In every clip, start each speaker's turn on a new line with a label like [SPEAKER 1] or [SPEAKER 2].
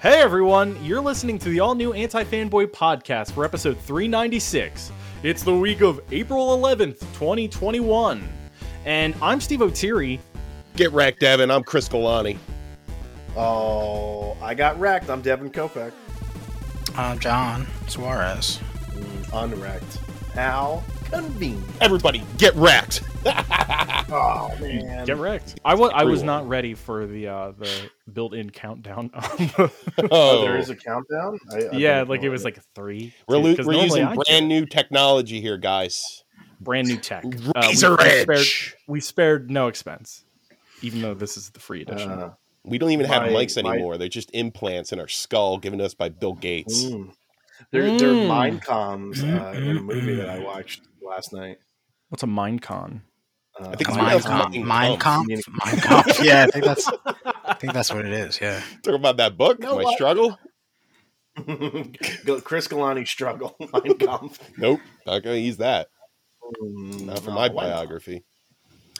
[SPEAKER 1] Hey everyone, you're listening to the all new Anti Fanboy podcast for episode 396. It's the week of April 11th, 2021. And I'm Steve O'Teary.
[SPEAKER 2] Get wrecked, Evan. I'm Chris Galani.
[SPEAKER 3] Oh, I got wrecked. I'm Devin Kopeck.
[SPEAKER 4] I'm Uh, John Suarez.
[SPEAKER 3] Unwrecked. How convenient.
[SPEAKER 2] Everybody, get wrecked.
[SPEAKER 3] Oh, man.
[SPEAKER 1] Get wrecked. I wa- I was not ready for the uh, the built in countdown.
[SPEAKER 3] Oh,
[SPEAKER 2] Oh,
[SPEAKER 3] there is a countdown? I, I
[SPEAKER 1] yeah,
[SPEAKER 3] didn't
[SPEAKER 1] like
[SPEAKER 3] know
[SPEAKER 1] it was like three.
[SPEAKER 2] we're,
[SPEAKER 1] two,
[SPEAKER 2] lo-
[SPEAKER 1] 'cause
[SPEAKER 2] we're
[SPEAKER 1] normally
[SPEAKER 2] using
[SPEAKER 1] I
[SPEAKER 2] brand
[SPEAKER 1] check.
[SPEAKER 2] new technology here, guys.
[SPEAKER 1] brand new tech. Uh, we-
[SPEAKER 2] Razor
[SPEAKER 1] we,
[SPEAKER 2] Edge.
[SPEAKER 1] spared, we spared no expense, even though this is the free edition.
[SPEAKER 3] Uh,
[SPEAKER 2] We don't even have
[SPEAKER 3] My-
[SPEAKER 2] mics
[SPEAKER 3] my-
[SPEAKER 2] anymore. They're just implants in our skull given to us by Bill Gates.
[SPEAKER 3] mm. There, there are
[SPEAKER 1] Mm.
[SPEAKER 3] mind comms uh, in a movie that I watched last night.
[SPEAKER 1] What's a mind con?
[SPEAKER 3] Uh,
[SPEAKER 2] I think it's
[SPEAKER 4] Mind
[SPEAKER 2] pronounced
[SPEAKER 4] comp,
[SPEAKER 2] Mind
[SPEAKER 4] mind
[SPEAKER 3] Comp.
[SPEAKER 4] comp, mind comp. Yeah, I think that's, I think that's what it is. Yeah,
[SPEAKER 2] Talk about that book,
[SPEAKER 3] You know
[SPEAKER 2] my
[SPEAKER 3] what?
[SPEAKER 2] struggle.
[SPEAKER 3] Go- Chris Galani struggle. Mind comp.
[SPEAKER 2] Nope, not gonna use that. Not for my biography.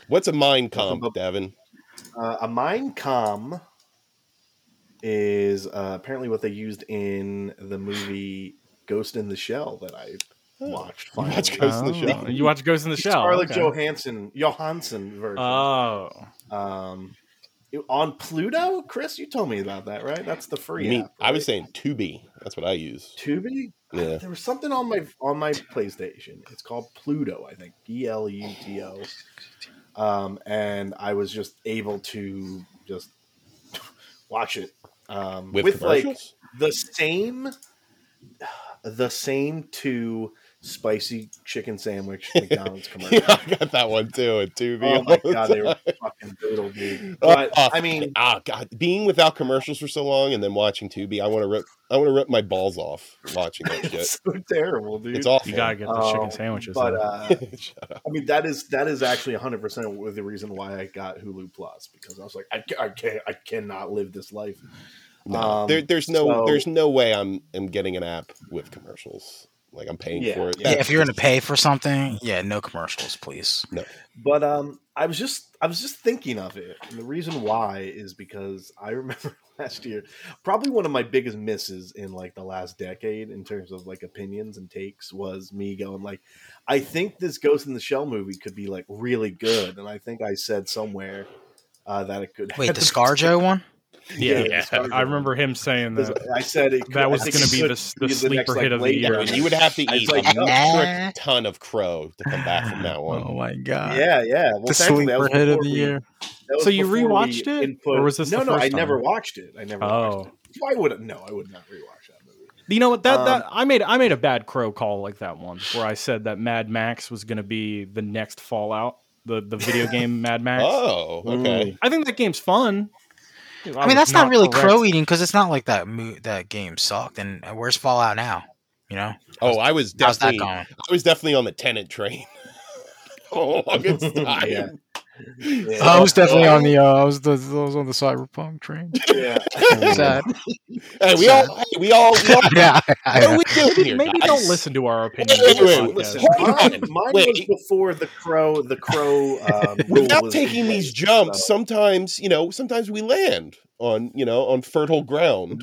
[SPEAKER 2] What's a mind
[SPEAKER 3] Nothing
[SPEAKER 2] comp,
[SPEAKER 3] but-
[SPEAKER 2] Devin?
[SPEAKER 3] Uh, a mind com is uh, apparently what they used in the movie Ghost in the Shell that I watched.
[SPEAKER 2] Oh. You
[SPEAKER 3] Finally.
[SPEAKER 2] watch Ghost in the
[SPEAKER 1] Oh,
[SPEAKER 2] Shell. Uh.
[SPEAKER 1] You watch Ghost in the
[SPEAKER 3] The
[SPEAKER 1] Shell.
[SPEAKER 3] Scarlett
[SPEAKER 1] okay.
[SPEAKER 3] Johansson, Johansson version.
[SPEAKER 1] Oh,
[SPEAKER 3] um, it- on Pluto, Chris, you told me about that, right? That's the free.
[SPEAKER 2] You mean-
[SPEAKER 3] app,
[SPEAKER 2] I was
[SPEAKER 3] right?
[SPEAKER 2] saying Tubi. That's what I use.
[SPEAKER 3] Tubi.
[SPEAKER 2] Yeah.
[SPEAKER 3] There was something on my on my PlayStation. It's called Pluto, I think. Oh, P L U T O. Um, and I was just able to just watch it um,
[SPEAKER 2] With,
[SPEAKER 3] with, like
[SPEAKER 2] commercials?
[SPEAKER 3] the same, the same two spicy chicken sandwich McDonald's commercials.
[SPEAKER 2] yeah, I got that one too at Tubi.
[SPEAKER 3] Oh my
[SPEAKER 2] all the
[SPEAKER 3] god, they were
[SPEAKER 2] time.
[SPEAKER 3] fucking brutal, dude. But
[SPEAKER 2] Oh,
[SPEAKER 3] I mean,
[SPEAKER 2] ah, God, being without commercials for so long and then watching Tubi, I want to rip, I want to rip my balls off watching that shit.
[SPEAKER 3] it's so terrible, dude.
[SPEAKER 2] It's awful.
[SPEAKER 1] you gotta get the
[SPEAKER 3] Um,
[SPEAKER 1] chicken sandwiches.
[SPEAKER 3] But
[SPEAKER 1] then.
[SPEAKER 3] uh, I mean, that is that is actually 100 percent the reason why I got Hulu Plus because I was like, I, ca- I can't, I cannot live this life.
[SPEAKER 2] no,
[SPEAKER 3] um,
[SPEAKER 2] there, there's no,
[SPEAKER 3] so-
[SPEAKER 2] there's no way I'm, I'm getting an app with commercials. Like I'm paying
[SPEAKER 3] Yeah.
[SPEAKER 2] for it.
[SPEAKER 3] Yeah,
[SPEAKER 4] yeah.
[SPEAKER 2] That's
[SPEAKER 4] If you're gonna pay for something, yeah, no commercials, please.
[SPEAKER 3] But um, I was just I was just thinking of it, and the reason why is because I remember last year, probably one of my biggest misses in like the last decade in terms of like opinions and takes was me going like, I think this Ghost in the Shell movie could be like really good, and I think I said somewhere uh, that it could.
[SPEAKER 4] Wait, the ScarJo one?
[SPEAKER 1] yeah,
[SPEAKER 3] yeah, it's hard to-
[SPEAKER 1] I remember him saying that.
[SPEAKER 3] I said it could,
[SPEAKER 1] That was
[SPEAKER 3] I think
[SPEAKER 1] gonna
[SPEAKER 3] it
[SPEAKER 1] be
[SPEAKER 3] could
[SPEAKER 1] the- the
[SPEAKER 3] next,
[SPEAKER 1] sleeper hit of the
[SPEAKER 3] late
[SPEAKER 1] year.
[SPEAKER 3] round.
[SPEAKER 2] Yeah, you would have to
[SPEAKER 3] I was
[SPEAKER 2] eat
[SPEAKER 3] like,
[SPEAKER 2] a
[SPEAKER 3] no.
[SPEAKER 2] metric ton of crow to come back from that one.
[SPEAKER 4] Oh my
[SPEAKER 2] Uh,
[SPEAKER 4] god!
[SPEAKER 3] Yeah, yeah. Well,
[SPEAKER 4] the
[SPEAKER 3] thankfully, that was
[SPEAKER 4] sleeper hit of
[SPEAKER 3] before
[SPEAKER 4] the
[SPEAKER 3] we-
[SPEAKER 4] year.
[SPEAKER 3] that was
[SPEAKER 1] So you
[SPEAKER 3] before we
[SPEAKER 1] rewatched it?
[SPEAKER 3] input-
[SPEAKER 1] Or was this
[SPEAKER 3] no?
[SPEAKER 1] the
[SPEAKER 3] no, I
[SPEAKER 1] first
[SPEAKER 3] never
[SPEAKER 1] time?
[SPEAKER 3] watched it. I never.
[SPEAKER 1] Oh.
[SPEAKER 3] watched it. Why would I- no? I would not rewatch that movie.
[SPEAKER 1] You know what? That,
[SPEAKER 3] Um,
[SPEAKER 1] that I made I made a bad crow call like that once, where I said that Mad Max was going to be the next Fallout, the the video game Mad Max.
[SPEAKER 2] Oh, okay.
[SPEAKER 1] I think that game's fun.
[SPEAKER 4] I mean, that's not, really crow
[SPEAKER 1] eating.
[SPEAKER 4] eating because it's not like that. Mo- that game sucked, and where's Fallout now? You know,
[SPEAKER 2] Oh, I was
[SPEAKER 4] how's that
[SPEAKER 2] definitely, I
[SPEAKER 4] going?
[SPEAKER 2] was definitely on the tenant train. oh, it's time.
[SPEAKER 3] Yeah. Yeah.
[SPEAKER 2] Oh.
[SPEAKER 4] definitely on the. Uh, I was the, I was on the cyberpunk train.
[SPEAKER 3] yeah.
[SPEAKER 2] Hey, we all, hey, we all, we all
[SPEAKER 4] yeah,
[SPEAKER 2] what are we doing here,
[SPEAKER 1] Maybe
[SPEAKER 2] guys?
[SPEAKER 1] don't listen to our opinions.
[SPEAKER 2] Wait,
[SPEAKER 1] on the
[SPEAKER 2] wait, wait,
[SPEAKER 1] podcast.
[SPEAKER 3] Listen,
[SPEAKER 2] Hold on.
[SPEAKER 3] mine, mine was
[SPEAKER 2] Wait.
[SPEAKER 3] before the crow. The crow. Um, rule
[SPEAKER 2] without
[SPEAKER 3] was
[SPEAKER 2] taking
[SPEAKER 3] in
[SPEAKER 2] these
[SPEAKER 3] place,
[SPEAKER 2] jumps
[SPEAKER 3] so-
[SPEAKER 2] sometimes you know sometimes we land on you know on fertile ground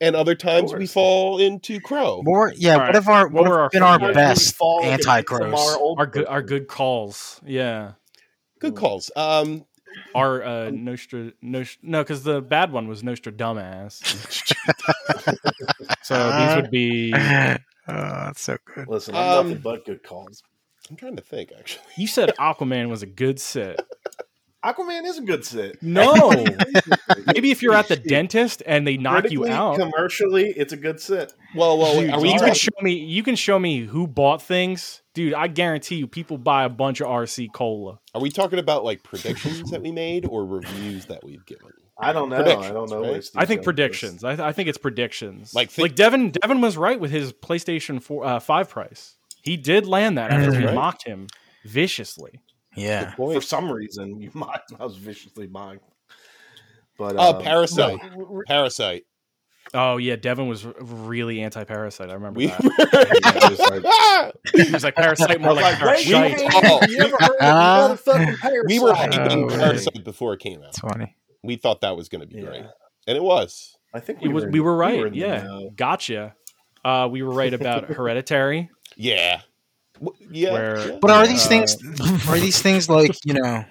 [SPEAKER 2] and other times we
[SPEAKER 3] course.
[SPEAKER 2] fall into crow
[SPEAKER 4] more. Yeah,
[SPEAKER 1] All
[SPEAKER 4] what
[SPEAKER 1] right.
[SPEAKER 4] if our
[SPEAKER 1] What
[SPEAKER 4] what,
[SPEAKER 1] were our
[SPEAKER 4] have been our
[SPEAKER 1] favorite-
[SPEAKER 4] best
[SPEAKER 3] Fall into
[SPEAKER 4] anti-crows?
[SPEAKER 3] Samara Oldberg.
[SPEAKER 1] our good our good calls. Yeah,
[SPEAKER 2] good calls um
[SPEAKER 1] our uh, Nostra Nostra no, because the bad one was Nostra dumbass. so these would be.
[SPEAKER 4] oh, that's so good.
[SPEAKER 3] Listen, I'm
[SPEAKER 2] Um,
[SPEAKER 3] nothing but good calls.
[SPEAKER 2] i'm trying to think actually
[SPEAKER 1] You said Aquaman was a good sit.
[SPEAKER 3] Aquaman is a good sit.
[SPEAKER 1] No, maybe if you're at the dentist and they knock you
[SPEAKER 3] Critically,
[SPEAKER 1] out.
[SPEAKER 3] commercially. It's a good sit.
[SPEAKER 2] well well
[SPEAKER 1] Dude,
[SPEAKER 2] are we
[SPEAKER 1] you
[SPEAKER 2] even
[SPEAKER 1] can show me you can show me who bought things. Dude, I guarantee you people buy a bunch of RC cola.
[SPEAKER 2] are we talking about like predictions that we made or reviews that we've given
[SPEAKER 3] I don't know. I don't
[SPEAKER 2] Predictions,
[SPEAKER 3] know.
[SPEAKER 2] right?
[SPEAKER 3] where Steve
[SPEAKER 1] I think
[SPEAKER 3] goes with this.
[SPEAKER 1] predictions. I, I think it's predictions.
[SPEAKER 2] Like,
[SPEAKER 1] Like,
[SPEAKER 2] thi-
[SPEAKER 1] like Devin Devin was right with his PlayStation 4 uh, 5 price. He did land that after
[SPEAKER 4] That's
[SPEAKER 1] we
[SPEAKER 2] right.
[SPEAKER 1] mocked him viciously.
[SPEAKER 4] Yeah,
[SPEAKER 2] Good
[SPEAKER 3] for
[SPEAKER 2] point.
[SPEAKER 3] some reason you mocked. I was viciously mocked. But
[SPEAKER 2] oh
[SPEAKER 3] um,
[SPEAKER 2] parasite
[SPEAKER 3] no, r-
[SPEAKER 2] parasite
[SPEAKER 1] Oh yeah, Devin was r- really anti-parasite. I remember
[SPEAKER 2] we
[SPEAKER 1] that.
[SPEAKER 3] I was like,
[SPEAKER 1] He was like parasite more like,
[SPEAKER 3] like, wait,
[SPEAKER 1] parasite.
[SPEAKER 3] wait,
[SPEAKER 2] Oh.
[SPEAKER 3] you ever heard of the motherfucking parasite?
[SPEAKER 2] we were
[SPEAKER 4] Oh,
[SPEAKER 2] hyping
[SPEAKER 4] man.
[SPEAKER 2] parasite before it came out
[SPEAKER 4] it's funny.
[SPEAKER 2] we thought that was going to be
[SPEAKER 3] Yeah.
[SPEAKER 2] great and it was
[SPEAKER 3] I think
[SPEAKER 1] It was,
[SPEAKER 3] were in-
[SPEAKER 1] we were right.
[SPEAKER 3] in the
[SPEAKER 1] yeah.
[SPEAKER 3] know.
[SPEAKER 1] Gotcha. Uh, we were right about Hereditary.
[SPEAKER 2] Yeah. W- Yeah.
[SPEAKER 1] Where-
[SPEAKER 2] yeah.
[SPEAKER 4] But are these
[SPEAKER 1] Uh,
[SPEAKER 4] things are these things like you know?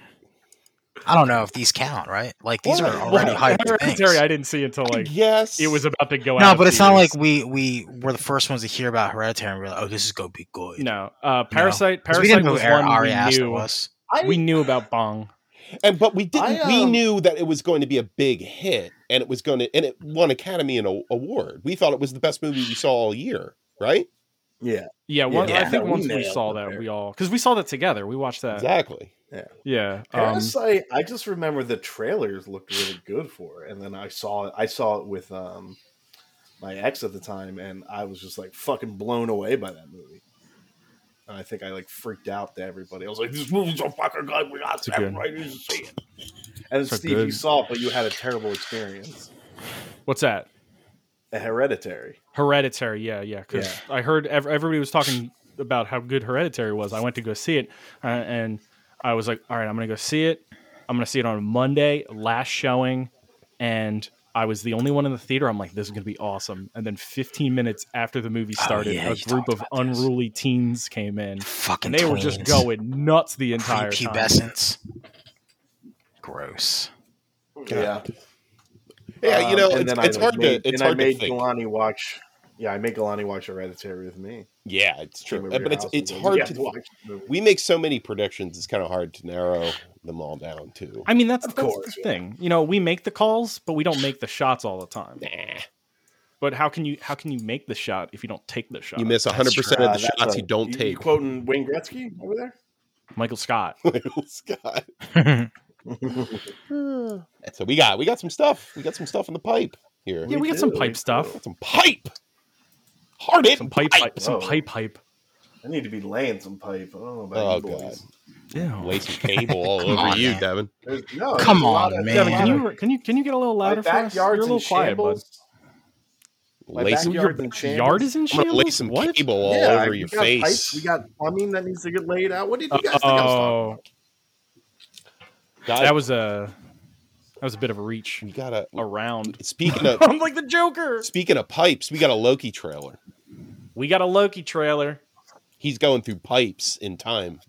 [SPEAKER 4] I don't know if these count, right? Like these
[SPEAKER 2] Well,
[SPEAKER 4] are already
[SPEAKER 2] well,
[SPEAKER 4] hyped things.
[SPEAKER 1] Hereditary, I didn't see until like
[SPEAKER 2] yes.
[SPEAKER 1] it was about to go out.
[SPEAKER 4] No,
[SPEAKER 1] of
[SPEAKER 4] but it's not
[SPEAKER 1] theaters.
[SPEAKER 4] like we we were the first ones to hear about Hereditary and we we're like, oh, this is gonna be good.
[SPEAKER 1] no. Uh, Parasite.
[SPEAKER 4] 'Cause
[SPEAKER 1] Parasite
[SPEAKER 4] we didn't know
[SPEAKER 1] was
[SPEAKER 4] who Ari
[SPEAKER 1] one
[SPEAKER 4] Ari
[SPEAKER 1] we
[SPEAKER 4] Aster
[SPEAKER 1] knew.
[SPEAKER 4] was.
[SPEAKER 3] I,
[SPEAKER 1] We knew about Bong.
[SPEAKER 2] and but we didn't.
[SPEAKER 3] I,
[SPEAKER 2] we
[SPEAKER 3] um,
[SPEAKER 2] knew that it was going to be a big hit, and it was going to, and it won Academy an a- award. We thought it was the best movie we saw all year, right?
[SPEAKER 3] yeah,
[SPEAKER 1] Yeah, one,
[SPEAKER 4] Yeah.
[SPEAKER 1] I think
[SPEAKER 3] Yeah, we
[SPEAKER 1] once we
[SPEAKER 3] nailed
[SPEAKER 1] saw
[SPEAKER 3] it
[SPEAKER 1] that,
[SPEAKER 3] there.
[SPEAKER 1] we all because we saw that together. We watched
[SPEAKER 3] Uh,
[SPEAKER 1] that.
[SPEAKER 2] Exactly.
[SPEAKER 1] Yeah. Um,
[SPEAKER 3] Parasite. I just remember the trailers looked really good for it, and then I saw it. I saw it with um my ex at the time, and I was just like fucking blown away by that movie. And I think I like freaked out to everybody. I was like, "This movie's so fucking good. We got to
[SPEAKER 1] It's good.
[SPEAKER 3] everybody needs to see it." And
[SPEAKER 1] So
[SPEAKER 3] Steve, you
[SPEAKER 1] good.
[SPEAKER 3] saw it, but you had a terrible experience.
[SPEAKER 1] what's that?
[SPEAKER 3] A Hereditary.
[SPEAKER 1] Hereditary. Yeah, yeah. 'cause I heard ev- everybody was talking about how good Hereditary was. I went to go see it, uh, and I was like, "All right, I'm gonna go see it. I'm gonna see it on a Monday, last showing." And I was the only one in the theater. I'm like, "This is gonna be awesome." And then 15 minutes after the movie
[SPEAKER 4] Oh,
[SPEAKER 1] started,
[SPEAKER 4] yeah,
[SPEAKER 1] a
[SPEAKER 4] you
[SPEAKER 1] group
[SPEAKER 4] talked
[SPEAKER 1] of
[SPEAKER 4] about this.
[SPEAKER 1] unruly teens came in,
[SPEAKER 4] Fucking.
[SPEAKER 1] and they were just
[SPEAKER 4] tweens.
[SPEAKER 1] going nuts the entire time.
[SPEAKER 4] Prepubescence. Gross.
[SPEAKER 3] Yeah.
[SPEAKER 2] Yeah, you
[SPEAKER 3] Um,
[SPEAKER 2] know,
[SPEAKER 3] and
[SPEAKER 2] it's,
[SPEAKER 3] then I,
[SPEAKER 2] it's
[SPEAKER 3] like,
[SPEAKER 2] hard
[SPEAKER 3] made-
[SPEAKER 2] to it's
[SPEAKER 3] and
[SPEAKER 2] hard
[SPEAKER 3] I made
[SPEAKER 2] to think.
[SPEAKER 3] Galani watch. Yeah, I made Galani watch Hereditary with me.
[SPEAKER 2] Yeah, it's true,
[SPEAKER 3] Came over
[SPEAKER 2] Uh,
[SPEAKER 3] your
[SPEAKER 2] but it's
[SPEAKER 3] house and
[SPEAKER 2] it's
[SPEAKER 3] was like,
[SPEAKER 2] hard
[SPEAKER 3] "Yeah,
[SPEAKER 2] to.
[SPEAKER 3] watch this movie."
[SPEAKER 2] We make so many predictions; it's kind of hard to narrow them all down to.
[SPEAKER 1] I mean, that's,
[SPEAKER 3] Of
[SPEAKER 1] that's
[SPEAKER 3] course,
[SPEAKER 1] the
[SPEAKER 3] yeah.
[SPEAKER 1] thing. You know, we make the calls, but we don't make the shots all the time.
[SPEAKER 2] Nah,
[SPEAKER 1] But how can you how can you make the shot if you don't take the shot?
[SPEAKER 2] you miss hundred percent
[SPEAKER 3] Uh,
[SPEAKER 2] of the
[SPEAKER 3] that's
[SPEAKER 2] shots
[SPEAKER 3] a-
[SPEAKER 2] you don't
[SPEAKER 3] You
[SPEAKER 2] take.
[SPEAKER 3] quoting Wayne Gretzky over there?
[SPEAKER 1] Michael Scott.
[SPEAKER 2] Little Scott.
[SPEAKER 4] yeah,
[SPEAKER 2] So we got we got some stuff. We got some stuff in the pipe here.
[SPEAKER 1] Yeah, we,
[SPEAKER 3] We
[SPEAKER 1] got some
[SPEAKER 3] do,
[SPEAKER 1] pipe
[SPEAKER 3] we
[SPEAKER 1] stuff.
[SPEAKER 2] Got some pipe. Hard hit
[SPEAKER 1] Some pipe, pipe some
[SPEAKER 3] Whoa.
[SPEAKER 1] pipe pipe.
[SPEAKER 3] I need to be laying some pipe. I don't know about
[SPEAKER 2] Oh,
[SPEAKER 3] you boys.
[SPEAKER 1] Yeah.
[SPEAKER 2] Lay some cable all
[SPEAKER 4] Oh, Come
[SPEAKER 2] over
[SPEAKER 4] on,
[SPEAKER 2] you,
[SPEAKER 4] man.
[SPEAKER 2] Devin.
[SPEAKER 3] There's- No,
[SPEAKER 4] Come
[SPEAKER 3] there's a lot
[SPEAKER 4] on,
[SPEAKER 3] of-
[SPEAKER 4] man.
[SPEAKER 1] Devin, can
[SPEAKER 3] there's a
[SPEAKER 1] you
[SPEAKER 3] lot of-
[SPEAKER 1] can you can you get a little
[SPEAKER 3] my
[SPEAKER 1] louder for us? You're a
[SPEAKER 3] backyard's
[SPEAKER 1] little
[SPEAKER 3] in
[SPEAKER 1] quiet, bud.
[SPEAKER 3] shambles. My
[SPEAKER 2] Lay some,
[SPEAKER 3] backyard-
[SPEAKER 2] I'm
[SPEAKER 1] Your
[SPEAKER 3] Backyard's in
[SPEAKER 1] backyard
[SPEAKER 3] shambles.
[SPEAKER 1] is in
[SPEAKER 2] gonna lay
[SPEAKER 1] shambles.
[SPEAKER 2] some
[SPEAKER 1] What?
[SPEAKER 2] cable all
[SPEAKER 3] Yeah,
[SPEAKER 2] over
[SPEAKER 3] we
[SPEAKER 2] your
[SPEAKER 3] got pipes,
[SPEAKER 2] face.
[SPEAKER 3] we got plumbing that needs to get laid out. What did you guys think I was talking
[SPEAKER 1] Oh,
[SPEAKER 2] God,
[SPEAKER 1] that was a that was a bit of a reach
[SPEAKER 2] we got a.
[SPEAKER 1] around.
[SPEAKER 2] Speaking of
[SPEAKER 1] I'm like the Joker.
[SPEAKER 2] speaking of pipes, we got a Loki trailer.
[SPEAKER 1] We got a Loki trailer.
[SPEAKER 2] He's going through pipes in time.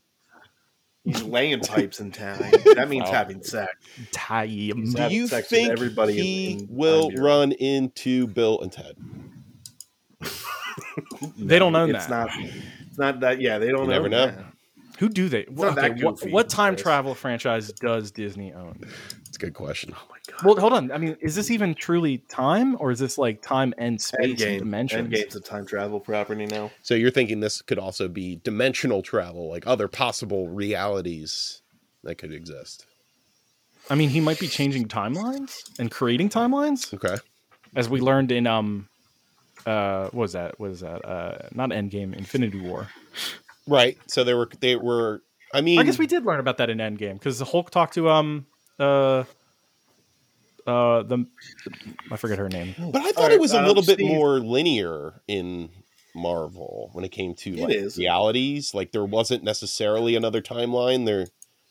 [SPEAKER 3] He's laying pipes in town. That means
[SPEAKER 2] Oh.
[SPEAKER 3] having sex.
[SPEAKER 1] Time.
[SPEAKER 3] He's
[SPEAKER 2] Do
[SPEAKER 3] having
[SPEAKER 2] you
[SPEAKER 3] sex with
[SPEAKER 2] think
[SPEAKER 3] everybody in-
[SPEAKER 2] he
[SPEAKER 3] in
[SPEAKER 2] will
[SPEAKER 3] Time Bureau.
[SPEAKER 2] run into Bill and Ted?
[SPEAKER 1] They don't own
[SPEAKER 3] it's
[SPEAKER 1] that.
[SPEAKER 3] Not, it's not that. Yeah, they don't
[SPEAKER 2] You never
[SPEAKER 3] own
[SPEAKER 2] know.
[SPEAKER 3] that.
[SPEAKER 1] Who do they?
[SPEAKER 3] not
[SPEAKER 1] okay,
[SPEAKER 3] that
[SPEAKER 1] what,
[SPEAKER 3] goofy,
[SPEAKER 1] what time
[SPEAKER 3] Chris.
[SPEAKER 1] travel franchise does Disney own?
[SPEAKER 2] It's a good question.
[SPEAKER 3] Oh my god.
[SPEAKER 1] Well, hold on. I mean, is this even truly time, or is this like time and space and
[SPEAKER 3] Endgame.
[SPEAKER 1] dimensions?
[SPEAKER 3] Endgame's a time travel property now.
[SPEAKER 2] So you're thinking this could also be dimensional travel, like other possible realities that could exist.
[SPEAKER 1] I mean, he might be changing timelines and creating timelines,
[SPEAKER 2] Okay.
[SPEAKER 1] as we learned in um, uh, what was that? What is that? Uh, not Endgame, Infinity War.
[SPEAKER 2] Right. So there were they were I mean
[SPEAKER 1] I guess we did learn about that in Endgame because the Hulk talked to um, uh, uh, the I forget her name.
[SPEAKER 2] but I thought
[SPEAKER 3] All
[SPEAKER 2] it
[SPEAKER 3] right,
[SPEAKER 2] was a
[SPEAKER 3] um,
[SPEAKER 2] little bit
[SPEAKER 3] Steve-
[SPEAKER 2] more linear in Marvel when it came to
[SPEAKER 3] It
[SPEAKER 2] like
[SPEAKER 3] is.
[SPEAKER 2] realities. Like there wasn't necessarily another timeline there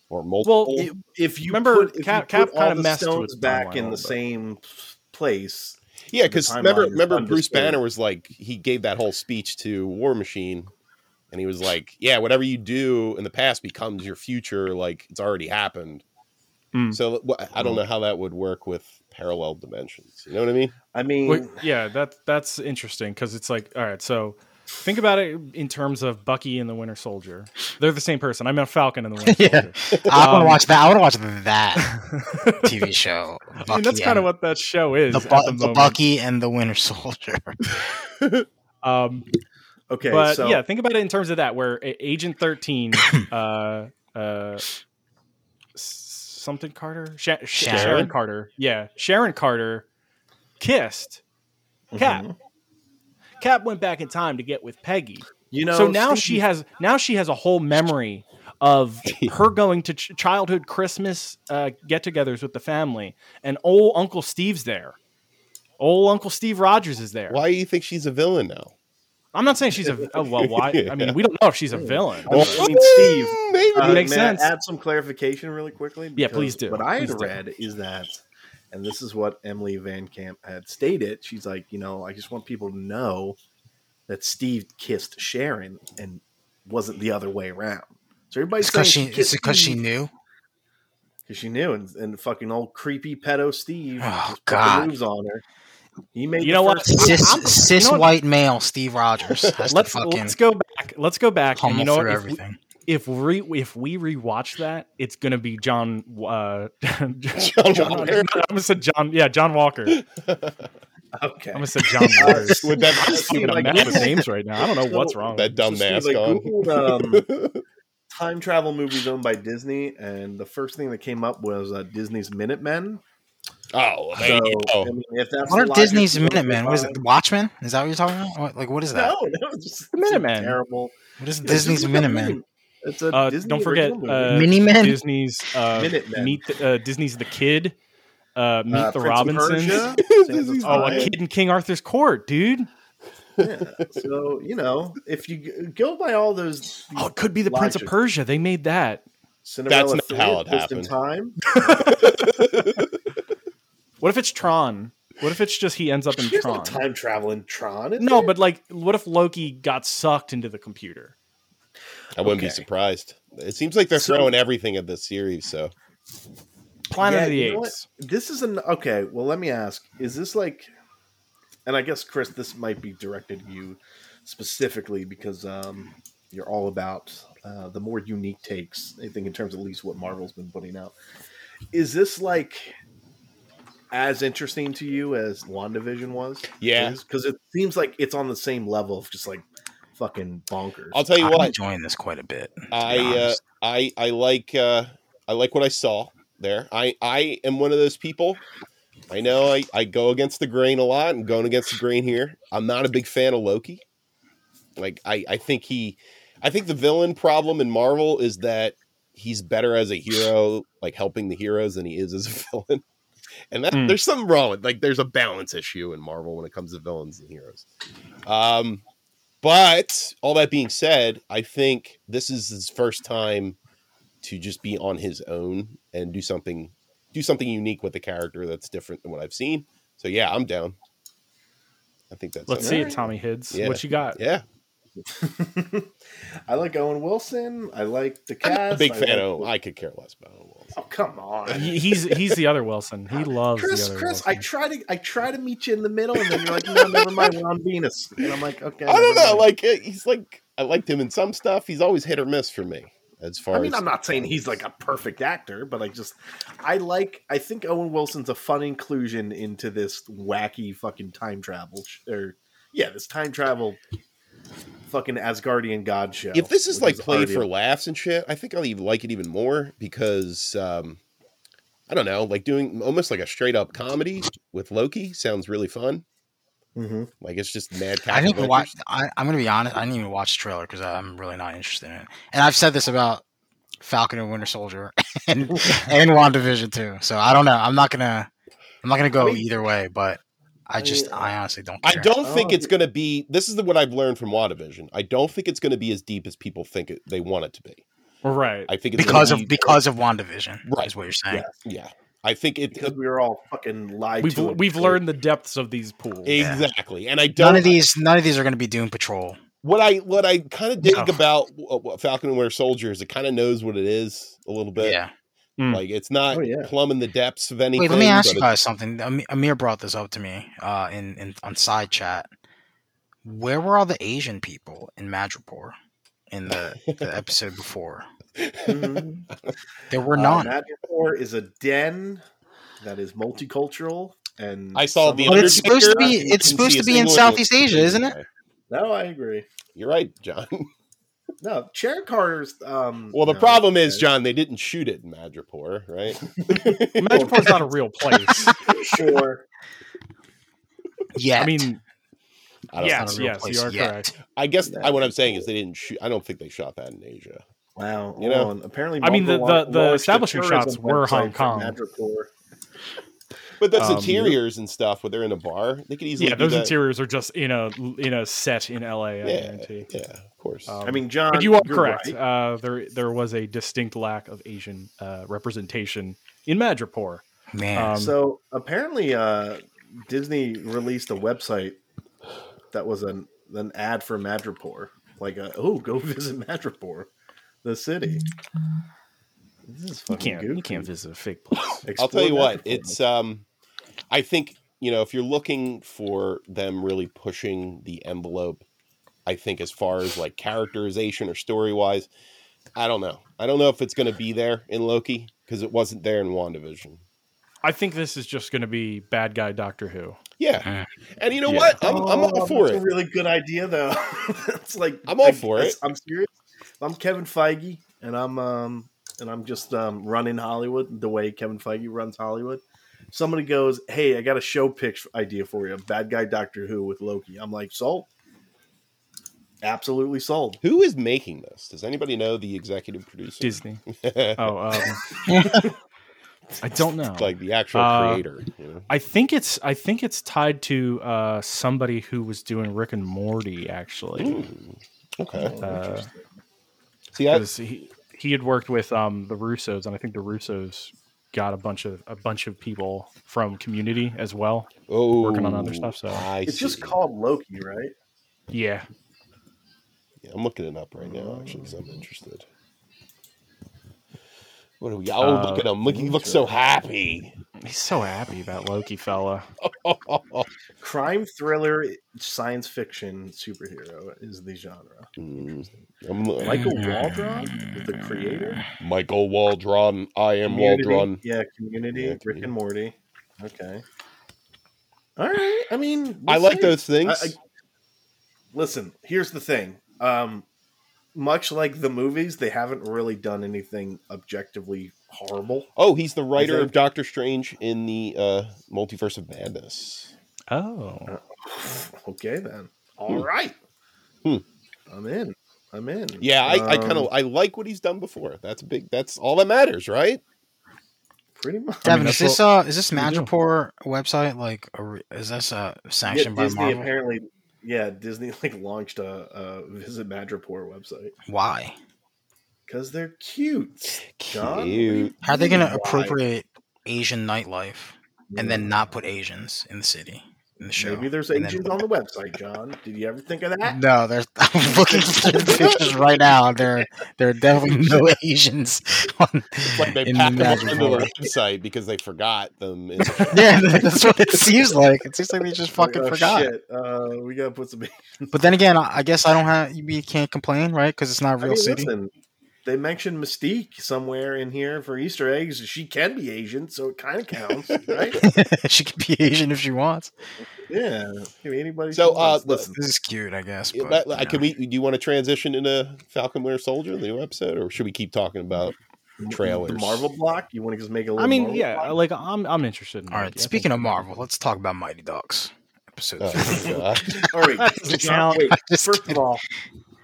[SPEAKER 2] or multiple
[SPEAKER 1] Well,
[SPEAKER 3] if- if you
[SPEAKER 1] Remember,
[SPEAKER 3] put, if
[SPEAKER 1] Cap-
[SPEAKER 3] you
[SPEAKER 1] Cap
[SPEAKER 3] put all
[SPEAKER 1] kinda
[SPEAKER 3] the
[SPEAKER 1] messed with
[SPEAKER 3] stones
[SPEAKER 1] timeline
[SPEAKER 3] back
[SPEAKER 1] a
[SPEAKER 3] in the
[SPEAKER 1] little bit.
[SPEAKER 3] same place,
[SPEAKER 2] Yeah, because
[SPEAKER 3] the
[SPEAKER 2] remember,
[SPEAKER 3] timeline is
[SPEAKER 2] remember Bruce
[SPEAKER 3] undisputed.
[SPEAKER 2] Banner was like he gave that whole speech to War Machine, and he was like, "Yeah, whatever you do in the past becomes your future. Like it's already happened."
[SPEAKER 3] Hmm.
[SPEAKER 1] Mm.
[SPEAKER 2] So wh- I don't know how that would work with parallel dimensions. You know what I mean?
[SPEAKER 3] I mean,
[SPEAKER 1] Wait, yeah, that that's interesting because it's like, all right, so think about it in terms of Bucky and the Winter Soldier. They're the same person. I meant Falcon and the Winter
[SPEAKER 4] Yeah.
[SPEAKER 1] Soldier.
[SPEAKER 4] I want
[SPEAKER 1] Um,
[SPEAKER 4] to watch that. I want to watch that TV show.
[SPEAKER 1] I mean, that's kind of
[SPEAKER 4] and-
[SPEAKER 1] what that show is.
[SPEAKER 4] the,
[SPEAKER 1] at
[SPEAKER 4] Bu-
[SPEAKER 1] the
[SPEAKER 4] the
[SPEAKER 1] moment.
[SPEAKER 4] Bucky and the Winter Soldier.
[SPEAKER 1] Um,
[SPEAKER 3] okay,
[SPEAKER 1] but
[SPEAKER 3] so
[SPEAKER 1] yeah, think about it in terms of that, where A- Agent Thirteen, uh, uh, s- something Carter, Sha- Sh- Sharon?
[SPEAKER 4] Sharon?
[SPEAKER 1] Carter, yeah, Sharon Carter kissed
[SPEAKER 3] Mhm.
[SPEAKER 1] Cap. Cap went back in time to get with Peggy.
[SPEAKER 3] you know,
[SPEAKER 1] so now she
[SPEAKER 3] Steve,
[SPEAKER 1] has now she has a whole memory of her going to ch- childhood Christmas uh, get-togethers with the family, and old Uncle Steve's there. Old Uncle Steve Rogers is there.
[SPEAKER 2] Why do you think she's a villain now?
[SPEAKER 1] I'm not saying she's a oh, well. Why? I mean,
[SPEAKER 2] Yeah.
[SPEAKER 1] we don't know if she's a villain.
[SPEAKER 3] I mean, I mean, Steve,
[SPEAKER 2] Mm, maybe.
[SPEAKER 1] Uh, makes
[SPEAKER 3] may I
[SPEAKER 1] sense.
[SPEAKER 3] Add some clarification really quickly.
[SPEAKER 1] Yeah, please
[SPEAKER 3] Because
[SPEAKER 1] do.
[SPEAKER 3] What I
[SPEAKER 1] Please
[SPEAKER 3] had
[SPEAKER 1] do.
[SPEAKER 3] read is that And this is what Emily Van Camp had stated. She's like, you know, I just want people to know that Steve kissed Sharon and wasn't the other way around. So everybody's
[SPEAKER 4] It's because she.
[SPEAKER 3] saying
[SPEAKER 4] Is it because she knew?
[SPEAKER 3] because she knew, and, and fucking old creepy pedo Steve
[SPEAKER 4] Oh,
[SPEAKER 3] just fucking
[SPEAKER 4] God.
[SPEAKER 3] moves on her. He made
[SPEAKER 1] You
[SPEAKER 3] the
[SPEAKER 1] know what?
[SPEAKER 3] first-
[SPEAKER 4] Cis,
[SPEAKER 1] I'm- you
[SPEAKER 4] cis
[SPEAKER 1] know what?
[SPEAKER 4] white male Steve Rogers has to
[SPEAKER 1] let's
[SPEAKER 4] fucking
[SPEAKER 1] let's go back. Let's go back. And
[SPEAKER 4] pummel
[SPEAKER 1] you know what?
[SPEAKER 4] through
[SPEAKER 1] If we,
[SPEAKER 4] everything.
[SPEAKER 1] if re, if we rewatch that, it's gonna be John. Uh, John,
[SPEAKER 2] John
[SPEAKER 1] I'm
[SPEAKER 2] Walker.
[SPEAKER 1] gonna say John. Yeah, John Walker. I'm
[SPEAKER 3] Okay.
[SPEAKER 1] gonna say John Walker.
[SPEAKER 2] with that
[SPEAKER 1] I'm
[SPEAKER 2] stupid
[SPEAKER 3] like,
[SPEAKER 1] mad with
[SPEAKER 2] mask,
[SPEAKER 1] names right now. I don't know what's wrong.
[SPEAKER 2] that dumb
[SPEAKER 3] So, Steve,
[SPEAKER 2] mask
[SPEAKER 3] like,
[SPEAKER 2] on.
[SPEAKER 3] Googled, um, time travel movies owned by Disney, and the first thing that came up was uh, Disney's Minutemen.
[SPEAKER 2] oh,
[SPEAKER 3] So,
[SPEAKER 2] there you
[SPEAKER 3] I
[SPEAKER 2] go.
[SPEAKER 3] mean, if that's
[SPEAKER 4] What
[SPEAKER 3] the
[SPEAKER 4] are
[SPEAKER 3] logic
[SPEAKER 4] Disney's
[SPEAKER 3] you go
[SPEAKER 4] Minutemen? What is
[SPEAKER 3] by-
[SPEAKER 4] it? Watchmen? Is that what you're talking about? What, like, what is that?
[SPEAKER 3] No, no, it's just it's a
[SPEAKER 1] Minutemen.
[SPEAKER 3] Terrible.
[SPEAKER 4] What is
[SPEAKER 3] Yeah,
[SPEAKER 4] Disney's
[SPEAKER 3] just look up
[SPEAKER 4] Minutemen?
[SPEAKER 3] Minute- It's a
[SPEAKER 1] Uh,
[SPEAKER 3] Disney
[SPEAKER 1] don't forget,
[SPEAKER 3] original
[SPEAKER 1] uh,
[SPEAKER 3] movie.
[SPEAKER 4] Minimen?
[SPEAKER 1] Disney's uh,
[SPEAKER 3] Minutemen.
[SPEAKER 1] meet the, uh, Disney's The Kid. Uh, meet the
[SPEAKER 3] Uh, Prince of
[SPEAKER 1] Robinsons.
[SPEAKER 3] Persia, Sands of
[SPEAKER 2] Disney's
[SPEAKER 1] Oh, a
[SPEAKER 3] Time.
[SPEAKER 1] kid in King Arthur's court, dude.
[SPEAKER 3] Yeah. So you know, if you g- go by all those,
[SPEAKER 1] Oh, it could be the Prince of
[SPEAKER 3] Logic.
[SPEAKER 1] Persia. They made that.
[SPEAKER 3] Cinderella
[SPEAKER 2] not how it
[SPEAKER 3] Twist in
[SPEAKER 2] happened.
[SPEAKER 3] Time.
[SPEAKER 1] What if it's Tron? What if it's just he ends up in
[SPEAKER 3] There's no
[SPEAKER 1] Tron?
[SPEAKER 3] time travel in Tron. is
[SPEAKER 1] No,
[SPEAKER 3] there?
[SPEAKER 1] but like, what if Loki got sucked into the computer?
[SPEAKER 2] I wouldn't
[SPEAKER 3] Okay.
[SPEAKER 2] be surprised. It seems like they're
[SPEAKER 3] So-
[SPEAKER 2] throwing everything at this series. So
[SPEAKER 1] Planet
[SPEAKER 3] Yeah,
[SPEAKER 1] of the
[SPEAKER 3] you know what?
[SPEAKER 1] Apes.
[SPEAKER 3] this is an okay. Well, let me ask: Is this like? And I guess Chris, this might be directed to you specifically because um, you're all about uh, the more unique takes. I think in terms of at least what Marvel's been putting out. Is this like as interesting to you as WandaVision was?
[SPEAKER 2] yeah,
[SPEAKER 3] because it seems like it's on the same level of just like fucking bonkers.
[SPEAKER 2] I'll tell you
[SPEAKER 4] I'm
[SPEAKER 2] what.
[SPEAKER 4] enjoying this quite a bit. to be
[SPEAKER 2] I uh,
[SPEAKER 4] honest.
[SPEAKER 2] I I like uh, I like what I saw there. I I am one of those people. I know I, I go against the grain a lot. I'm going against the grain here. I'm not a big fan of Loki. Like I I think he, I think the villain problem in Marvel is that he's better as a hero, like helping the heroes, than he is as a villain. And that
[SPEAKER 1] Hmm.
[SPEAKER 2] there's something wrong with like there's a balance issue in Marvel when it comes to villains and heroes. Um, but all that being said, I think this is his first time to just be on his own and do something do something unique with the character that's different than what I've seen. So yeah, I'm down. I think that's
[SPEAKER 1] Let's
[SPEAKER 2] it.
[SPEAKER 1] see it, Tommy Hids.
[SPEAKER 2] Yeah.
[SPEAKER 1] What you got?
[SPEAKER 2] Yeah.
[SPEAKER 3] I like Owen Wilson. I like the
[SPEAKER 2] I'm
[SPEAKER 3] cast.
[SPEAKER 2] not a big
[SPEAKER 3] I
[SPEAKER 2] fan
[SPEAKER 3] like-
[SPEAKER 2] of I could care less about Owen Wilson.
[SPEAKER 3] Oh come on.
[SPEAKER 1] He- He's he's the other Wilson. He loves
[SPEAKER 3] Chris,
[SPEAKER 1] the other
[SPEAKER 3] Chris, I
[SPEAKER 1] Wilson.
[SPEAKER 3] try to I try to meet you in the middle, and then you're like, no, never mind. We're on Venus, and I'm like, okay.
[SPEAKER 2] I don't
[SPEAKER 3] never
[SPEAKER 2] know.
[SPEAKER 3] mind.
[SPEAKER 2] Like eh, he's like I liked him in some stuff. He's always hit or miss for me. As far
[SPEAKER 3] I mean,
[SPEAKER 2] as
[SPEAKER 3] I'm not saying he's like a perfect actor, but I just I like I think Owen Wilson's a fun inclusion into this wacky fucking time travel sh- or yeah, this time travel fucking Asgardian god show.
[SPEAKER 2] if this is
[SPEAKER 3] which
[SPEAKER 2] like played
[SPEAKER 3] already-
[SPEAKER 2] for laughs and shit, I think I'll even like it even more because um I don't know, like doing almost like a straight up comedy with Loki sounds really fun.
[SPEAKER 3] Mhm.
[SPEAKER 2] Like it's just mad.
[SPEAKER 4] I didn't even
[SPEAKER 2] cockroaches.
[SPEAKER 4] watch. I, I'm going to be honest. I didn't even watch the trailer because I'm really not interested in it. And I've said this about Falcon and Winter Soldier and and WandaVision too. So I don't know. I'm not gonna. I'm not gonna go
[SPEAKER 3] I mean-
[SPEAKER 4] either way. But I
[SPEAKER 3] I
[SPEAKER 4] just.
[SPEAKER 3] mean,
[SPEAKER 4] I honestly don't.
[SPEAKER 2] I
[SPEAKER 4] Care.
[SPEAKER 2] don't think
[SPEAKER 3] Oh,
[SPEAKER 2] it's going to be. This is the, what I've learned from WandaVision. I don't think it's going to be as deep as people think it, they want it to be.
[SPEAKER 1] right.
[SPEAKER 2] I think it's gonna
[SPEAKER 4] because of
[SPEAKER 2] be-
[SPEAKER 4] because of WandaVision.
[SPEAKER 2] Right.
[SPEAKER 4] Is what you're saying.
[SPEAKER 2] yeah. I think it
[SPEAKER 3] because we were all fucking lied
[SPEAKER 1] We've
[SPEAKER 3] to. and
[SPEAKER 1] we've
[SPEAKER 3] betrayed.
[SPEAKER 1] learned the depths of these pools.
[SPEAKER 4] Yeah.
[SPEAKER 2] exactly, and I
[SPEAKER 4] None
[SPEAKER 2] don't.
[SPEAKER 4] of these. None of these are going to be Doom Patrol.
[SPEAKER 2] what I what I kind of dig
[SPEAKER 4] No.
[SPEAKER 2] about uh, what Falcon and Winter Soldier is it kind of knows what it is a little bit.
[SPEAKER 4] yeah.
[SPEAKER 1] Mm.
[SPEAKER 2] Like it's not
[SPEAKER 3] Oh, yeah.
[SPEAKER 2] plumbing the depths of anything.
[SPEAKER 4] Hmm. Wait, let me ask
[SPEAKER 2] but
[SPEAKER 4] you
[SPEAKER 2] it's-
[SPEAKER 4] guys something. Ami- Amir brought this up to me uh, in, in on side chat. Where were all the Asian people in Madripoor in the, the episode before?
[SPEAKER 3] Mhm.
[SPEAKER 4] There were
[SPEAKER 3] Uh,
[SPEAKER 4] none.
[SPEAKER 3] Madripoor is a den that is multicultural, and
[SPEAKER 2] I saw
[SPEAKER 3] some
[SPEAKER 2] the.
[SPEAKER 3] of-
[SPEAKER 4] But it's supposed to
[SPEAKER 2] Undertaker.
[SPEAKER 4] be-
[SPEAKER 2] You
[SPEAKER 4] it's
[SPEAKER 2] can
[SPEAKER 4] supposed
[SPEAKER 2] see
[SPEAKER 4] to
[SPEAKER 2] a
[SPEAKER 4] be in
[SPEAKER 2] single-
[SPEAKER 4] Southeast Asia, isn't it?
[SPEAKER 3] No, I agree.
[SPEAKER 2] You're right, John.
[SPEAKER 3] No, Sharon Carter's. Um,
[SPEAKER 2] Well, the
[SPEAKER 3] no,
[SPEAKER 2] problem is,
[SPEAKER 3] okay.
[SPEAKER 2] John, they didn't shoot it in Madripoor, right?
[SPEAKER 1] Madripoor's not a real place.
[SPEAKER 3] Sure,
[SPEAKER 4] Yeah,
[SPEAKER 2] um,
[SPEAKER 1] I mean,
[SPEAKER 2] I don't
[SPEAKER 1] yes,
[SPEAKER 4] It's not a real
[SPEAKER 1] yes,
[SPEAKER 4] place
[SPEAKER 1] you are
[SPEAKER 4] yet.
[SPEAKER 1] correct.
[SPEAKER 2] I guess
[SPEAKER 3] Yeah.
[SPEAKER 2] I, what I'm saying is they didn't shoot. I don't think they shot that in Asia.
[SPEAKER 3] wow.
[SPEAKER 2] You
[SPEAKER 3] You
[SPEAKER 2] know,
[SPEAKER 3] know, apparently,
[SPEAKER 1] I mean, the-
[SPEAKER 3] Marvel
[SPEAKER 1] the- the
[SPEAKER 3] launched a
[SPEAKER 1] establishing
[SPEAKER 3] tourism
[SPEAKER 1] shots were
[SPEAKER 3] website
[SPEAKER 1] Hong
[SPEAKER 3] for
[SPEAKER 1] Kong.
[SPEAKER 3] Madripoor.
[SPEAKER 2] But those
[SPEAKER 1] Um,
[SPEAKER 2] interiors and stuff, when they're in a bar, they could easily.
[SPEAKER 1] Yeah,
[SPEAKER 2] do
[SPEAKER 1] those
[SPEAKER 2] that.
[SPEAKER 1] interiors are just in a in a set in L.A. I
[SPEAKER 2] Yeah.
[SPEAKER 1] guarantee.
[SPEAKER 2] Yeah, of course.
[SPEAKER 1] Um,
[SPEAKER 3] I mean, John,
[SPEAKER 1] but you are
[SPEAKER 3] you're
[SPEAKER 1] correct.
[SPEAKER 3] right.
[SPEAKER 1] Uh, there there was a distinct lack of Asian uh, representation in Madripoor.
[SPEAKER 4] Man,
[SPEAKER 1] Um,
[SPEAKER 3] so apparently, uh, Disney released a website that was an an ad for Madripoor. Like, uh, oh, go visit Madripoor, the city. This is
[SPEAKER 1] You
[SPEAKER 3] fucking
[SPEAKER 1] can't you
[SPEAKER 3] goofy.
[SPEAKER 1] can't visit a fake place.
[SPEAKER 2] I'll
[SPEAKER 3] Explore
[SPEAKER 2] tell you what,
[SPEAKER 3] Madripoor.
[SPEAKER 2] it's um I think, you know, if you're looking for them really pushing the envelope, I think as far as like characterization or story wise, I don't know. I don't know if it's gonna be there in Loki, because it wasn't there in WandaVision.
[SPEAKER 1] I think this is just going to be bad guy Doctor Who.
[SPEAKER 2] Yeah. And you know
[SPEAKER 1] Ah, Yeah.
[SPEAKER 2] what? I'm, I'm all
[SPEAKER 3] Oh,
[SPEAKER 2] for
[SPEAKER 3] that's
[SPEAKER 2] it.
[SPEAKER 3] A really good idea, though. it's like
[SPEAKER 2] I'm all for
[SPEAKER 3] that's-
[SPEAKER 2] it.
[SPEAKER 3] I'm serious. I'm Kevin Feige, and I'm um and I'm just um running Hollywood the way Kevin Feige runs Hollywood. Somebody goes, "Hey, I got a show pitch idea for you: Bad Guy Doctor Who with Loki." I'm like, sold. Absolutely sold.
[SPEAKER 2] Who is making this? Does anybody know the executive producer?
[SPEAKER 1] Disney. Oh, um, I don't know.
[SPEAKER 2] like the actual
[SPEAKER 1] Uh,
[SPEAKER 2] creator, you know?
[SPEAKER 1] I think it's I think it's tied to uh, somebody who was doing Rick and Morty actually.
[SPEAKER 3] Hmm.
[SPEAKER 2] Ooh, Hmm. okay.
[SPEAKER 1] Uh,
[SPEAKER 2] See, I,
[SPEAKER 1] 'cause he he had worked with um, the Russos, and I think the Russos got a bunch of a bunch of people from Community as well.
[SPEAKER 2] oh,
[SPEAKER 1] working on other stuff, so-
[SPEAKER 2] I
[SPEAKER 3] It's just
[SPEAKER 2] see.
[SPEAKER 3] called Loki, right?
[SPEAKER 1] Yeah,
[SPEAKER 2] Yeah, I'm looking it up right now, actually, because I'm interested. What are we? Oh,
[SPEAKER 3] Uh,
[SPEAKER 2] look at him! Look, he looks so happy.
[SPEAKER 1] he's so happy about Loki fella.
[SPEAKER 3] Crime thriller, science fiction, superhero is the genre.
[SPEAKER 2] Mm, I'm li-
[SPEAKER 3] Michael Waldron is the creator.
[SPEAKER 2] Michael Waldron. I am
[SPEAKER 3] Community.
[SPEAKER 2] Waldron.
[SPEAKER 3] Yeah, community,
[SPEAKER 2] Yeah,
[SPEAKER 3] Rick
[SPEAKER 2] Community.
[SPEAKER 3] and Morty. Okay. All right. I mean,
[SPEAKER 2] I
[SPEAKER 3] we'll
[SPEAKER 2] like
[SPEAKER 3] see.
[SPEAKER 2] those things.
[SPEAKER 3] I- I- listen, here's the thing. Um, much like the movies, they haven't really done anything objectively horrible.
[SPEAKER 2] oh, he's the writer
[SPEAKER 3] think-
[SPEAKER 2] of Doctor Strange in the uh, Multiverse of Madness.
[SPEAKER 1] Oh,
[SPEAKER 3] okay, then. All
[SPEAKER 2] Hmm.
[SPEAKER 3] right.
[SPEAKER 2] Hmm.
[SPEAKER 3] I'm in. I'm in.
[SPEAKER 2] Yeah, I, I kind of
[SPEAKER 3] Um,
[SPEAKER 2] I like what he's done before. That's big. That's all that matters, right?
[SPEAKER 3] pretty much.
[SPEAKER 1] I
[SPEAKER 4] Devin,
[SPEAKER 1] mean,
[SPEAKER 4] is
[SPEAKER 1] that's
[SPEAKER 4] this uh is this
[SPEAKER 1] we do.
[SPEAKER 4] Madripoor website like a re- is this uh
[SPEAKER 3] Yeah,
[SPEAKER 4] sanctioned by
[SPEAKER 3] Disney
[SPEAKER 4] Marvel?
[SPEAKER 3] apparently. Yeah, Disney like launched a, a Visit Madripoor website
[SPEAKER 4] Why?
[SPEAKER 3] because
[SPEAKER 4] because
[SPEAKER 3] they're cute. John,
[SPEAKER 2] Cute.
[SPEAKER 4] How are they going
[SPEAKER 3] Why?
[SPEAKER 4] to appropriate Asian nightlife and then not put Asians in the city in the show?
[SPEAKER 3] Maybe there's
[SPEAKER 4] and then-
[SPEAKER 3] agents on the website, John. Did you ever think of that?
[SPEAKER 4] No, there's. I'm looking through the pictures right now. There, there are definitely no Asians on,
[SPEAKER 2] Like they
[SPEAKER 4] in
[SPEAKER 2] packed them up
[SPEAKER 4] Magic
[SPEAKER 2] into
[SPEAKER 4] World.
[SPEAKER 2] their website because they forgot them. In the
[SPEAKER 4] Yeah, that's what it seems like. It seems like they just fucking
[SPEAKER 3] Oh,
[SPEAKER 4] forgot.
[SPEAKER 3] shit. Uh, we gotta put some.
[SPEAKER 4] But then again, I I guess I don't have. You can't complain, right? Because it's not a
[SPEAKER 3] I
[SPEAKER 4] real
[SPEAKER 3] mean,
[SPEAKER 4] city.
[SPEAKER 3] listen, they mentioned Mystique somewhere in here for Easter eggs. She can be Asian, so it kind of counts, right?
[SPEAKER 4] she can be Asian if she wants.
[SPEAKER 3] yeah. Give anybody.
[SPEAKER 2] So,
[SPEAKER 3] she
[SPEAKER 2] uh,
[SPEAKER 3] wants.
[SPEAKER 2] listen,
[SPEAKER 4] This is cute, I guess.
[SPEAKER 2] Yeah,
[SPEAKER 4] But,
[SPEAKER 2] that-
[SPEAKER 4] uh, you
[SPEAKER 2] like, can
[SPEAKER 4] know.
[SPEAKER 2] we? Do you want to transition into Falcon Winter Soldier, the new episode, or should we keep talking about?
[SPEAKER 3] The
[SPEAKER 2] trailers.
[SPEAKER 3] Marvel block. You want to just make a little?
[SPEAKER 1] I mean,
[SPEAKER 3] Marvel
[SPEAKER 1] yeah,
[SPEAKER 3] block?
[SPEAKER 1] like I'm I'm interested. In
[SPEAKER 4] All right. Speaking of Marvel, let's talk about Mighty Dogs episode.
[SPEAKER 2] Oh,
[SPEAKER 4] three.
[SPEAKER 2] God.
[SPEAKER 3] All right.
[SPEAKER 1] Just
[SPEAKER 3] John, wait,
[SPEAKER 4] Just
[SPEAKER 3] first of
[SPEAKER 4] kidding.
[SPEAKER 3] all,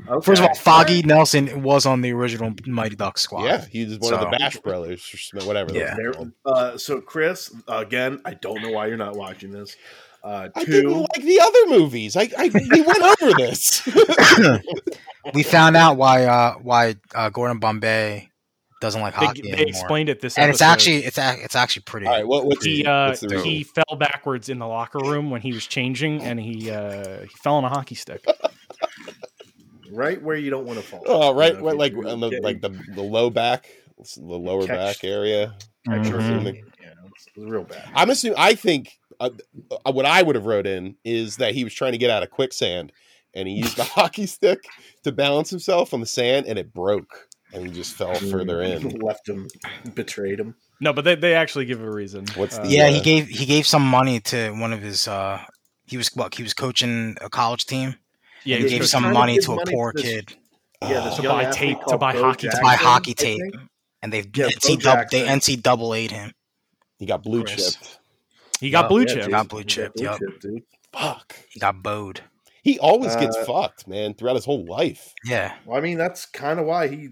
[SPEAKER 3] okay.
[SPEAKER 4] First of all, Foggy Nelson was on the original Mighty Duck squad.
[SPEAKER 2] yeah, he's one of the
[SPEAKER 4] So-
[SPEAKER 2] Bash Brothers, or some- whatever. those
[SPEAKER 4] Yeah.
[SPEAKER 2] are
[SPEAKER 3] There,
[SPEAKER 2] called.
[SPEAKER 3] uh, so Chris, again, I don't know why you're not watching this. Uh,
[SPEAKER 2] I didn't
[SPEAKER 3] two,
[SPEAKER 2] like the other movies. I, I we went over this.
[SPEAKER 4] we found out why uh, why uh, Gordon Bombay doesn't like
[SPEAKER 1] they,
[SPEAKER 4] hockey
[SPEAKER 1] they
[SPEAKER 4] anymore,
[SPEAKER 1] explained it this,
[SPEAKER 4] and it's
[SPEAKER 1] episode.
[SPEAKER 4] actually it's ac- it's actually pretty.
[SPEAKER 2] All right, what, what's
[SPEAKER 1] he
[SPEAKER 2] the,
[SPEAKER 1] uh,
[SPEAKER 2] what's the
[SPEAKER 1] he fell backwards in the locker room when he was changing, and he uh, he fell on a hockey stick.
[SPEAKER 3] right where you don't want to fall.
[SPEAKER 2] Oh, right,
[SPEAKER 3] You know,
[SPEAKER 2] what,
[SPEAKER 3] if
[SPEAKER 2] like
[SPEAKER 3] you-
[SPEAKER 2] on the,
[SPEAKER 3] yeah,
[SPEAKER 2] like the, the low back, the lower
[SPEAKER 3] Catch-
[SPEAKER 2] back area.
[SPEAKER 3] I
[SPEAKER 4] Mhm.
[SPEAKER 3] sure
[SPEAKER 1] Mm-hmm.
[SPEAKER 2] Mhm.
[SPEAKER 3] think- Yeah, it's real bad.
[SPEAKER 2] I'm assuming. I think uh, uh, what I would have wrote in is that he was trying to get out of quicksand, and he used a hockey stick to balance himself on the sand, and it broke, and he just fell further in.
[SPEAKER 3] left him, betrayed him.
[SPEAKER 1] No, but they, they actually give a reason.
[SPEAKER 3] Uh,
[SPEAKER 2] What's the-
[SPEAKER 4] Yeah,
[SPEAKER 2] Uh, Yeah.
[SPEAKER 4] he gave he gave some money to one of his. Uh, he was what he was coaching a college team.
[SPEAKER 1] yeah,
[SPEAKER 3] was
[SPEAKER 4] He
[SPEAKER 1] it's
[SPEAKER 4] gave
[SPEAKER 1] just-
[SPEAKER 3] coaching-
[SPEAKER 4] some
[SPEAKER 3] trying to
[SPEAKER 4] money
[SPEAKER 3] give
[SPEAKER 4] to a
[SPEAKER 3] money
[SPEAKER 4] poor
[SPEAKER 3] to this-
[SPEAKER 4] kid
[SPEAKER 3] Yeah, this
[SPEAKER 1] To
[SPEAKER 3] young
[SPEAKER 1] buy
[SPEAKER 3] athlete
[SPEAKER 1] tape- to
[SPEAKER 3] called
[SPEAKER 1] buy
[SPEAKER 3] Bo
[SPEAKER 1] hockey- to
[SPEAKER 4] to Uh, buy
[SPEAKER 3] Jackson,
[SPEAKER 4] hockey
[SPEAKER 3] I
[SPEAKER 4] tape,
[SPEAKER 3] think.
[SPEAKER 4] and they've
[SPEAKER 3] Yeah, Bo
[SPEAKER 4] NCAA, they
[SPEAKER 3] Jackson.
[SPEAKER 4] NCAA'd him.
[SPEAKER 2] he got blue
[SPEAKER 4] Chris.
[SPEAKER 2] chipped.
[SPEAKER 1] he got
[SPEAKER 4] Yeah,
[SPEAKER 1] blue
[SPEAKER 3] Yeah,
[SPEAKER 1] chip.
[SPEAKER 3] dude,
[SPEAKER 4] Got blue
[SPEAKER 3] he
[SPEAKER 4] chip,
[SPEAKER 3] blue
[SPEAKER 4] yup.
[SPEAKER 3] chip, dude.
[SPEAKER 2] Fuck.
[SPEAKER 4] He got bowed.
[SPEAKER 2] He always gets
[SPEAKER 3] Uh,
[SPEAKER 2] fucked, man, throughout his whole life.
[SPEAKER 4] Yeah,
[SPEAKER 3] Well, I mean, that's kind of why he,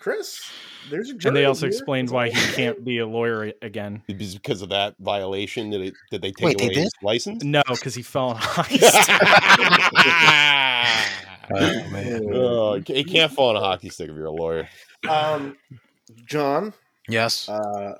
[SPEAKER 3] Chris. There's a
[SPEAKER 1] And
[SPEAKER 3] jury
[SPEAKER 1] they also
[SPEAKER 3] here.
[SPEAKER 1] explained why he can't be a lawyer again.
[SPEAKER 2] It was because of that violation that it did they take
[SPEAKER 4] Wait, they
[SPEAKER 2] away
[SPEAKER 4] did?
[SPEAKER 2] his license?
[SPEAKER 1] No, because he fell on a hockey stick.
[SPEAKER 2] oh,
[SPEAKER 4] Oh, man.
[SPEAKER 2] you can't
[SPEAKER 3] Mm.
[SPEAKER 2] fall on a hockey stick if you're a lawyer.
[SPEAKER 3] Um, John,
[SPEAKER 4] yes.
[SPEAKER 3] Um, uh,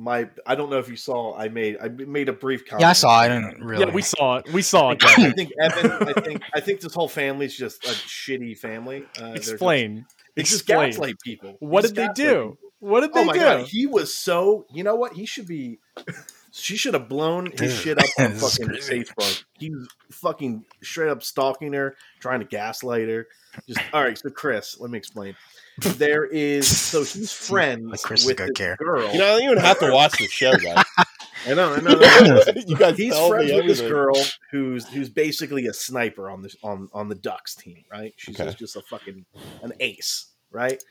[SPEAKER 3] my I don't know if you saw I made I made a brief comment.
[SPEAKER 4] Yeah, I saw. I didn't really.
[SPEAKER 1] Yeah, we saw it. We saw it.
[SPEAKER 3] I
[SPEAKER 1] Devin.
[SPEAKER 3] think Evan. I think I think this whole family's just a shitty family. Uh, they're just-
[SPEAKER 1] Explain.
[SPEAKER 3] They just
[SPEAKER 1] Explain.
[SPEAKER 3] gaslight people.
[SPEAKER 1] What
[SPEAKER 3] Just
[SPEAKER 1] did they
[SPEAKER 3] gaslight people.
[SPEAKER 1] do? What did they
[SPEAKER 3] oh my
[SPEAKER 1] do?
[SPEAKER 3] god, he was so. You know what? He should be. She should have blown his
[SPEAKER 4] Dude,
[SPEAKER 3] shit up on
[SPEAKER 4] this is
[SPEAKER 3] fucking
[SPEAKER 4] crazy.
[SPEAKER 3] Facebook. He was fucking straight up stalking her, trying to gaslight her. Just all right. So Chris, let me explain. There is so he's friends
[SPEAKER 4] Like Chris
[SPEAKER 3] with
[SPEAKER 4] don't
[SPEAKER 3] this
[SPEAKER 4] care.
[SPEAKER 3] girl.
[SPEAKER 2] You know, I don't even have to watch the show, guys.
[SPEAKER 3] I know, I know, I know.
[SPEAKER 2] you guys
[SPEAKER 3] He's
[SPEAKER 2] tell
[SPEAKER 3] friends
[SPEAKER 2] me
[SPEAKER 3] with this
[SPEAKER 2] everything.
[SPEAKER 3] girl who's who's basically a sniper on the on on the Ducks team, right? She's
[SPEAKER 2] Okay.
[SPEAKER 3] just, just a fucking an ace, right?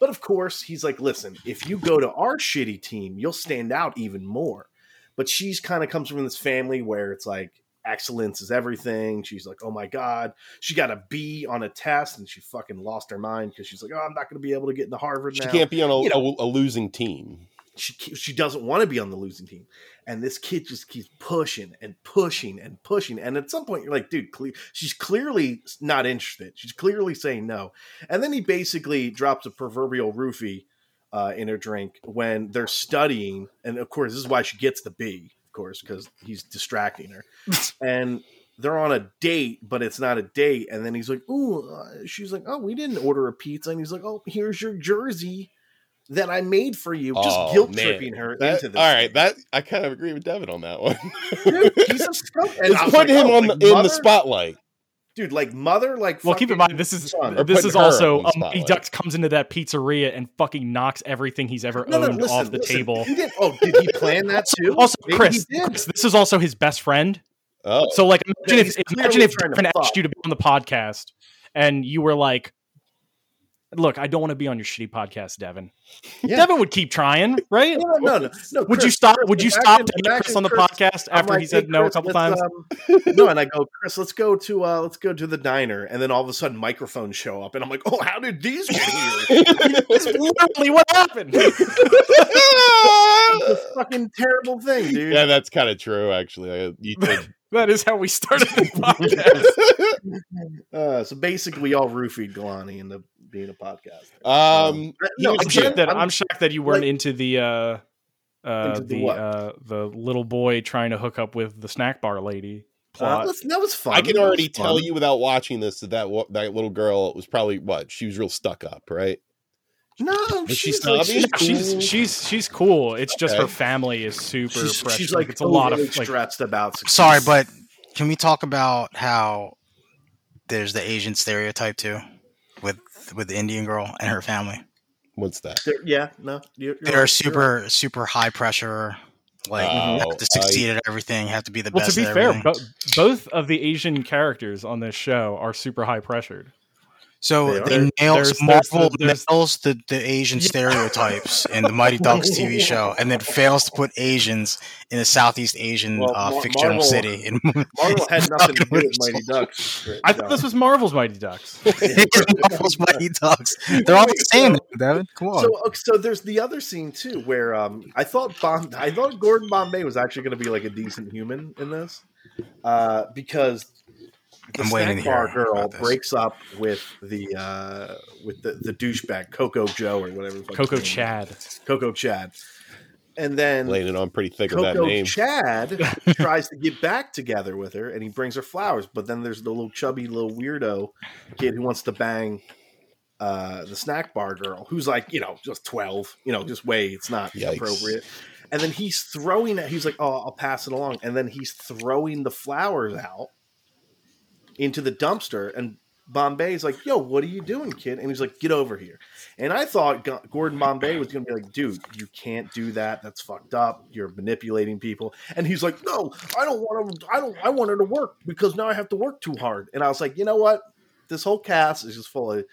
[SPEAKER 3] But of course, he's like, listen, if you go to our shitty team, you'll stand out even more. But she's kind of comes from this family where it's like excellence is everything. She's like, oh my god, she got a B on a test and she fucking lost her mind because she's like, oh, I'm not going to be able to get into Harvard.
[SPEAKER 2] She
[SPEAKER 3] now
[SPEAKER 2] can't be on a,
[SPEAKER 3] You
[SPEAKER 2] a, a losing team.
[SPEAKER 3] she ke- she doesn't want to be on the losing team, and this kid just keeps pushing and pushing and pushing. And at some point, you're like, dude, cle- she's clearly not interested. She's clearly saying no. And then he basically drops a proverbial roofie uh, in her drink when they're studying. And of course, this is why she gets the B, of course, because he's distracting her. and they're on a date, but it's not a date. And then he's like, "Ooh," uh, she's like, "Oh, we didn't order a pizza." And he's like, "Oh, here's your jersey." That I made for you, just
[SPEAKER 2] Oh,
[SPEAKER 3] guilt
[SPEAKER 2] man.
[SPEAKER 3] tripping her
[SPEAKER 2] That-
[SPEAKER 3] into this.
[SPEAKER 2] all right, that I kind of agree with Devin on that one.
[SPEAKER 3] dude, he's a scumbag. And
[SPEAKER 2] It's
[SPEAKER 3] I was
[SPEAKER 2] putting
[SPEAKER 3] like,
[SPEAKER 2] him
[SPEAKER 3] oh,
[SPEAKER 2] on
[SPEAKER 3] like,
[SPEAKER 2] the, in the
[SPEAKER 3] mother-
[SPEAKER 2] spotlight.
[SPEAKER 3] dude. Like mother, like
[SPEAKER 1] Well, keep in
[SPEAKER 3] fucking
[SPEAKER 1] mind this is
[SPEAKER 3] son.
[SPEAKER 2] Or
[SPEAKER 1] this
[SPEAKER 2] putting
[SPEAKER 1] is
[SPEAKER 2] her
[SPEAKER 1] also
[SPEAKER 2] on the
[SPEAKER 1] a Mighty
[SPEAKER 2] spotlight.
[SPEAKER 1] Ducks comes into that pizzeria and fucking knocks everything he's ever
[SPEAKER 3] No, no,
[SPEAKER 1] owned
[SPEAKER 3] listen,
[SPEAKER 1] off the
[SPEAKER 3] listen.
[SPEAKER 1] table.
[SPEAKER 3] He didn't, oh, did he plan that too?
[SPEAKER 1] Also,
[SPEAKER 3] Maybe
[SPEAKER 1] Chris,
[SPEAKER 3] he did.
[SPEAKER 1] Chris, this is also his best friend.
[SPEAKER 2] Oh,
[SPEAKER 1] So, like, imagine
[SPEAKER 3] he's
[SPEAKER 1] if imagine
[SPEAKER 3] clearly
[SPEAKER 1] if
[SPEAKER 3] trying to
[SPEAKER 1] Griffin
[SPEAKER 3] fuck.
[SPEAKER 1] asked you to be on the podcast, and you were like, "Look, I don't want to be on your shitty podcast, Devin."
[SPEAKER 3] Yeah.
[SPEAKER 1] Devin would keep trying, right?
[SPEAKER 3] No, no, no, no.
[SPEAKER 1] Would you
[SPEAKER 3] Chris,
[SPEAKER 1] stop?
[SPEAKER 3] Chris,
[SPEAKER 1] would you
[SPEAKER 3] imagine-
[SPEAKER 1] stop to get
[SPEAKER 3] imagine
[SPEAKER 1] Chris on the
[SPEAKER 3] Chris-
[SPEAKER 1] podcast
[SPEAKER 3] I'm
[SPEAKER 1] after
[SPEAKER 3] like,
[SPEAKER 1] he said
[SPEAKER 3] "Hey,
[SPEAKER 1] no a
[SPEAKER 3] Chris, uh,
[SPEAKER 1] couple
[SPEAKER 3] let's,
[SPEAKER 1] times?
[SPEAKER 3] um, no, and I go, Chris, let's go to uh, let's go to the diner, and then all of a sudden microphones show up, and I'm like, oh, how did these get here?
[SPEAKER 1] That's literally what happened.
[SPEAKER 3] it's a fucking terrible thing, dude.
[SPEAKER 2] yeah, that's kind of true. Actually, I, you did-
[SPEAKER 1] That is how we started the podcast.
[SPEAKER 3] Uh, so basically, we all roofied Galani into being a podcast.
[SPEAKER 2] um,
[SPEAKER 3] no,
[SPEAKER 2] he was
[SPEAKER 1] I'm
[SPEAKER 2] good.
[SPEAKER 1] shocked that
[SPEAKER 3] I'm- uh,
[SPEAKER 1] I'm, shocked that you weren't
[SPEAKER 3] like-
[SPEAKER 1] into the uh, uh,
[SPEAKER 3] Into the
[SPEAKER 1] the
[SPEAKER 3] what?
[SPEAKER 1] uh, the little boy trying to hook up with the snack bar lady
[SPEAKER 3] uh,
[SPEAKER 1] plot.
[SPEAKER 3] let's- that was fun.
[SPEAKER 2] I can
[SPEAKER 3] That was
[SPEAKER 2] already tell
[SPEAKER 3] fun.
[SPEAKER 2] you without watching this that that, wa- that little girl was probably what she was real stuck up, right?
[SPEAKER 3] No,
[SPEAKER 2] she
[SPEAKER 3] she's like,
[SPEAKER 2] snobby?
[SPEAKER 3] she's,
[SPEAKER 1] Yeah, Ah, she's she's she's cool. It's just
[SPEAKER 2] Okay.
[SPEAKER 1] her family is super.
[SPEAKER 3] she's,
[SPEAKER 1] precious.
[SPEAKER 3] she's like
[SPEAKER 1] it's a lot of
[SPEAKER 3] overly
[SPEAKER 1] like,
[SPEAKER 3] stressed about. Success.
[SPEAKER 4] Sorry, but can we talk about how there's the Asian stereotype too with with the Indian girl and her family?
[SPEAKER 2] What's that?
[SPEAKER 3] They're- yeah, no, you're, you're
[SPEAKER 4] They're
[SPEAKER 3] right, you're right.
[SPEAKER 4] super super high pressure, like
[SPEAKER 3] Uh, mm-hmm.
[SPEAKER 2] Oh,
[SPEAKER 4] have to succeed at everything, have to be the
[SPEAKER 1] well, to
[SPEAKER 4] best.
[SPEAKER 1] be
[SPEAKER 4] at
[SPEAKER 1] fair,
[SPEAKER 4] everything.
[SPEAKER 1] bo- both of the Asian characters on this show are super high pressured.
[SPEAKER 4] so
[SPEAKER 3] They
[SPEAKER 4] they,
[SPEAKER 3] are.
[SPEAKER 4] nail
[SPEAKER 1] There's-
[SPEAKER 4] so
[SPEAKER 1] there's
[SPEAKER 4] Marvel
[SPEAKER 1] the- there's-
[SPEAKER 4] nails the, the Asian stereotypes in the Mighty Ducks TV show, and then fails to put Asians in a Southeast Asian
[SPEAKER 3] Well,
[SPEAKER 4] uh,
[SPEAKER 3] Mar-
[SPEAKER 4] fictional
[SPEAKER 3] Marvel-
[SPEAKER 4] city. In,
[SPEAKER 3] Marvel had nothing to do with Mighty
[SPEAKER 4] Ducks.
[SPEAKER 3] Ducks.
[SPEAKER 1] I thought this was Marvel's Mighty Ducks.
[SPEAKER 4] Marvel's Mighty Ducks. They're all the same, Devin. Come on.
[SPEAKER 3] So, okay, so there's the other scene too, where um, I thought Bond, I thought Gordon Bombay was actually going to be like a decent human in this, uh, because the
[SPEAKER 4] I'm waiting to
[SPEAKER 3] snack bar
[SPEAKER 4] hear
[SPEAKER 3] girl
[SPEAKER 4] about this.
[SPEAKER 3] breaks up with the uh, with the, the douchebag Coco Joe or whatever. the fuck his
[SPEAKER 1] Coco
[SPEAKER 3] name is.
[SPEAKER 1] Chad.
[SPEAKER 3] Coco Chad, and then
[SPEAKER 2] Laying it on pretty thick with that
[SPEAKER 3] Coco
[SPEAKER 2] name.
[SPEAKER 3] Chad tries to get back together with her, and he brings her flowers. But then there's the little chubby little weirdo kid who wants to bang uh, the snack bar girl, who's like you know just twelve, you know just way it's not
[SPEAKER 2] Yikes.
[SPEAKER 3] appropriate. And then he's throwing it. He's like, "Oh, I'll pass it along." And then he's throwing the flowers out into the dumpster, and Bombay's like, "Yo, what are you doing, kid?" And he's like, "Get over here." And I thought Go- Gordon Bombay was going to be like, dude, you can't do that. That's fucked up. You're manipulating people. And he's like, no, I don't want to. I don't. I want her to work because now I have to work too hard. And I was like, you know what? This whole cast is just full of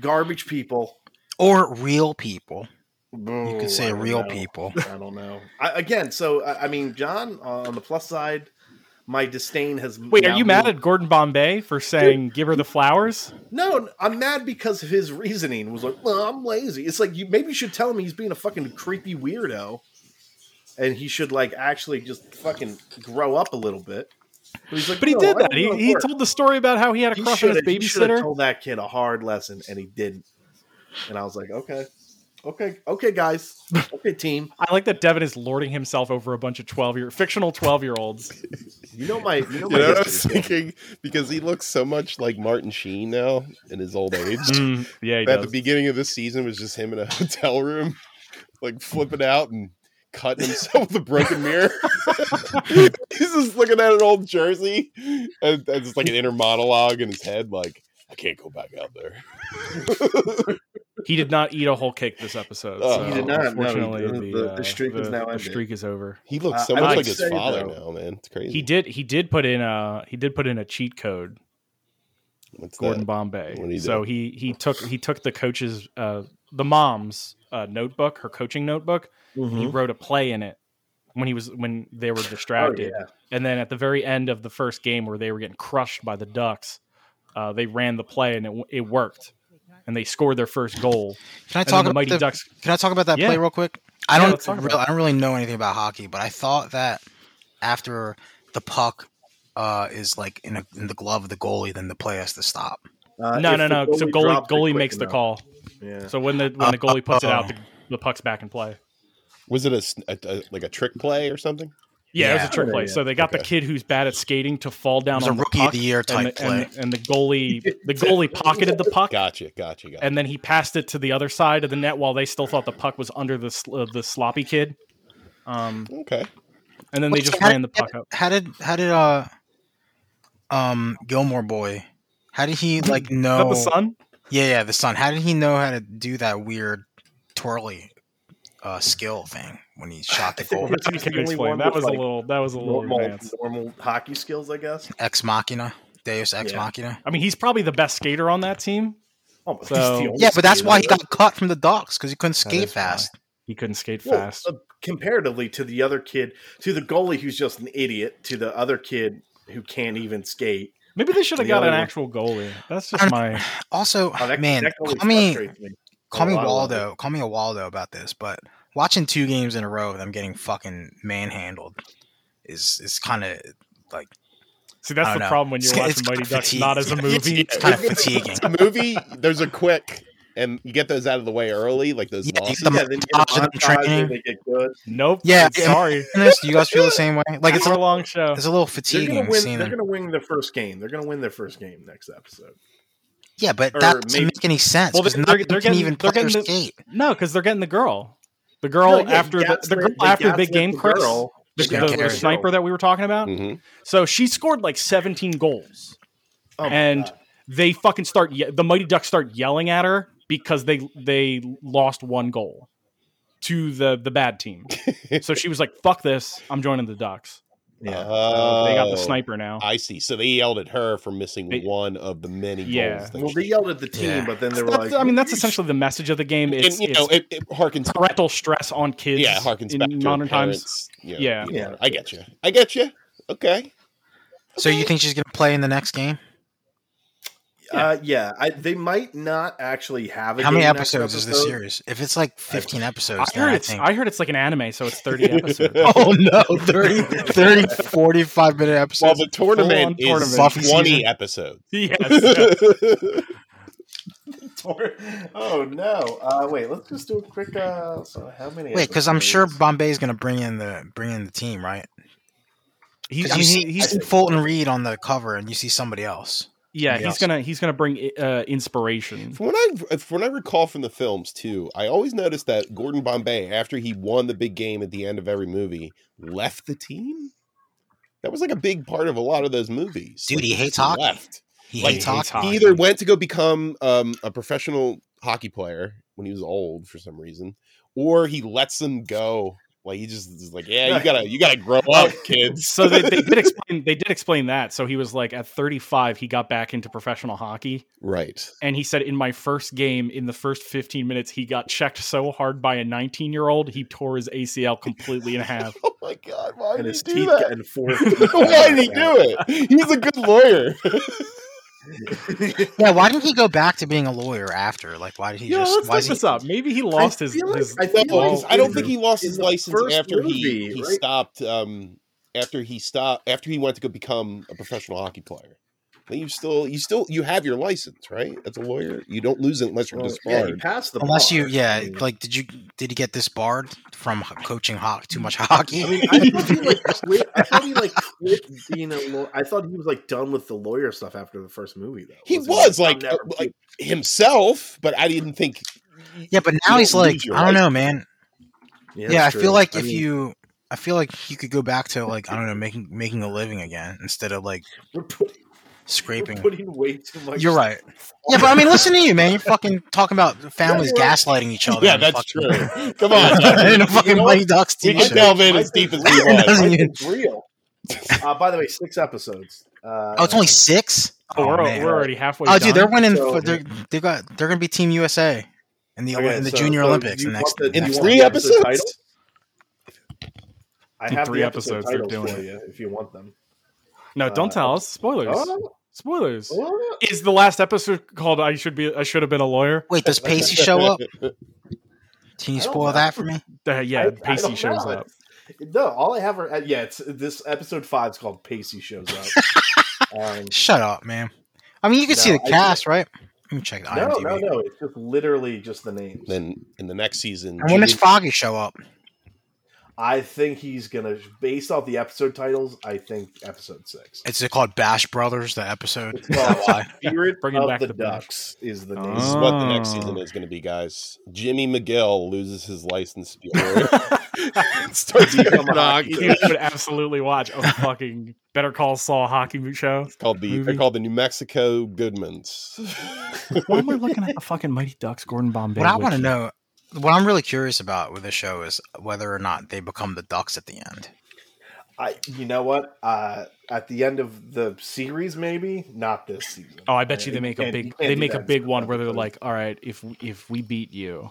[SPEAKER 3] garbage people.
[SPEAKER 4] or real people. You
[SPEAKER 3] Boo,
[SPEAKER 4] could say
[SPEAKER 3] I don't
[SPEAKER 4] real
[SPEAKER 3] know.
[SPEAKER 4] people.
[SPEAKER 3] I don't know. I, again, so I, I mean, John, uh, on the plus side, my disdain has.
[SPEAKER 1] Wait, are
[SPEAKER 3] now
[SPEAKER 1] you mad
[SPEAKER 3] moved-
[SPEAKER 1] at Gordon Bombay for saying "give her the flowers"?
[SPEAKER 3] No, I'm mad because of his reasoning was like, well, I'm lazy. It's like you maybe you should tell him he's being a fucking creepy weirdo, and he should like actually just fucking grow up a little bit. But he's like,
[SPEAKER 1] But he
[SPEAKER 3] "No,
[SPEAKER 1] did
[SPEAKER 3] I
[SPEAKER 1] that.
[SPEAKER 3] don't
[SPEAKER 1] He,
[SPEAKER 3] wanna
[SPEAKER 1] he
[SPEAKER 3] work."
[SPEAKER 1] told the story about how he had a
[SPEAKER 3] He
[SPEAKER 1] crush on his
[SPEAKER 3] shoulda- he shoulda
[SPEAKER 1] babysitter.
[SPEAKER 3] Told that kid a hard lesson, and he didn't. And I was like, okay, Okay, okay, guys. Okay, team.
[SPEAKER 1] I like that Devin is lording himself over a bunch of twelve year fictional twelve year olds.
[SPEAKER 3] You know my. You know
[SPEAKER 2] You
[SPEAKER 3] Oh my.
[SPEAKER 2] know what I was
[SPEAKER 3] history, Tim.
[SPEAKER 2] thinking? Because he looks so much like Martin Sheen now in his old age.
[SPEAKER 1] Mm, yeah, he
[SPEAKER 2] At the
[SPEAKER 1] does.
[SPEAKER 2] beginning of this season was just him in a hotel room, like flipping out and cutting himself with a broken mirror. He's just looking at an old jersey and, and just like an inner monologue in his head, like, I can't go back out there.
[SPEAKER 1] He did not eat a whole cake this episode.
[SPEAKER 2] Oh.
[SPEAKER 1] so
[SPEAKER 2] He did
[SPEAKER 3] not, no,
[SPEAKER 1] Unfortunately,
[SPEAKER 3] the-
[SPEAKER 1] the,
[SPEAKER 3] the-
[SPEAKER 1] uh,
[SPEAKER 3] the streak is now
[SPEAKER 1] the
[SPEAKER 3] ended.
[SPEAKER 1] streak is over.
[SPEAKER 2] He looks
[SPEAKER 3] Uh,
[SPEAKER 2] so
[SPEAKER 3] I
[SPEAKER 2] much
[SPEAKER 1] would
[SPEAKER 2] like his
[SPEAKER 3] say,
[SPEAKER 2] father
[SPEAKER 3] though-
[SPEAKER 2] now, man. It's crazy.
[SPEAKER 1] He did. He did put in a. He did put in a cheat code.
[SPEAKER 2] What's
[SPEAKER 1] Gordon
[SPEAKER 2] that?
[SPEAKER 1] Bombay.
[SPEAKER 2] What'd he do?
[SPEAKER 1] so he he took he took the coach's uh, the mom's uh, notebook, her coaching notebook. He
[SPEAKER 3] Mhm.
[SPEAKER 1] wrote a play in it when he was when they were
[SPEAKER 3] Oh,
[SPEAKER 1] distracted,
[SPEAKER 3] yeah.
[SPEAKER 1] and then at the very end of the first game where they were getting crushed by the Ducks, uh, they ran the play and it w- it worked, and they scored their first goal.
[SPEAKER 4] Can I
[SPEAKER 1] and
[SPEAKER 4] talk
[SPEAKER 1] then the
[SPEAKER 4] about
[SPEAKER 1] Mighty
[SPEAKER 4] the,
[SPEAKER 1] Ducks.
[SPEAKER 4] Can I talk about that
[SPEAKER 1] Yeah.
[SPEAKER 4] play real quick? I
[SPEAKER 1] Yeah,
[SPEAKER 4] don't
[SPEAKER 1] let's talk about
[SPEAKER 4] really, I don't really know anything about hockey, but I thought that after the puck uh, is like in, a, in the glove of the goalie, then the play has to stop.
[SPEAKER 3] Uh,
[SPEAKER 1] no,
[SPEAKER 3] if
[SPEAKER 1] no,
[SPEAKER 3] the
[SPEAKER 1] no. So goalie
[SPEAKER 3] drops it
[SPEAKER 1] goalie
[SPEAKER 3] quick
[SPEAKER 1] makes the
[SPEAKER 3] enough.
[SPEAKER 1] call.
[SPEAKER 3] Yeah.
[SPEAKER 1] So when the when the goalie puts it out,
[SPEAKER 4] Oh.
[SPEAKER 1] the, the puck's back in play.
[SPEAKER 2] Was it a, s- a- a- like a trick play or something?
[SPEAKER 1] Yeah, it was
[SPEAKER 4] Yeah.
[SPEAKER 1] a trick play. So they got the
[SPEAKER 2] Okay.
[SPEAKER 1] kid who's bad at skating to fall down
[SPEAKER 4] It was a
[SPEAKER 1] on the
[SPEAKER 4] rookie
[SPEAKER 1] puck,
[SPEAKER 4] of the year
[SPEAKER 1] and,
[SPEAKER 4] type
[SPEAKER 1] the, and, and the goalie the goalie pocketed the puck,
[SPEAKER 2] Gotcha, gotcha, gotcha.
[SPEAKER 1] and then he passed it to the other side of the net while they still thought the puck was under the sl- uh, the sloppy kid. Um,
[SPEAKER 2] okay.
[SPEAKER 1] and then they
[SPEAKER 4] Wait,
[SPEAKER 1] just
[SPEAKER 4] so how
[SPEAKER 1] ran the
[SPEAKER 4] did-
[SPEAKER 1] puck up.
[SPEAKER 4] How did how did uh um Gilmore boy? How did he
[SPEAKER 1] Is
[SPEAKER 4] like know?
[SPEAKER 1] that the sun?
[SPEAKER 4] Yeah, yeah, the son. How did he know how to do that weird twirly uh, skill thing when he shot the goal?
[SPEAKER 3] That's
[SPEAKER 1] I
[SPEAKER 3] the
[SPEAKER 1] can't
[SPEAKER 3] only
[SPEAKER 1] explain.
[SPEAKER 3] one
[SPEAKER 1] That
[SPEAKER 3] with,
[SPEAKER 1] was a
[SPEAKER 3] like,
[SPEAKER 1] little. That was a little
[SPEAKER 3] Normal,
[SPEAKER 1] advanced.
[SPEAKER 3] normal hockey skills, I guess.
[SPEAKER 4] Ex Machina, Deus Ex
[SPEAKER 3] Yeah.
[SPEAKER 4] Machina.
[SPEAKER 1] I mean, he's probably the best skater on that team.
[SPEAKER 3] Oh, but he's
[SPEAKER 1] So-
[SPEAKER 3] the only
[SPEAKER 4] Yeah, but that's why he
[SPEAKER 3] skater.
[SPEAKER 4] got cut from the docks because he couldn't skate
[SPEAKER 1] is why.
[SPEAKER 4] fast.
[SPEAKER 1] He couldn't skate
[SPEAKER 3] Well,
[SPEAKER 1] fast.
[SPEAKER 3] uh, comparatively to the other kid, to the goalie who's just an idiot, to the other kid who can't even skate.
[SPEAKER 1] Maybe they should have
[SPEAKER 3] the
[SPEAKER 1] got
[SPEAKER 3] other
[SPEAKER 1] an
[SPEAKER 3] one-
[SPEAKER 1] actual goalie. That's
[SPEAKER 4] I
[SPEAKER 1] just
[SPEAKER 4] don't-
[SPEAKER 1] my.
[SPEAKER 4] Also,
[SPEAKER 3] Oh, that,
[SPEAKER 4] man,
[SPEAKER 3] that goalie
[SPEAKER 4] call me
[SPEAKER 3] frustrates me.
[SPEAKER 4] call me
[SPEAKER 3] Oh, I love
[SPEAKER 4] Waldo, call me a Waldo about this, but watching two games in a row of them getting fucking manhandled is is kind of like
[SPEAKER 1] See,
[SPEAKER 4] I
[SPEAKER 1] that's
[SPEAKER 4] don't
[SPEAKER 1] the
[SPEAKER 4] know.
[SPEAKER 1] problem when you're
[SPEAKER 4] It's-
[SPEAKER 1] watching
[SPEAKER 4] it's
[SPEAKER 1] Mighty Ducks,
[SPEAKER 4] fatigue.
[SPEAKER 1] not as a
[SPEAKER 4] Yeah,
[SPEAKER 1] movie.
[SPEAKER 4] it's kind of fatiguing.
[SPEAKER 2] It's a movie. There's a quick, and you get those out of the way early, like those
[SPEAKER 4] Yeah, you
[SPEAKER 2] losses.
[SPEAKER 4] get the
[SPEAKER 3] Yeah, then you get a
[SPEAKER 4] montage of them
[SPEAKER 3] montage where
[SPEAKER 4] training.
[SPEAKER 3] they get good.
[SPEAKER 1] Nope.
[SPEAKER 4] Yeah,
[SPEAKER 1] I'm sorry.
[SPEAKER 4] Do you guys feel the same way? Like
[SPEAKER 1] It's
[SPEAKER 4] it's
[SPEAKER 1] a
[SPEAKER 4] a,
[SPEAKER 1] long show.
[SPEAKER 4] it's a little
[SPEAKER 3] They're gonna
[SPEAKER 4] fatiguing
[SPEAKER 3] win.
[SPEAKER 4] seeing
[SPEAKER 3] They're
[SPEAKER 4] them.
[SPEAKER 3] gonna win their first game. They're gonna win their first game next episode.
[SPEAKER 4] Yeah, but
[SPEAKER 3] or
[SPEAKER 4] that doesn't
[SPEAKER 3] maybe-
[SPEAKER 4] make any sense.
[SPEAKER 1] Well,
[SPEAKER 4] because
[SPEAKER 1] they're-
[SPEAKER 4] nothing
[SPEAKER 1] they're
[SPEAKER 4] can
[SPEAKER 1] getting-
[SPEAKER 4] even
[SPEAKER 1] they're
[SPEAKER 4] play or
[SPEAKER 1] getting the-
[SPEAKER 4] skate.
[SPEAKER 1] No, because they're getting the girl. The girl
[SPEAKER 3] No, yeah,
[SPEAKER 1] after the, the
[SPEAKER 3] gaslight-
[SPEAKER 1] girl
[SPEAKER 3] they
[SPEAKER 1] after the big
[SPEAKER 3] gaslit
[SPEAKER 1] game
[SPEAKER 3] the
[SPEAKER 1] curse.
[SPEAKER 3] girl.
[SPEAKER 1] The,
[SPEAKER 3] They
[SPEAKER 1] the- the
[SPEAKER 3] gaslit girl.
[SPEAKER 1] sniper that we were talking about.
[SPEAKER 2] Mhm.
[SPEAKER 1] So she scored like 17 goals,
[SPEAKER 3] Oh my
[SPEAKER 1] and
[SPEAKER 3] God.
[SPEAKER 1] they fucking start. Ye- the Mighty Ducks start yelling at her because they they lost one goal to the the bad team. so she was like, "Fuck this! I'm joining the Ducks."
[SPEAKER 3] yeah,
[SPEAKER 1] Uh, they got the
[SPEAKER 2] Oh,
[SPEAKER 1] sniper now.
[SPEAKER 2] I see. So they yelled at her for missing
[SPEAKER 1] They-
[SPEAKER 2] one of the many
[SPEAKER 1] Yeah.
[SPEAKER 2] goals. that
[SPEAKER 3] well,
[SPEAKER 2] she-
[SPEAKER 3] they yelled at the team,
[SPEAKER 4] Yeah.
[SPEAKER 3] but then they
[SPEAKER 1] That's-
[SPEAKER 3] were like,
[SPEAKER 1] I mean, that's essentially the message of the game. It's,
[SPEAKER 2] and you
[SPEAKER 1] it's
[SPEAKER 2] know, it, it harkens.
[SPEAKER 1] parental stress on kids.
[SPEAKER 2] Yeah, it harkens
[SPEAKER 1] in
[SPEAKER 2] back to
[SPEAKER 1] modern times.
[SPEAKER 2] parents, you know,
[SPEAKER 1] Yeah.
[SPEAKER 2] you know,
[SPEAKER 3] Yeah.
[SPEAKER 2] I get you. I get you. Okay.
[SPEAKER 4] So you think she's gonna play in the next game?
[SPEAKER 3] uh, "Yeah, I, they might not actually have." A
[SPEAKER 4] How many
[SPEAKER 3] game next
[SPEAKER 4] episodes is this
[SPEAKER 3] episode.
[SPEAKER 4] series? If it's like 15
[SPEAKER 1] I
[SPEAKER 4] episodes, then
[SPEAKER 1] heard
[SPEAKER 4] I
[SPEAKER 1] it's
[SPEAKER 4] think.
[SPEAKER 1] I heard it's like an anime, so it's thirty episodes.
[SPEAKER 4] oh no, 30, 30 45 minute
[SPEAKER 2] Well,
[SPEAKER 4] episodes.
[SPEAKER 2] the tournament
[SPEAKER 1] full-on
[SPEAKER 2] is
[SPEAKER 4] tournament.
[SPEAKER 2] twenty episodes.
[SPEAKER 1] yes.
[SPEAKER 3] Oh no! Uh, wait, let's just do a quick. Uh, so how many?
[SPEAKER 4] Wait, because I'm sure
[SPEAKER 3] episodes?
[SPEAKER 4] Bombay's gonna bring in the bring in the team, right?
[SPEAKER 1] He, I mean,
[SPEAKER 4] Because
[SPEAKER 1] he-
[SPEAKER 4] you see, you
[SPEAKER 1] he's
[SPEAKER 4] see Fulton Reed on the cover, and you see somebody else.
[SPEAKER 1] yeah,
[SPEAKER 4] somebody
[SPEAKER 1] he's
[SPEAKER 4] else.
[SPEAKER 1] gonna he's gonna bring uh, inspiration.
[SPEAKER 2] From what I from what I recall from the films too, I always noticed that Gordon Bombay, after he won the big game at the end of every movie, left the team. That was like a big part of a lot of those movies.
[SPEAKER 4] Dude,
[SPEAKER 2] Like,
[SPEAKER 4] he hates
[SPEAKER 2] just
[SPEAKER 4] hockey.
[SPEAKER 2] Left.
[SPEAKER 4] He
[SPEAKER 2] Like,
[SPEAKER 4] hates
[SPEAKER 1] he
[SPEAKER 4] hockey.
[SPEAKER 1] hates hockey.
[SPEAKER 2] He either went to go become um, a professional hockey player when he was old for some reason, or he lets them go. Like he just is like, yeah, you gotta, you gotta grow up, kids.
[SPEAKER 1] So they, they did explain they did explain that. So he was like at 35, he got back into professional hockey,
[SPEAKER 2] right.
[SPEAKER 1] and he said in my first game, in the first 15 minutes, he got checked so hard by a 19 year old, he tore his ACL completely in half.
[SPEAKER 2] Oh my god, why
[SPEAKER 3] and
[SPEAKER 2] did
[SPEAKER 3] his
[SPEAKER 2] he do
[SPEAKER 3] teeth
[SPEAKER 2] that?
[SPEAKER 3] getting four.
[SPEAKER 2] Why did he do it? He's a good lawyer.
[SPEAKER 3] it?
[SPEAKER 4] Yeah, why didn't he go back to being a lawyer after? Like, why did he
[SPEAKER 1] Yeah,
[SPEAKER 4] just?
[SPEAKER 1] let's
[SPEAKER 4] why
[SPEAKER 1] look
[SPEAKER 4] is
[SPEAKER 1] this
[SPEAKER 4] he,
[SPEAKER 1] up. Maybe he lost his,
[SPEAKER 3] feel like-
[SPEAKER 1] his
[SPEAKER 3] I feel
[SPEAKER 2] No,
[SPEAKER 3] like
[SPEAKER 2] he's- I don't think
[SPEAKER 3] in
[SPEAKER 2] he lost
[SPEAKER 3] the-
[SPEAKER 2] his
[SPEAKER 3] in the
[SPEAKER 2] license
[SPEAKER 3] first
[SPEAKER 2] after he
[SPEAKER 3] movie,
[SPEAKER 2] he
[SPEAKER 3] right?
[SPEAKER 2] stopped um after he stopped after he went to go become a professional hockey player. You still, you still, you have your license, right? As a lawyer, you don't lose it unless you're
[SPEAKER 3] Well, yeah, you
[SPEAKER 2] disbarred.
[SPEAKER 3] passed the
[SPEAKER 4] Unless
[SPEAKER 3] bar.
[SPEAKER 4] you, yeah,
[SPEAKER 3] I mean,
[SPEAKER 4] like did you did you get disbarred from ho- coaching ho- too much hockey?
[SPEAKER 3] I mean, I thought he like quit. I thought he like quit being a lawyer. I thought he was like done with the lawyer stuff after the first movie. Though
[SPEAKER 2] He
[SPEAKER 3] Wasn't
[SPEAKER 2] was,
[SPEAKER 3] I'm
[SPEAKER 2] like,
[SPEAKER 3] never-
[SPEAKER 2] uh, like- Himself, but I didn't think.
[SPEAKER 4] yeah, but now
[SPEAKER 2] don't
[SPEAKER 4] he's like,
[SPEAKER 2] lose your
[SPEAKER 4] I don't know, man. yeah, I
[SPEAKER 3] that's
[SPEAKER 4] feel
[SPEAKER 3] true.
[SPEAKER 4] like
[SPEAKER 3] I
[SPEAKER 4] if
[SPEAKER 3] mean,
[SPEAKER 4] you, I feel like you could go back to like I don't know, making making a living again instead of like
[SPEAKER 3] we're, put, we're
[SPEAKER 4] scraping.
[SPEAKER 3] putting way too much.
[SPEAKER 4] You're right. Yeah, but I mean, listen to you, man. You're fucking talking about families
[SPEAKER 3] Yeah, you're right.
[SPEAKER 4] gaslighting each other.
[SPEAKER 2] Yeah,
[SPEAKER 4] in
[SPEAKER 2] that's
[SPEAKER 4] fucking-
[SPEAKER 2] true. Come on, Johnny.
[SPEAKER 4] in a fucking
[SPEAKER 2] You know
[SPEAKER 4] Mighty Ducks
[SPEAKER 2] we
[SPEAKER 4] TV
[SPEAKER 2] can
[SPEAKER 4] show.
[SPEAKER 2] delve in as deep as we want.
[SPEAKER 4] Doesn't even-
[SPEAKER 3] It's real. Uh, by the way, six episodes. Uh,
[SPEAKER 4] Oh, it's only six.
[SPEAKER 1] Oh, we're,
[SPEAKER 4] man.
[SPEAKER 1] we're already halfway.
[SPEAKER 4] Oh, dude, they're
[SPEAKER 1] done?
[SPEAKER 4] winning.
[SPEAKER 3] So-
[SPEAKER 4] for they're they got they're gonna be Team USA in the
[SPEAKER 3] Okay,
[SPEAKER 4] in the
[SPEAKER 3] so-
[SPEAKER 4] Junior
[SPEAKER 3] so
[SPEAKER 4] Olympics
[SPEAKER 3] you
[SPEAKER 4] the next.
[SPEAKER 3] want the-
[SPEAKER 4] next-
[SPEAKER 2] In
[SPEAKER 3] you
[SPEAKER 2] three
[SPEAKER 3] the episode
[SPEAKER 2] episodes.
[SPEAKER 3] title? I
[SPEAKER 1] In
[SPEAKER 3] have
[SPEAKER 1] three
[SPEAKER 3] the episode
[SPEAKER 1] episodes, they're
[SPEAKER 3] titles
[SPEAKER 1] doing
[SPEAKER 3] for
[SPEAKER 1] it.
[SPEAKER 3] you if you want them.
[SPEAKER 1] no, don't
[SPEAKER 3] uh,
[SPEAKER 1] tell us spoilers.
[SPEAKER 3] Oh,
[SPEAKER 1] Spoilers.
[SPEAKER 3] oh,
[SPEAKER 1] Is the last episode called "I should be I should have been a lawyer"?
[SPEAKER 4] Wait, does Pacey show up? Can you
[SPEAKER 3] I don't
[SPEAKER 4] spoil
[SPEAKER 3] know.
[SPEAKER 4] that for me?
[SPEAKER 1] Uh, yeah,
[SPEAKER 3] I- I
[SPEAKER 1] Pacey
[SPEAKER 3] don't
[SPEAKER 1] shows
[SPEAKER 3] know.
[SPEAKER 1] up.
[SPEAKER 3] No, all I have are uh, yeah. It's this episode five is called Pacey shows up. um,
[SPEAKER 4] Shut up, man. I mean, you can see
[SPEAKER 3] No,
[SPEAKER 4] the
[SPEAKER 3] I-
[SPEAKER 4] cast, right? Let me check the
[SPEAKER 3] no,
[SPEAKER 4] IMDb.
[SPEAKER 3] no, no. It's just literally just the names.
[SPEAKER 2] Then in the next season,
[SPEAKER 4] And when does
[SPEAKER 2] Jimmy-
[SPEAKER 4] Foggy show up?
[SPEAKER 3] I think he's gonna, based off the episode titles, I think episode six.
[SPEAKER 4] Is it called Bash Brothers? The episode.
[SPEAKER 3] It's called
[SPEAKER 4] Why?
[SPEAKER 3] Spirit
[SPEAKER 1] Bringing
[SPEAKER 3] of
[SPEAKER 1] back
[SPEAKER 3] the,
[SPEAKER 1] the Bash.
[SPEAKER 3] Ducks is the name.
[SPEAKER 2] This is what the next
[SPEAKER 1] Oh.
[SPEAKER 2] season is going to be, guys. Jimmy McGill loses his license. to be a lawyer. Starts
[SPEAKER 3] Become a
[SPEAKER 2] getting knocked.
[SPEAKER 3] hockey
[SPEAKER 1] You would absolutely watch a fucking Better Call Saul hockey show.
[SPEAKER 2] It's called the
[SPEAKER 1] Movie.
[SPEAKER 2] they're called the New Mexico Goodmans.
[SPEAKER 1] Why am I looking at the fucking Mighty Ducks Gordon Bombay?
[SPEAKER 4] What I want
[SPEAKER 1] wiki?
[SPEAKER 4] to know, what I'm really curious about with this show is whether or not they become the Ducks at the end.
[SPEAKER 3] I, you know what? Uh, at the end of the series, maybe not this season.
[SPEAKER 1] Oh, I bet you they
[SPEAKER 3] Uh,
[SPEAKER 1] make a
[SPEAKER 3] can't-
[SPEAKER 1] big
[SPEAKER 3] can't
[SPEAKER 1] they
[SPEAKER 3] do
[SPEAKER 1] make a
[SPEAKER 3] that.
[SPEAKER 1] big one where they're like, all right, if if we beat you,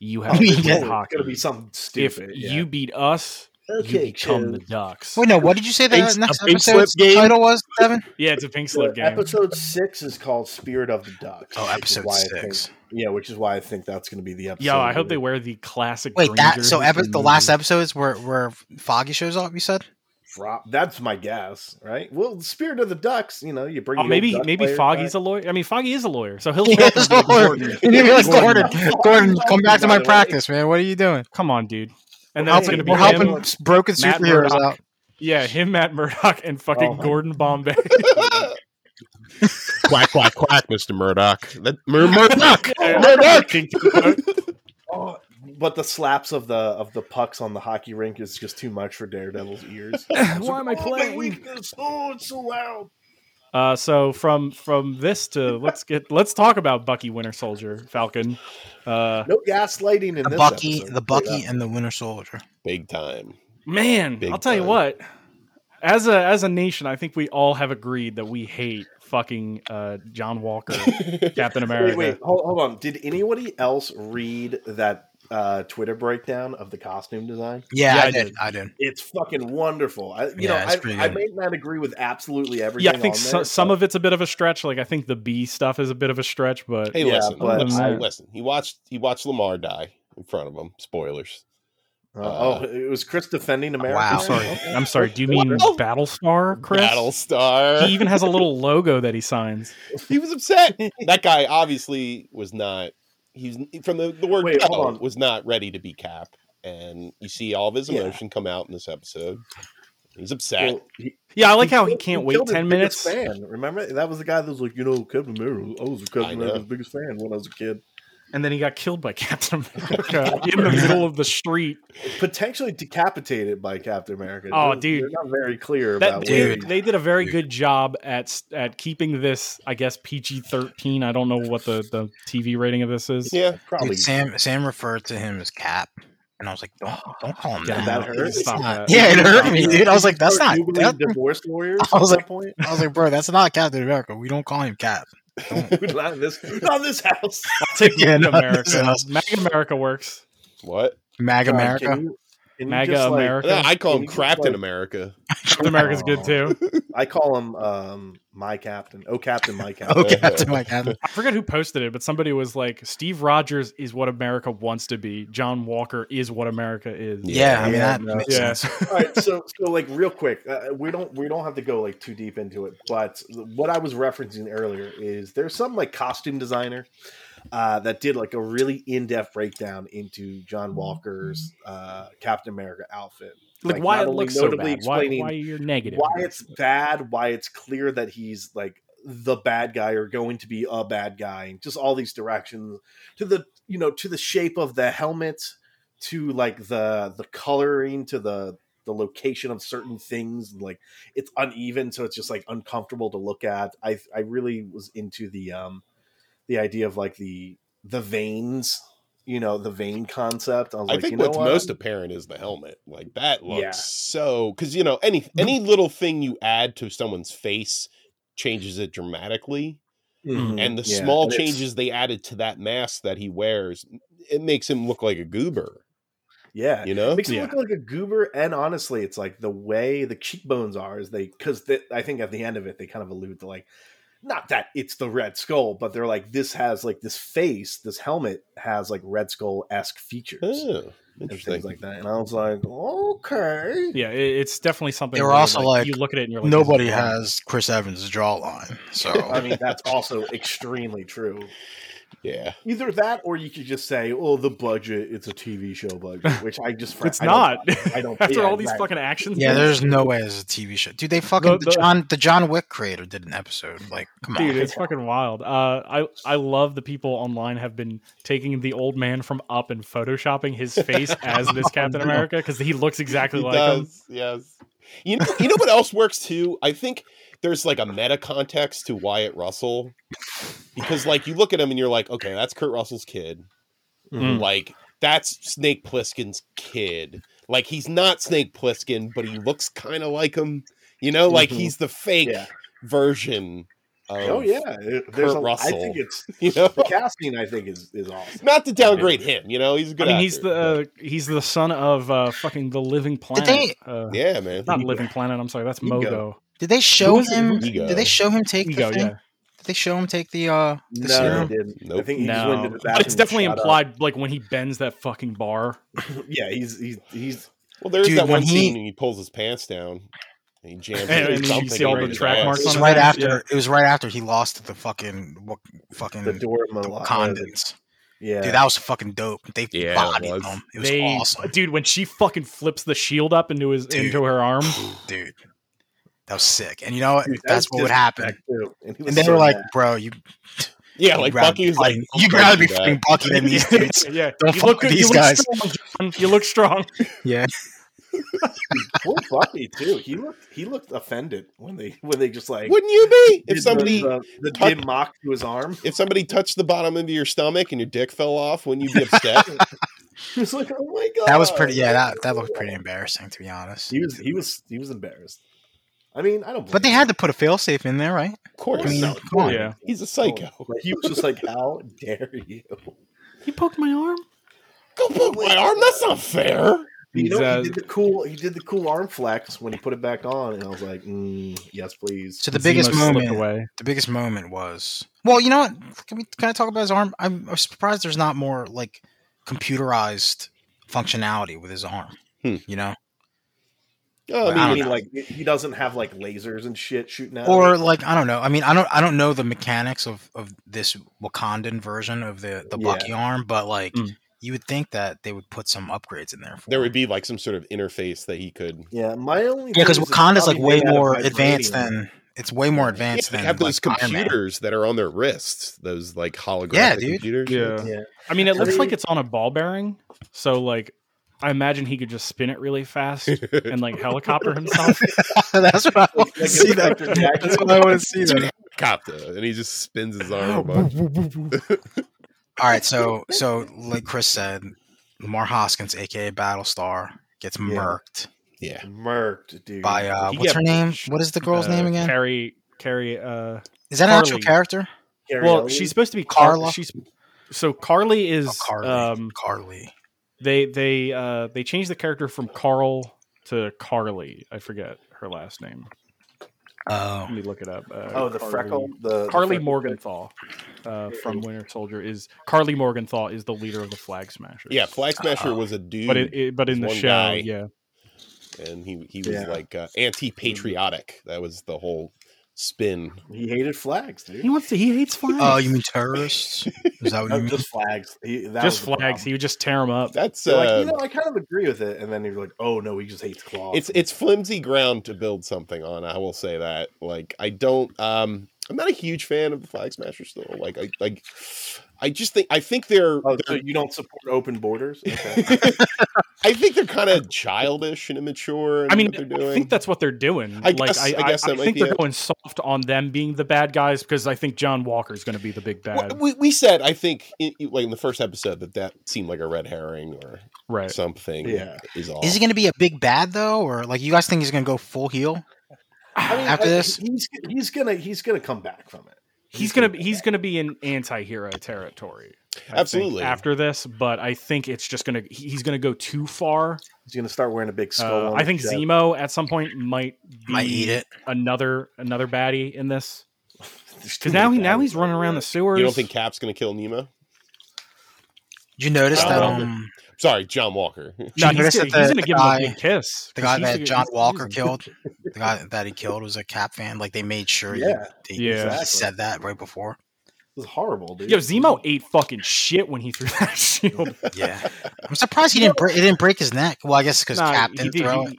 [SPEAKER 1] you have to
[SPEAKER 4] Yeah.
[SPEAKER 1] quit
[SPEAKER 3] Oh, it's
[SPEAKER 1] hockey.
[SPEAKER 3] gonna be something
[SPEAKER 1] if
[SPEAKER 3] stupid. yeah.
[SPEAKER 1] you beat us, you become the Ducks.
[SPEAKER 4] Wait, no. What did you say the
[SPEAKER 2] Pink-
[SPEAKER 4] next
[SPEAKER 2] a pink slip
[SPEAKER 4] episode
[SPEAKER 2] game?
[SPEAKER 4] title was, Devin?
[SPEAKER 1] Yeah, it's a pink
[SPEAKER 3] So
[SPEAKER 1] slip game.
[SPEAKER 3] Episode six is called Spirit of the Ducks.
[SPEAKER 4] Oh,
[SPEAKER 3] which is
[SPEAKER 4] episode
[SPEAKER 3] why I
[SPEAKER 4] six.
[SPEAKER 3] think- yeah, which is why I think that's going to be the episode.
[SPEAKER 1] Yo, I hope they wear the classic.
[SPEAKER 4] Wait,
[SPEAKER 1] green
[SPEAKER 4] that so
[SPEAKER 1] jerseys
[SPEAKER 4] epi-
[SPEAKER 1] from
[SPEAKER 4] the last episodes where where Foggy shows up. You said
[SPEAKER 3] drop. That's my guess, right? Well, Spirit of the Ducks. You know, you bring.
[SPEAKER 1] Oh,
[SPEAKER 3] the old
[SPEAKER 1] maybe
[SPEAKER 3] Duck
[SPEAKER 1] maybe
[SPEAKER 3] players
[SPEAKER 1] Foggy's
[SPEAKER 3] back.
[SPEAKER 1] a lawyer. I mean, Foggy is a lawyer, so he'll.
[SPEAKER 4] He
[SPEAKER 1] show up
[SPEAKER 4] is
[SPEAKER 1] and
[SPEAKER 4] a
[SPEAKER 1] be
[SPEAKER 4] lawyer.
[SPEAKER 1] Gordon.
[SPEAKER 4] And he was
[SPEAKER 3] Gordon.
[SPEAKER 4] Gordon. Gordon,
[SPEAKER 3] Foggy,
[SPEAKER 4] come back
[SPEAKER 3] by
[SPEAKER 4] to my
[SPEAKER 3] the way.
[SPEAKER 4] practice, man. What are you doing?
[SPEAKER 1] Come on, dude. And
[SPEAKER 4] We're
[SPEAKER 1] then it's
[SPEAKER 4] helping,
[SPEAKER 1] gonna be
[SPEAKER 4] we're
[SPEAKER 1] him.
[SPEAKER 4] helping broken
[SPEAKER 1] Matt
[SPEAKER 4] superheroes
[SPEAKER 1] Murdock.
[SPEAKER 4] out.
[SPEAKER 1] Yeah, him, Matt Murdock, and
[SPEAKER 3] Oh,
[SPEAKER 1] fucking
[SPEAKER 3] my-
[SPEAKER 1] Gordon Bombay.
[SPEAKER 2] quack quack quack, Mister Murdoch. That, Mur- Murdoch.
[SPEAKER 1] Yeah.
[SPEAKER 2] Murdoch.
[SPEAKER 3] Oh, but the slaps of the of the pucks on the hockey rink is just too much for Daredevil's ears.
[SPEAKER 1] Why am I playing?
[SPEAKER 3] weakness. Oh, it's so loud.
[SPEAKER 1] Uh, so from from this to let's get let's talk about Bucky Winter Soldier Falcon. Uh,
[SPEAKER 3] No gaslighting in
[SPEAKER 4] The
[SPEAKER 3] this
[SPEAKER 4] Bucky,
[SPEAKER 3] episode.
[SPEAKER 4] the Bucky, and the Winter Soldier.
[SPEAKER 2] Big time.
[SPEAKER 1] man,
[SPEAKER 2] Big
[SPEAKER 1] I'll tell you
[SPEAKER 2] time.
[SPEAKER 1] what. As a as a nation, I think we all have agreed that we hate fucking uh, John Walker, Captain America.
[SPEAKER 3] Wait, wait, hold, hold on. Did anybody else read that uh, Twitter breakdown of the costume design?
[SPEAKER 4] Yeah,
[SPEAKER 1] Yeah,
[SPEAKER 4] I,
[SPEAKER 1] I
[SPEAKER 4] did.
[SPEAKER 1] did.
[SPEAKER 4] I did.
[SPEAKER 3] It's fucking wonderful. I, you
[SPEAKER 4] Yeah, it's
[SPEAKER 3] know,
[SPEAKER 4] pretty
[SPEAKER 3] I, I
[SPEAKER 4] good.
[SPEAKER 3] may not agree with absolutely everything.
[SPEAKER 1] yeah, I think
[SPEAKER 3] on
[SPEAKER 1] so,
[SPEAKER 3] there,
[SPEAKER 1] some
[SPEAKER 3] but
[SPEAKER 1] of it's a bit of a stretch. Like I think the B stuff is a bit of a stretch, but
[SPEAKER 2] Hey,
[SPEAKER 3] Yeah,
[SPEAKER 2] listen,
[SPEAKER 3] but-
[SPEAKER 2] listen,
[SPEAKER 1] Mm.
[SPEAKER 2] listen. He watched he watched Lamar die in front of him. Spoilers.
[SPEAKER 3] Uh, oh, it was Chris defending America.
[SPEAKER 4] Wow.
[SPEAKER 1] I'm sorry.
[SPEAKER 3] Okay.
[SPEAKER 1] I'm sorry. Do you mean
[SPEAKER 2] Wow.
[SPEAKER 1] Battlestar, Chris?
[SPEAKER 2] Battlestar.
[SPEAKER 1] He even has a little logo that he signs.
[SPEAKER 2] he was upset. That guy obviously was not. He's from the, the word
[SPEAKER 3] Wait,
[SPEAKER 2] go,
[SPEAKER 3] hold on.
[SPEAKER 2] was not ready to be Cap, and you see all of his
[SPEAKER 3] Yeah.
[SPEAKER 2] emotion come out in this episode. He's upset.
[SPEAKER 3] Well, he-
[SPEAKER 1] Yeah, I like
[SPEAKER 3] He
[SPEAKER 1] how he
[SPEAKER 3] killed-
[SPEAKER 1] can't
[SPEAKER 3] he
[SPEAKER 1] wait
[SPEAKER 3] killed his
[SPEAKER 1] ten minutes.
[SPEAKER 3] biggest Fan, remember that was the guy that was like, you know, Captain America. I was
[SPEAKER 2] I
[SPEAKER 3] Captain
[SPEAKER 2] know.
[SPEAKER 3] America's biggest fan when I was a kid.
[SPEAKER 1] and then he got killed by Captain America in the middle of the street.
[SPEAKER 3] Potentially decapitated by Captain America.
[SPEAKER 1] Oh,
[SPEAKER 3] They're-
[SPEAKER 1] dude.
[SPEAKER 3] they're not very clear
[SPEAKER 1] That
[SPEAKER 3] about
[SPEAKER 1] dude,
[SPEAKER 4] Dude.
[SPEAKER 1] they did a very
[SPEAKER 4] Dude.
[SPEAKER 1] good job at at keeping this, I guess PG thirteen. I don't know what the the TV rating of this is.
[SPEAKER 2] yeah,
[SPEAKER 3] probably.
[SPEAKER 4] Dude, Sam Sam referred to him as Cap, and I was like, don't don't call him
[SPEAKER 1] Yeah,
[SPEAKER 4] that.
[SPEAKER 3] that hurt.
[SPEAKER 1] Stop that.
[SPEAKER 4] Yeah, it hurt me, dude. I was like, that's
[SPEAKER 3] Start
[SPEAKER 4] not.
[SPEAKER 3] Googling
[SPEAKER 4] That,
[SPEAKER 3] divorce lawyers.
[SPEAKER 4] I was
[SPEAKER 3] at
[SPEAKER 4] like-
[SPEAKER 3] that point.
[SPEAKER 4] I was like, bro, that's not Captain America. We don't call him Cap. "Mm."
[SPEAKER 3] not in this, not in this house.
[SPEAKER 1] I'll take
[SPEAKER 4] Yeah,
[SPEAKER 1] Mag
[SPEAKER 4] no, this
[SPEAKER 1] America.
[SPEAKER 4] is-
[SPEAKER 1] Mag America works.
[SPEAKER 2] what?
[SPEAKER 4] Mag
[SPEAKER 3] God,
[SPEAKER 4] America.
[SPEAKER 3] Can Uh, you, Can you
[SPEAKER 1] MAGA
[SPEAKER 3] just, like- "Ah."
[SPEAKER 1] America.
[SPEAKER 2] I call
[SPEAKER 3] Can
[SPEAKER 2] him
[SPEAKER 3] you just,
[SPEAKER 2] Crapton
[SPEAKER 3] like-
[SPEAKER 2] America.
[SPEAKER 1] Captain America's good too.
[SPEAKER 3] I call him um, my captain. Oh, captain, my captain.
[SPEAKER 4] Oh, Captain, my Captain.
[SPEAKER 1] I forget who posted it, but somebody was like, "Steve Rogers is what America wants to be. John Walker is what America is."
[SPEAKER 4] Yeah, I mean,
[SPEAKER 3] Yeah,
[SPEAKER 4] that
[SPEAKER 3] no.
[SPEAKER 4] makes
[SPEAKER 1] Yeah.
[SPEAKER 4] sense.
[SPEAKER 3] All right, so so like real quick, uh, we don't we don't have to go like too deep into it, but what I was referencing earlier is there's some like costume designer uh, that did like a really in depth breakdown into John Walker's uh, Captain America outfit,
[SPEAKER 1] Like,
[SPEAKER 3] Like,
[SPEAKER 1] why
[SPEAKER 3] not
[SPEAKER 1] it
[SPEAKER 3] only
[SPEAKER 1] looks so
[SPEAKER 3] notably
[SPEAKER 1] bad. Why,
[SPEAKER 3] explaining
[SPEAKER 1] why you're negative?
[SPEAKER 3] why it's bad, why it's clear that he's like the bad guy or going to be a bad guy, and just all these directions to the you know to the shape of the helmet, to like the the coloring, to the the location of certain things, like it's uneven, so it's just like uncomfortable to look at. I I really was into the um the idea of like the the veins, you know, the vein concept. I was
[SPEAKER 2] I
[SPEAKER 3] like,
[SPEAKER 2] think
[SPEAKER 3] you know
[SPEAKER 2] what's
[SPEAKER 3] what?
[SPEAKER 2] most apparent is the helmet. Like that looks
[SPEAKER 3] Yeah.
[SPEAKER 2] so because you know any any little thing you add to someone's face changes it dramatically,
[SPEAKER 1] Mhm.
[SPEAKER 2] and the
[SPEAKER 3] Mm, Yeah,
[SPEAKER 2] small
[SPEAKER 3] and it's-
[SPEAKER 2] changes they added to that mask that he wears it makes him look like a goober.
[SPEAKER 3] yeah,
[SPEAKER 2] You know,
[SPEAKER 3] It makes him
[SPEAKER 1] Yeah.
[SPEAKER 3] look like a goober, and honestly, it's like the way the cheekbones are is they because I think at the end of it they kind of allude to like not that it's the Red Skull, but they're like this has like this face, this helmet has like Red Skull esque features
[SPEAKER 2] oh,
[SPEAKER 3] and
[SPEAKER 2] interesting.
[SPEAKER 3] things like that, and I was like, okay,
[SPEAKER 1] Yeah, it, it's definitely something.
[SPEAKER 4] They were
[SPEAKER 1] where,
[SPEAKER 4] also like,
[SPEAKER 1] you look at it and you're like,
[SPEAKER 4] Nobody
[SPEAKER 1] this is wrong.
[SPEAKER 4] has Chris Evans' jawline, so
[SPEAKER 3] I mean that's also extremely true.
[SPEAKER 2] yeah,
[SPEAKER 3] Either that, or you could just say, oh, the budget, it's a TV show budget, which I just
[SPEAKER 1] It's
[SPEAKER 3] I don't-
[SPEAKER 1] not.
[SPEAKER 3] I don't
[SPEAKER 1] After
[SPEAKER 3] yeah,
[SPEAKER 1] all these
[SPEAKER 3] right.
[SPEAKER 1] fucking actions,
[SPEAKER 4] yeah, there's no way it's a TV show. Dude, they fucking
[SPEAKER 1] The-
[SPEAKER 4] the,
[SPEAKER 1] the-
[SPEAKER 4] John the John Wick creator did an episode. Like, come on,
[SPEAKER 1] Dude, it's fucking wild. Uh, I I love the people online have been taking the old man from Up and photoshopping his face as this Captain America because he looks exactly
[SPEAKER 2] he
[SPEAKER 1] like
[SPEAKER 3] um,
[SPEAKER 1] him.
[SPEAKER 2] does. Yes, you know, you know what else works too. I think there's like a meta context to Wyatt Russell because like you look at him and you're like, okay, that's Kurt Russell's kid.
[SPEAKER 1] Mm.
[SPEAKER 2] Like that's Snake Plissken's kid. Like he's not Snake Plissken, but he looks kind of like him. You know, like
[SPEAKER 1] Mm-hmm.
[SPEAKER 3] Mhm.
[SPEAKER 2] he's the fake
[SPEAKER 3] Yeah.
[SPEAKER 2] version. Of,
[SPEAKER 3] Oh yeah, it- there's a, I
[SPEAKER 2] Russell.
[SPEAKER 3] think it's
[SPEAKER 2] you know,
[SPEAKER 3] the casting. I think is is awesome.
[SPEAKER 2] not to downgrade him. You know, he's a
[SPEAKER 1] I
[SPEAKER 2] good.
[SPEAKER 1] mean, he's
[SPEAKER 2] actor,
[SPEAKER 1] the uh, he's the son of uh, fucking the Living Planet.
[SPEAKER 4] they-
[SPEAKER 1] uh,
[SPEAKER 2] but- yeah, man.
[SPEAKER 1] Not Living Planet. I'm sorry, that's
[SPEAKER 3] Ego.
[SPEAKER 1] Mogo.
[SPEAKER 4] did they show
[SPEAKER 1] was it?
[SPEAKER 4] him?
[SPEAKER 2] Ego.
[SPEAKER 4] Did they show him take
[SPEAKER 1] Ego,
[SPEAKER 4] the thing?
[SPEAKER 1] yeah.
[SPEAKER 4] Did they show him take the uh the
[SPEAKER 3] no,
[SPEAKER 4] serum?
[SPEAKER 3] He didn't. I
[SPEAKER 2] Nope.
[SPEAKER 3] think he just went
[SPEAKER 1] No,
[SPEAKER 3] to the bathroom.
[SPEAKER 1] but it's definitely
[SPEAKER 3] and shut
[SPEAKER 1] implied. Like when he bends that fucking bar.
[SPEAKER 3] up. Yeah, he's he's he's
[SPEAKER 2] Well, there is
[SPEAKER 4] Dude,
[SPEAKER 2] that
[SPEAKER 4] when
[SPEAKER 2] one
[SPEAKER 4] he-
[SPEAKER 2] scene and he pulls his pants down and he jams
[SPEAKER 1] And-
[SPEAKER 2] it
[SPEAKER 1] and
[SPEAKER 2] or
[SPEAKER 1] you
[SPEAKER 2] something
[SPEAKER 1] see all
[SPEAKER 2] right
[SPEAKER 1] the
[SPEAKER 2] in his
[SPEAKER 1] track
[SPEAKER 2] ass.
[SPEAKER 1] marks
[SPEAKER 4] It was
[SPEAKER 1] on
[SPEAKER 4] right
[SPEAKER 1] him,
[SPEAKER 4] after.
[SPEAKER 1] yeah.
[SPEAKER 4] It was right after he lost to the fucking what, fucking
[SPEAKER 3] the
[SPEAKER 4] the
[SPEAKER 3] door of Malala.
[SPEAKER 4] Wakandans.
[SPEAKER 3] Yeah,
[SPEAKER 4] Dude, that was fucking dope. They
[SPEAKER 2] Yeah, it
[SPEAKER 4] bodied
[SPEAKER 2] was.
[SPEAKER 4] them. It was
[SPEAKER 1] They-
[SPEAKER 4] awesome,
[SPEAKER 1] dude. When she fucking flips the shield up into his
[SPEAKER 4] Dude.
[SPEAKER 1] into her arm,
[SPEAKER 4] dude. That was sick. And you know what?
[SPEAKER 3] Dude, that
[SPEAKER 4] That's
[SPEAKER 3] was
[SPEAKER 4] what would
[SPEAKER 3] just
[SPEAKER 4] happen.
[SPEAKER 3] back too. And, he was
[SPEAKER 4] And they
[SPEAKER 3] so
[SPEAKER 4] were like,
[SPEAKER 3] mad.
[SPEAKER 4] "Bro, you
[SPEAKER 2] Yeah, like Bucky was like, "Oh
[SPEAKER 4] you'd
[SPEAKER 2] "Fuck
[SPEAKER 4] rather be
[SPEAKER 2] you, Dad."
[SPEAKER 4] fucking Bucky than these dudes."
[SPEAKER 1] yeah.
[SPEAKER 4] Don't
[SPEAKER 1] you
[SPEAKER 4] fuck
[SPEAKER 1] look good-
[SPEAKER 4] with
[SPEAKER 1] you
[SPEAKER 4] these
[SPEAKER 1] look
[SPEAKER 4] guys.
[SPEAKER 1] strong, John. You look strong.
[SPEAKER 4] Yeah,
[SPEAKER 3] poor Bucky too. He looked he looked offended when they when they just like
[SPEAKER 2] Wouldn't you be
[SPEAKER 3] did
[SPEAKER 2] if somebody
[SPEAKER 3] the, the,
[SPEAKER 2] tuck-
[SPEAKER 3] dim mock to his arm.
[SPEAKER 2] if somebody touched the bottom of your stomach and your dick fell off? Wouldn't you be upset?
[SPEAKER 3] He was like, oh my god,
[SPEAKER 4] that was pretty. Yeah, that that looked pretty embarrassing to be honest.
[SPEAKER 3] He was he was he was embarrassed. I mean, I don't.
[SPEAKER 4] But they
[SPEAKER 3] blame
[SPEAKER 4] had to put a failsafe in there, right?
[SPEAKER 2] of course,
[SPEAKER 4] I mean,
[SPEAKER 1] Oh,
[SPEAKER 3] No.
[SPEAKER 4] come on.
[SPEAKER 1] Yeah.
[SPEAKER 2] he's a
[SPEAKER 3] him.
[SPEAKER 2] psycho.
[SPEAKER 3] But he was just like, "How dare you?"
[SPEAKER 1] You poked my arm.
[SPEAKER 2] Go poke my arm. That's not fair.
[SPEAKER 3] You
[SPEAKER 1] He's,
[SPEAKER 3] know,
[SPEAKER 1] uh,
[SPEAKER 3] he did the cool. He did the cool arm flex when he put it back on, and I was like, mm, "Yes, please."
[SPEAKER 4] So the biggest
[SPEAKER 1] Zemo slipped
[SPEAKER 4] moment,
[SPEAKER 1] away.
[SPEAKER 4] the biggest moment was. Well, you know what? Can we can I talk about his arm? I'm, I'm surprised there's not more like computerized functionality with his arm.
[SPEAKER 2] Hmm.
[SPEAKER 4] You know,
[SPEAKER 2] Oh,
[SPEAKER 4] I
[SPEAKER 3] I
[SPEAKER 4] don't
[SPEAKER 3] mean,
[SPEAKER 4] know.
[SPEAKER 3] like he doesn't have like lasers and shit shooting at
[SPEAKER 4] or
[SPEAKER 3] him.
[SPEAKER 4] like I don't know. I mean, I don't I don't know the mechanics of of this Wakandan version of the the
[SPEAKER 3] Yeah.
[SPEAKER 4] Bucky arm, but like
[SPEAKER 1] Mm.
[SPEAKER 4] you would think that they would put some upgrades in there. For
[SPEAKER 2] there
[SPEAKER 4] him.
[SPEAKER 2] would be like some sort of interface that he could.
[SPEAKER 3] Yeah, my only
[SPEAKER 4] Yeah, because
[SPEAKER 3] thing is it's
[SPEAKER 4] Wakanda's like
[SPEAKER 3] probably
[SPEAKER 4] way
[SPEAKER 3] made out of
[SPEAKER 4] more
[SPEAKER 3] vibranium.
[SPEAKER 4] advanced than it's way more advanced
[SPEAKER 2] they
[SPEAKER 4] than
[SPEAKER 2] have those
[SPEAKER 4] like, Iron Man.
[SPEAKER 2] computers that are on their wrists. Those like holographic
[SPEAKER 4] Yeah, dude.
[SPEAKER 2] computers.
[SPEAKER 1] Yeah.
[SPEAKER 3] Yeah.
[SPEAKER 1] I mean, it
[SPEAKER 3] I
[SPEAKER 1] looks
[SPEAKER 3] mean-
[SPEAKER 1] like it's on a ball bearing. So like, I imagine he could just spin it really fast and like helicopter himself.
[SPEAKER 4] That's what I want to
[SPEAKER 3] Like
[SPEAKER 4] see. That.
[SPEAKER 3] Inspector Gadget.
[SPEAKER 4] That's what I want to see. That.
[SPEAKER 2] Copter, uh, and he just spins his
[SPEAKER 4] Oh,
[SPEAKER 2] arm. a bunch.
[SPEAKER 4] All right, so so like Chris said, Lamar Hoskins, aka Battlestar, gets murked
[SPEAKER 2] Yeah,
[SPEAKER 3] Murked, dude.
[SPEAKER 4] by uh,
[SPEAKER 1] He
[SPEAKER 4] what's
[SPEAKER 1] got
[SPEAKER 4] her name?
[SPEAKER 1] pushed.
[SPEAKER 4] What is the girl's
[SPEAKER 1] Uh,
[SPEAKER 4] name again?
[SPEAKER 1] Carrie. Carrie. Uh,
[SPEAKER 4] Is that an actual
[SPEAKER 1] Carly.
[SPEAKER 4] character?
[SPEAKER 3] Carrie
[SPEAKER 1] well,
[SPEAKER 3] Elliott.
[SPEAKER 1] she's supposed to be Car-
[SPEAKER 4] Carla?
[SPEAKER 1] She's so Carly is
[SPEAKER 4] Oh, Carly.
[SPEAKER 1] um
[SPEAKER 4] Carly.
[SPEAKER 1] They they uh, they changed the character from Carl to Carly. I forget her last name.
[SPEAKER 4] Oh,
[SPEAKER 1] Let me look it up. Uh,
[SPEAKER 3] Oh, the
[SPEAKER 1] Carly-
[SPEAKER 3] freckle. The the
[SPEAKER 1] Carly
[SPEAKER 3] freckle-
[SPEAKER 1] Morgenthau uh, from Winter Soldier is Carly Morgenthau is the leader of the Flag Smashers.
[SPEAKER 2] Yeah, Flag Smasher
[SPEAKER 4] Uh,
[SPEAKER 2] was a dude,
[SPEAKER 1] but it, it but in the
[SPEAKER 2] one
[SPEAKER 1] show,
[SPEAKER 2] guy.
[SPEAKER 1] yeah,
[SPEAKER 2] and he he was
[SPEAKER 3] Yeah.
[SPEAKER 2] like
[SPEAKER 4] Mm-hmm.
[SPEAKER 2] uh, anti-patriotic. That was the whole spin.
[SPEAKER 3] He hated flags,
[SPEAKER 1] he
[SPEAKER 3] dude.
[SPEAKER 1] wants to, he hates flags.
[SPEAKER 4] oh, you mean terrorists? Is that what you
[SPEAKER 3] No,
[SPEAKER 4] mean?
[SPEAKER 3] just flags. He, that
[SPEAKER 1] just
[SPEAKER 3] was the
[SPEAKER 1] flags?
[SPEAKER 3] problem.
[SPEAKER 1] He would just tear them up.
[SPEAKER 2] That's
[SPEAKER 3] You're like,
[SPEAKER 2] uh,
[SPEAKER 3] you know, I kind of agree with it, and then you're like, oh no, he just hates claws.
[SPEAKER 2] it's it's flimsy ground to build something on. I will say that. Like I don't. Um, I'm not a huge fan of the Flag Smasher still. Like I like. I just think I think they're.
[SPEAKER 3] oh, so
[SPEAKER 2] they're
[SPEAKER 3] you don't support open borders? Okay.
[SPEAKER 2] I think they're kind of childish and immature. In
[SPEAKER 1] I mean,
[SPEAKER 2] what they're doing.
[SPEAKER 1] I think that's what they're doing.
[SPEAKER 2] I
[SPEAKER 1] like,
[SPEAKER 2] guess-
[SPEAKER 1] I,
[SPEAKER 2] I guess
[SPEAKER 1] I,
[SPEAKER 2] that might
[SPEAKER 1] think
[SPEAKER 2] be
[SPEAKER 1] they're
[SPEAKER 2] it.
[SPEAKER 1] going soft on them being the bad guys because I think John Walker's going to be the big
[SPEAKER 2] Well,
[SPEAKER 1] bad.
[SPEAKER 2] we, we said I think in, in- like in the first episode that that seemed like a red herring or
[SPEAKER 1] right.
[SPEAKER 2] something.
[SPEAKER 3] Yeah.
[SPEAKER 2] is all.
[SPEAKER 4] Is he going to be a big bad though, or like you guys think he's going to go full heel?
[SPEAKER 3] I mean,
[SPEAKER 4] After
[SPEAKER 3] I-
[SPEAKER 4] this?
[SPEAKER 3] he's he's gonna he's gonna come back from it.
[SPEAKER 1] He's gonna be, he's gonna be in anti-hero territory. I think,
[SPEAKER 2] Absolutely.
[SPEAKER 1] after this, but I think it's just gonna he- he's gonna go too far.
[SPEAKER 3] He's gonna start wearing a big skull.
[SPEAKER 1] Uh,
[SPEAKER 3] on
[SPEAKER 1] I
[SPEAKER 3] his
[SPEAKER 1] think
[SPEAKER 3] chest.
[SPEAKER 1] Zemo at some point might be
[SPEAKER 4] Might eat it.
[SPEAKER 1] another another baddie in this
[SPEAKER 3] There's too
[SPEAKER 1] because now
[SPEAKER 3] many
[SPEAKER 1] he now
[SPEAKER 3] battles.
[SPEAKER 1] he's running around the sewers.
[SPEAKER 2] you don't think Cap's gonna kill Nemo?
[SPEAKER 4] Did you notice
[SPEAKER 1] John
[SPEAKER 4] that?
[SPEAKER 2] Walker.
[SPEAKER 4] Um,
[SPEAKER 2] Sorry, John Walker.
[SPEAKER 1] no,
[SPEAKER 4] did you
[SPEAKER 1] he's,
[SPEAKER 4] notice
[SPEAKER 1] he's
[SPEAKER 4] that the,
[SPEAKER 1] gonna
[SPEAKER 4] the
[SPEAKER 1] give
[SPEAKER 4] guy,
[SPEAKER 1] him a big kiss.
[SPEAKER 4] the
[SPEAKER 1] 'cause
[SPEAKER 4] guy
[SPEAKER 1] he's
[SPEAKER 4] that
[SPEAKER 1] the-
[SPEAKER 4] John
[SPEAKER 1] he's-
[SPEAKER 4] Walker
[SPEAKER 1] he's-
[SPEAKER 4] killed, the guy that he killed was a Cap fan. Like they made sure, you-
[SPEAKER 3] Yeah,
[SPEAKER 4] they,
[SPEAKER 1] Yeah.
[SPEAKER 4] he said that right before.
[SPEAKER 3] It was horrible, dude.
[SPEAKER 1] Yo, Zemo ate fucking shit when he threw that shield.
[SPEAKER 4] Yeah, I'm surprised he didn't. Break, it didn't break his neck. Well, I guess because
[SPEAKER 1] Nah,
[SPEAKER 4] Cap
[SPEAKER 1] he
[SPEAKER 4] didn't
[SPEAKER 1] did-
[SPEAKER 4] throw
[SPEAKER 1] he-
[SPEAKER 4] it.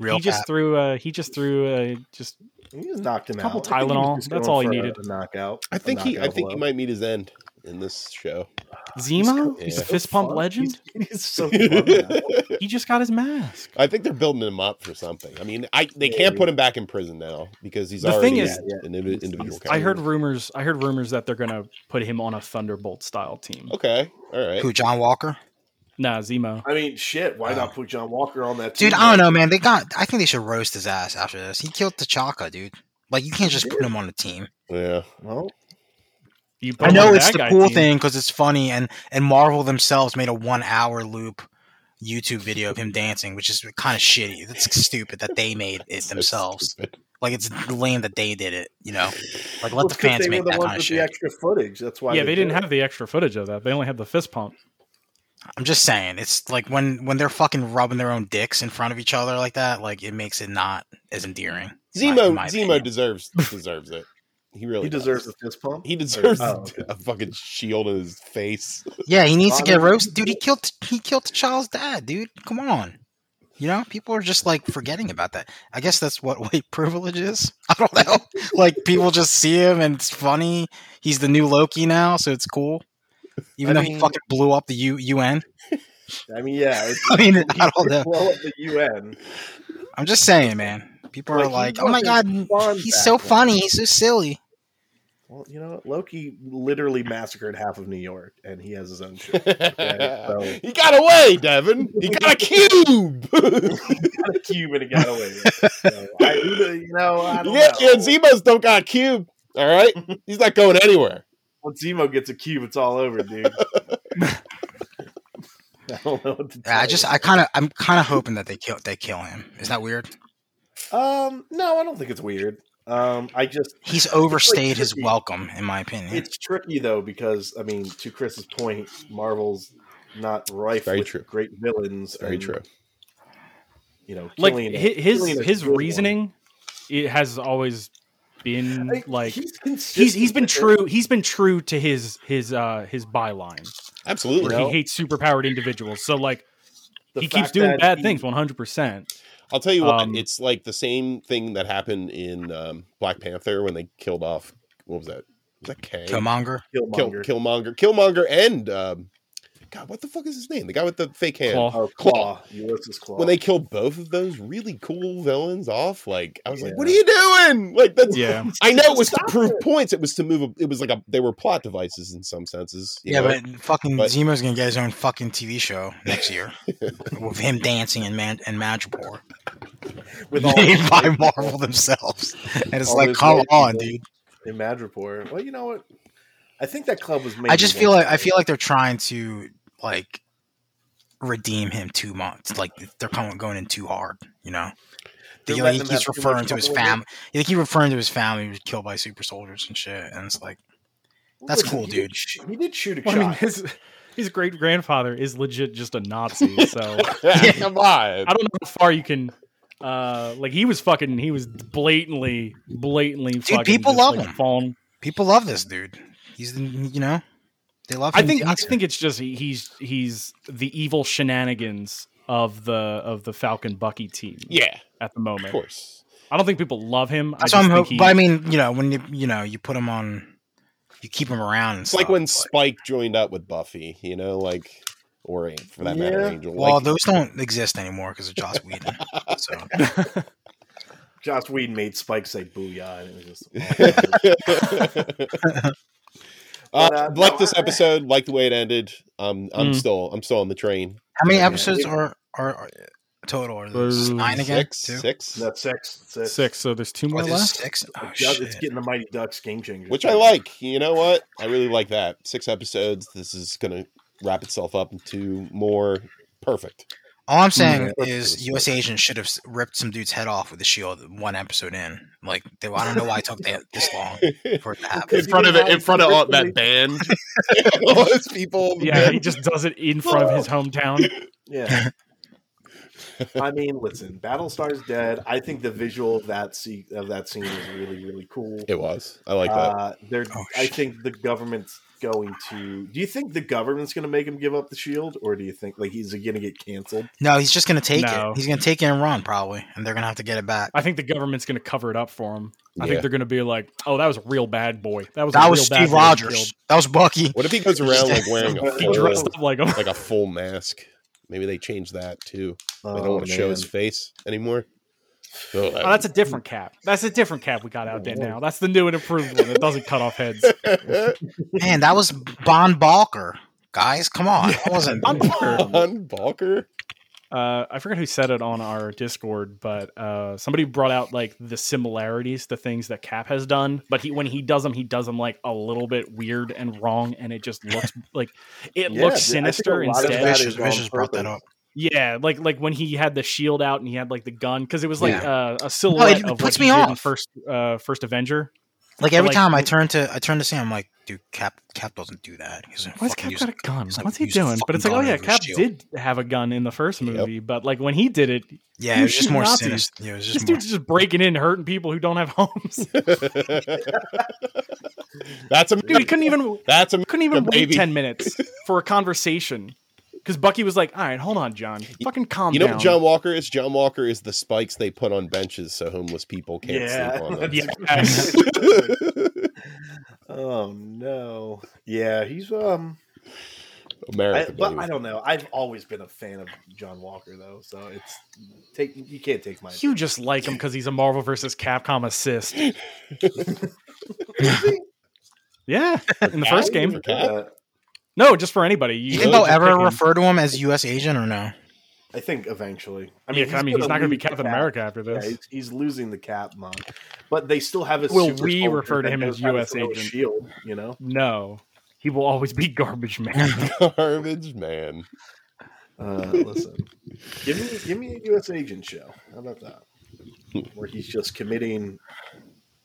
[SPEAKER 4] Real
[SPEAKER 1] he just
[SPEAKER 4] Cap.
[SPEAKER 1] threw uh he just threw uh just
[SPEAKER 3] He just knocked him
[SPEAKER 1] Couple
[SPEAKER 3] out. I think he was
[SPEAKER 1] Tylenol,
[SPEAKER 3] just
[SPEAKER 1] that's
[SPEAKER 3] going
[SPEAKER 1] all he
[SPEAKER 3] for a-
[SPEAKER 1] needed.
[SPEAKER 3] A knockout.
[SPEAKER 2] I think
[SPEAKER 3] a
[SPEAKER 2] he. I
[SPEAKER 3] knockout
[SPEAKER 2] think he
[SPEAKER 3] blow.
[SPEAKER 2] might meet his end in this show.
[SPEAKER 1] Zemo?
[SPEAKER 2] cool.
[SPEAKER 1] He's
[SPEAKER 2] Yeah.
[SPEAKER 1] a fist pump
[SPEAKER 3] Fuck,
[SPEAKER 1] legend.
[SPEAKER 3] He's, he's so fun now.
[SPEAKER 2] I
[SPEAKER 1] He just got his mask.
[SPEAKER 2] think they're building him up for something. I mean, I they
[SPEAKER 3] Yeah,
[SPEAKER 2] can't
[SPEAKER 3] yeah.
[SPEAKER 2] put him back in prison now because he's
[SPEAKER 1] The
[SPEAKER 2] already
[SPEAKER 1] thing is-
[SPEAKER 3] Yeah,
[SPEAKER 2] an indiv- individual.
[SPEAKER 1] I heard
[SPEAKER 2] candidate.
[SPEAKER 1] rumors. I heard rumors that they're gonna put him on a Thunderbolt style team.
[SPEAKER 2] Okay, all right.
[SPEAKER 4] Who John Walker?
[SPEAKER 1] Nah, Zemo.
[SPEAKER 3] I mean, shit. Why not put John Walker on that?
[SPEAKER 4] Dude,
[SPEAKER 3] team,
[SPEAKER 4] I
[SPEAKER 3] man?
[SPEAKER 4] don't know, man. They got. I think they should roast his ass after this. He killed T'Chaka, dude. Like you can't just put him on the team.
[SPEAKER 2] Yeah,
[SPEAKER 3] Well,
[SPEAKER 1] You put
[SPEAKER 4] I
[SPEAKER 1] him on
[SPEAKER 4] know it's
[SPEAKER 1] that
[SPEAKER 4] the
[SPEAKER 1] guy
[SPEAKER 4] cool
[SPEAKER 1] team.
[SPEAKER 4] thing because it's funny, and and Marvel themselves made a one hour loop YouTube video of him dancing, which is kind of shitty. That's stupid that they made it
[SPEAKER 2] So
[SPEAKER 4] themselves.
[SPEAKER 2] stupid.
[SPEAKER 4] Like it's lame that they did it. You know, like let
[SPEAKER 3] well,
[SPEAKER 4] the
[SPEAKER 3] 'cause
[SPEAKER 4] fans
[SPEAKER 3] they
[SPEAKER 4] make
[SPEAKER 3] were the
[SPEAKER 4] that
[SPEAKER 3] ones
[SPEAKER 4] kind of
[SPEAKER 3] with
[SPEAKER 4] shit.
[SPEAKER 3] the extra footage. That's why.
[SPEAKER 1] Yeah, they didn't
[SPEAKER 3] did it.
[SPEAKER 1] have the extra footage of that. They only had the fist pump.
[SPEAKER 4] I'm just saying, it's like when when they're fucking rubbing their own dicks in front of each other like that. Like it makes it not as endearing. in my-
[SPEAKER 2] Zemo.
[SPEAKER 4] in my
[SPEAKER 2] Zemo
[SPEAKER 4] opinion.
[SPEAKER 2] deserves deserves it. He really
[SPEAKER 3] He deserves
[SPEAKER 2] does.
[SPEAKER 3] a fist pump.
[SPEAKER 2] He deserves
[SPEAKER 3] Oh, okay.
[SPEAKER 2] a fucking shield in his face.
[SPEAKER 4] Yeah, he needs to get
[SPEAKER 3] Honestly,
[SPEAKER 4] roasted, dude. He killed he killed T'Challa's dad, dude. Come on, you know people are just like forgetting about that. I guess that's what white privilege is. I don't know. Like people just see him and it's funny. He's the new Loki now, so it's cool. Even
[SPEAKER 3] I
[SPEAKER 4] though
[SPEAKER 3] mean-
[SPEAKER 4] he fucking blew up the U- UN.
[SPEAKER 3] I mean, yeah. It's,
[SPEAKER 4] I mean, I don't know.
[SPEAKER 3] blow up the UN.
[SPEAKER 4] I'm just saying, man. People are
[SPEAKER 3] Like,
[SPEAKER 4] like,
[SPEAKER 3] he
[SPEAKER 4] "Oh my god,
[SPEAKER 3] wasn't fun
[SPEAKER 4] he's
[SPEAKER 3] back
[SPEAKER 4] so
[SPEAKER 3] then."
[SPEAKER 4] funny. He's so silly."
[SPEAKER 3] Well, you know, Loki literally massacred half of New York, and he has his own show. so-
[SPEAKER 2] he got away, Devin. He got a cube.
[SPEAKER 3] got a cube and he got away. with it. So, I, who the- you know, I don't
[SPEAKER 2] yeah,
[SPEAKER 3] know.
[SPEAKER 2] yeah, Zemo's don't got a cube. All right, he's not going anywhere.
[SPEAKER 3] Once Zemo gets a cube, it's all over, dude. I don't know what to tell
[SPEAKER 4] I just, I kind of, I'm kind of hoping that they kill, they kill him. Is that weird?
[SPEAKER 3] you. um, no, I don't think it's weird. Um, I just
[SPEAKER 4] He's overstayed his
[SPEAKER 3] tricky.
[SPEAKER 4] welcome, in my opinion.
[SPEAKER 3] it's tricky though because I mean, to Chris's point, Marvel's not rife
[SPEAKER 2] Very
[SPEAKER 3] with
[SPEAKER 2] true.
[SPEAKER 3] great villains.
[SPEAKER 2] Very
[SPEAKER 3] and,
[SPEAKER 2] true.
[SPEAKER 3] You know,
[SPEAKER 1] Like
[SPEAKER 3] killing a-
[SPEAKER 1] hi- his
[SPEAKER 3] killing
[SPEAKER 1] his,
[SPEAKER 3] a good one.
[SPEAKER 1] reasoning, it has always been
[SPEAKER 3] I-
[SPEAKER 1] like he's he's,
[SPEAKER 3] consistent
[SPEAKER 1] he's been
[SPEAKER 3] with it.
[SPEAKER 1] true he's been true to his his uh his byline
[SPEAKER 2] Absolutely.
[SPEAKER 1] where
[SPEAKER 3] know?
[SPEAKER 1] he hates superpowered individuals. So like
[SPEAKER 3] The
[SPEAKER 1] he keeps
[SPEAKER 3] fact
[SPEAKER 1] doing
[SPEAKER 3] that
[SPEAKER 1] bad
[SPEAKER 3] he-
[SPEAKER 1] things 100. percent
[SPEAKER 2] I'll tell you what,
[SPEAKER 1] Um,
[SPEAKER 2] it's like the same thing that happened in um, Black Panther when they killed off what was that? Was that Kang?
[SPEAKER 4] Killmonger.
[SPEAKER 2] Kill,
[SPEAKER 3] Killmonger.
[SPEAKER 2] Killmonger. Killmonger and um, God, what the fuck is his name? The guy with the fake hand.
[SPEAKER 1] Claw.
[SPEAKER 3] Oh, Claw. Ulysses Claw.
[SPEAKER 2] When they killed both of those really cool villains off, like I was like,
[SPEAKER 3] Yeah.
[SPEAKER 2] "What are you doing?" Like that's.
[SPEAKER 1] Yeah,
[SPEAKER 2] I know it was to
[SPEAKER 3] Stop
[SPEAKER 2] prove
[SPEAKER 3] it.
[SPEAKER 2] points. It was to move. A, it was like a. They were plot devices in some senses. you
[SPEAKER 4] Yeah,
[SPEAKER 2] know?
[SPEAKER 4] but fucking
[SPEAKER 2] But-
[SPEAKER 4] Zemo's gonna get his own fucking TV show next year with him dancing in Man and Madripoor
[SPEAKER 3] with all
[SPEAKER 4] made by Marvel themselves, and it's
[SPEAKER 3] All
[SPEAKER 4] like,
[SPEAKER 3] those
[SPEAKER 4] come
[SPEAKER 3] white
[SPEAKER 4] on,
[SPEAKER 3] people.
[SPEAKER 4] dude.
[SPEAKER 3] in Madripoor. Well, you know what? I think that club was made.
[SPEAKER 4] I just feel like I feel like they're trying to like redeem him too much. Like they're coming, going in too hard. You know,
[SPEAKER 3] They're
[SPEAKER 4] Think,
[SPEAKER 3] letting
[SPEAKER 4] like,
[SPEAKER 3] him
[SPEAKER 4] he's
[SPEAKER 3] have too
[SPEAKER 4] referring
[SPEAKER 3] much
[SPEAKER 4] to his
[SPEAKER 3] trouble with it.
[SPEAKER 4] family. Like he's referring to his family who was killed by super soldiers and shit. And it's like That's cool,
[SPEAKER 3] he did
[SPEAKER 4] dude.
[SPEAKER 3] sh- He did shoot a
[SPEAKER 1] Well, I
[SPEAKER 3] shot.
[SPEAKER 1] mean, his his great grandfather is legit just a Nazi. So
[SPEAKER 2] Come on.
[SPEAKER 1] I don't know how far you can. Uh, like he was fucking. He was blatantly, blatantly. fucking
[SPEAKER 4] people
[SPEAKER 1] just,
[SPEAKER 4] love
[SPEAKER 1] like,
[SPEAKER 4] him.
[SPEAKER 1] falling-
[SPEAKER 4] people love this dude. He's the you know they love.
[SPEAKER 1] I
[SPEAKER 4] him
[SPEAKER 1] think.
[SPEAKER 4] to
[SPEAKER 1] I
[SPEAKER 4] bits.
[SPEAKER 1] think it's just he- he's he's the evil shenanigans of the of the Falcon Bucky team
[SPEAKER 2] Yeah,
[SPEAKER 1] at the
[SPEAKER 2] of
[SPEAKER 1] moment.
[SPEAKER 2] course.
[SPEAKER 1] I don't think people love him. I
[SPEAKER 4] That's what
[SPEAKER 1] just
[SPEAKER 4] I'm
[SPEAKER 1] think
[SPEAKER 4] hoping.
[SPEAKER 1] he,
[SPEAKER 4] But I mean, you know, when you you know you put him on, you keep him around. And
[SPEAKER 2] It's
[SPEAKER 4] stuff.
[SPEAKER 2] like when Spike joined up with Buffy, you know, like or An- for that matter,
[SPEAKER 3] Yeah.
[SPEAKER 2] Angel.
[SPEAKER 4] well,
[SPEAKER 2] like,
[SPEAKER 4] those don't exist anymore because of Joss Whedon. so
[SPEAKER 3] Joss Whedon made Spike say "booyah," and it was just. oh,
[SPEAKER 2] uh,
[SPEAKER 3] But, uh,
[SPEAKER 2] like
[SPEAKER 3] no,
[SPEAKER 2] this
[SPEAKER 3] I-
[SPEAKER 2] episode, like the way it ended. Um, I'm
[SPEAKER 1] Mm.
[SPEAKER 2] still, I'm still on the train.
[SPEAKER 4] how many
[SPEAKER 3] Yeah,
[SPEAKER 4] episodes
[SPEAKER 3] yeah.
[SPEAKER 4] are are, are total? Are there s-
[SPEAKER 1] Ooh,
[SPEAKER 4] nine again?
[SPEAKER 2] Six,
[SPEAKER 4] Two?
[SPEAKER 2] six,
[SPEAKER 3] that's six. Six.
[SPEAKER 1] six. So there's two
[SPEAKER 4] Are
[SPEAKER 1] more
[SPEAKER 4] there
[SPEAKER 1] left.
[SPEAKER 4] six? Oh,
[SPEAKER 3] Yeah, it's
[SPEAKER 4] shit.
[SPEAKER 3] getting the Mighty Ducks game changer,
[SPEAKER 2] which I like. You know what? I really like that. Six episodes. This is gonna wrap itself up into more perfect.
[SPEAKER 4] All I'm saying
[SPEAKER 2] Yeah.
[SPEAKER 4] is U.S. agents should have s- ripped some dude's head off with a shield one episode in. Like, they, I don't know why it took that, this long for it to happen.
[SPEAKER 3] In front of it- in front of all that
[SPEAKER 2] band, all those people.
[SPEAKER 1] Yeah, he just does it in front of his hometown.
[SPEAKER 3] Yeah. I mean, listen, Battlestar's dead. I think the visual of that scene of that scene is really, really cool.
[SPEAKER 2] it was. I like that.
[SPEAKER 3] Uh, they're,
[SPEAKER 4] Oh,
[SPEAKER 3] I
[SPEAKER 4] shit.
[SPEAKER 3] think the government's going to. Do you think the government's going to make him give up the shield, or do you think like he's going to get canceled?
[SPEAKER 4] No, he's just going to take
[SPEAKER 1] No.
[SPEAKER 4] it. He's going to take it and run, probably. And they're going to have to get it back.
[SPEAKER 1] I think the government's going to cover it up for him. I
[SPEAKER 2] Yeah.
[SPEAKER 1] think they're going to be like, "Oh, that was a real bad boy. That was a
[SPEAKER 4] That
[SPEAKER 1] real
[SPEAKER 4] was
[SPEAKER 1] bad
[SPEAKER 4] Steve
[SPEAKER 1] boy that killed."
[SPEAKER 4] Rogers. That was Bucky.
[SPEAKER 2] What if he goes around like wearing a
[SPEAKER 1] He dressed
[SPEAKER 2] full,
[SPEAKER 1] up like "Oh, him.
[SPEAKER 2] like a full mask? Maybe they change that too.
[SPEAKER 3] I
[SPEAKER 2] They don't want to show his face anymore. Oh, that-
[SPEAKER 1] Oh, that's a different cap. That's a different cap we got out there now. That's the new and improved one that doesn't cut off heads.
[SPEAKER 4] Man, that was Bon Balker. Guys, come on. That wasn't.
[SPEAKER 1] I'm sure.
[SPEAKER 2] Ron Balker.
[SPEAKER 1] Uh, I forget who said it on our Discord, but uh, somebody brought out like the similarities to things that Cap has done. But he, when he does them, he does them like a little bit weird and wrong, and it just looks like it
[SPEAKER 3] Yeah, I
[SPEAKER 1] looks
[SPEAKER 3] think a
[SPEAKER 1] sinister
[SPEAKER 3] lot of
[SPEAKER 1] instead.
[SPEAKER 3] that
[SPEAKER 4] Vicious,
[SPEAKER 3] is on
[SPEAKER 4] Vicious brought that
[SPEAKER 3] purpose.
[SPEAKER 4] up.
[SPEAKER 1] Yeah, like like when he had the shield out and he had like the gun because it was like uh, a silhouette of what
[SPEAKER 4] puts
[SPEAKER 1] he
[SPEAKER 4] me
[SPEAKER 1] did in
[SPEAKER 4] off.
[SPEAKER 1] first uh, first Avenger.
[SPEAKER 4] Like, every
[SPEAKER 1] like-
[SPEAKER 4] time I turn to I turn to Sam, I'm like, dude, Cap Cap doesn't do that. He's
[SPEAKER 1] Why is Cap got a gun?
[SPEAKER 4] he's like,
[SPEAKER 1] What's he
[SPEAKER 4] use a
[SPEAKER 1] doing? But it's like,
[SPEAKER 4] fucking
[SPEAKER 1] oh yeah,
[SPEAKER 4] gun over a
[SPEAKER 1] Cap
[SPEAKER 4] shield.
[SPEAKER 1] did have a gun in the first
[SPEAKER 2] Yep.
[SPEAKER 1] movie, but like when he did it,
[SPEAKER 4] yeah,
[SPEAKER 1] you
[SPEAKER 4] it was just
[SPEAKER 1] shoot
[SPEAKER 4] more
[SPEAKER 1] Nazis.
[SPEAKER 4] sinister. Yeah, it was
[SPEAKER 1] this
[SPEAKER 4] just more.
[SPEAKER 1] dude's just breaking in, and hurting people who don't have homes.
[SPEAKER 2] that's a
[SPEAKER 1] Dude, he couldn't even
[SPEAKER 2] that's a
[SPEAKER 1] couldn't even
[SPEAKER 2] The
[SPEAKER 1] wait
[SPEAKER 2] baby.
[SPEAKER 1] ten minutes for a conversation because Bucky was like, all right, hold on, John, fucking calm
[SPEAKER 2] you know
[SPEAKER 1] down.
[SPEAKER 2] what John Walker is? John Walker is the spikes they put on benches so homeless people can't
[SPEAKER 3] Yeah.
[SPEAKER 2] sleep on them.
[SPEAKER 1] yeah,
[SPEAKER 3] Oh no! Yeah, he's um. I,
[SPEAKER 2] America,
[SPEAKER 3] but
[SPEAKER 2] baby.
[SPEAKER 3] I don't know. I've always been a fan of John Walker, though. So it's take you can't take my.
[SPEAKER 1] you just like him because he's a Marvel versus Capcom assist. yeah, in the
[SPEAKER 2] Cap?
[SPEAKER 1] first game.
[SPEAKER 2] For Cap?
[SPEAKER 3] Uh,
[SPEAKER 1] No, just for anybody. You,
[SPEAKER 4] Do you
[SPEAKER 2] Really?
[SPEAKER 4] think they'll
[SPEAKER 1] just
[SPEAKER 4] ever
[SPEAKER 1] pick him.
[SPEAKER 4] refer to him as U.S. agent or no?
[SPEAKER 3] I think eventually.
[SPEAKER 1] I mean, I mean, he's not going to be
[SPEAKER 3] lose the
[SPEAKER 1] Captain
[SPEAKER 3] cap.
[SPEAKER 1] America after
[SPEAKER 3] Yeah,
[SPEAKER 1] this.
[SPEAKER 3] he's, he's losing the cap, mom. But they still have a.
[SPEAKER 1] Will
[SPEAKER 3] super
[SPEAKER 1] we
[SPEAKER 3] soldier
[SPEAKER 1] refer to
[SPEAKER 3] that
[SPEAKER 1] him
[SPEAKER 3] knows
[SPEAKER 1] as
[SPEAKER 3] how to
[SPEAKER 1] US
[SPEAKER 3] throw a
[SPEAKER 1] agent?
[SPEAKER 3] Shield, you know.
[SPEAKER 1] No, he will always be garbage man.
[SPEAKER 2] Garbage man.
[SPEAKER 3] Uh, listen, give me give me a U.S. agent show. How about that? Where he's just committing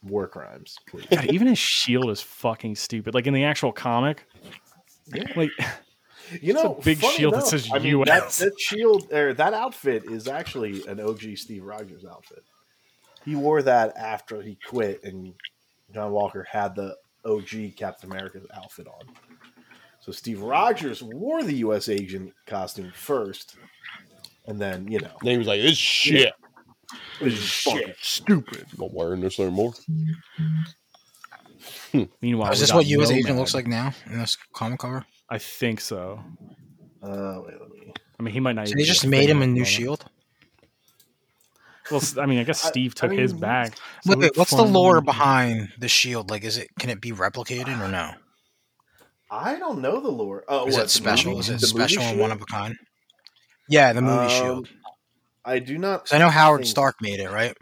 [SPEAKER 3] war crimes. Please.
[SPEAKER 1] God, even his shield is fucking stupid. Like in the actual comic,
[SPEAKER 3] Yeah.
[SPEAKER 1] like
[SPEAKER 3] You know,
[SPEAKER 1] big
[SPEAKER 3] funny
[SPEAKER 1] shield that
[SPEAKER 3] enough,
[SPEAKER 1] says
[SPEAKER 3] I mean, that,
[SPEAKER 1] US.
[SPEAKER 3] that shield or that outfit is actually an OG Steve Rogers outfit. He wore that after he quit, and John Walker had the OG Captain America's outfit on. So Steve Rogers wore the U.S. agent costume first, and then you know,
[SPEAKER 2] Then he was like, "This shit."
[SPEAKER 3] this is fucking-
[SPEAKER 1] stupid.
[SPEAKER 2] I'm not wearing this anymore.
[SPEAKER 3] Oh,
[SPEAKER 1] Meanwhile,
[SPEAKER 4] Is
[SPEAKER 1] we
[SPEAKER 4] this
[SPEAKER 1] got
[SPEAKER 4] what U.S.
[SPEAKER 1] Nomad.
[SPEAKER 4] agent looks like now in this comic cover?
[SPEAKER 1] I think so.
[SPEAKER 3] Uh, wait, let me.
[SPEAKER 1] I mean, he might not.
[SPEAKER 4] So
[SPEAKER 1] even
[SPEAKER 4] they
[SPEAKER 1] be
[SPEAKER 4] just
[SPEAKER 1] thing
[SPEAKER 4] made him a
[SPEAKER 1] at the
[SPEAKER 4] new
[SPEAKER 1] moment.
[SPEAKER 4] shield.
[SPEAKER 1] Well, s- I mean, I guess
[SPEAKER 3] I-
[SPEAKER 1] Steve
[SPEAKER 3] I
[SPEAKER 1] took his
[SPEAKER 3] mean,
[SPEAKER 1] back. So
[SPEAKER 4] Wait, wait,
[SPEAKER 1] it's
[SPEAKER 4] what's the
[SPEAKER 1] fun.
[SPEAKER 4] lore behind the shield? Like, is it can it be replicated or no?
[SPEAKER 3] I don't know the lore. Oh,
[SPEAKER 4] Is
[SPEAKER 3] what,
[SPEAKER 4] it
[SPEAKER 3] the
[SPEAKER 4] special?
[SPEAKER 3] movie-
[SPEAKER 4] Is it
[SPEAKER 3] the movie
[SPEAKER 4] special and
[SPEAKER 3] shield?
[SPEAKER 4] one of a kind? Yeah, the movie
[SPEAKER 3] Um,
[SPEAKER 4] shield.
[SPEAKER 3] I do not.
[SPEAKER 4] 'Cause I know Howard
[SPEAKER 3] think-
[SPEAKER 4] Stark made it, right?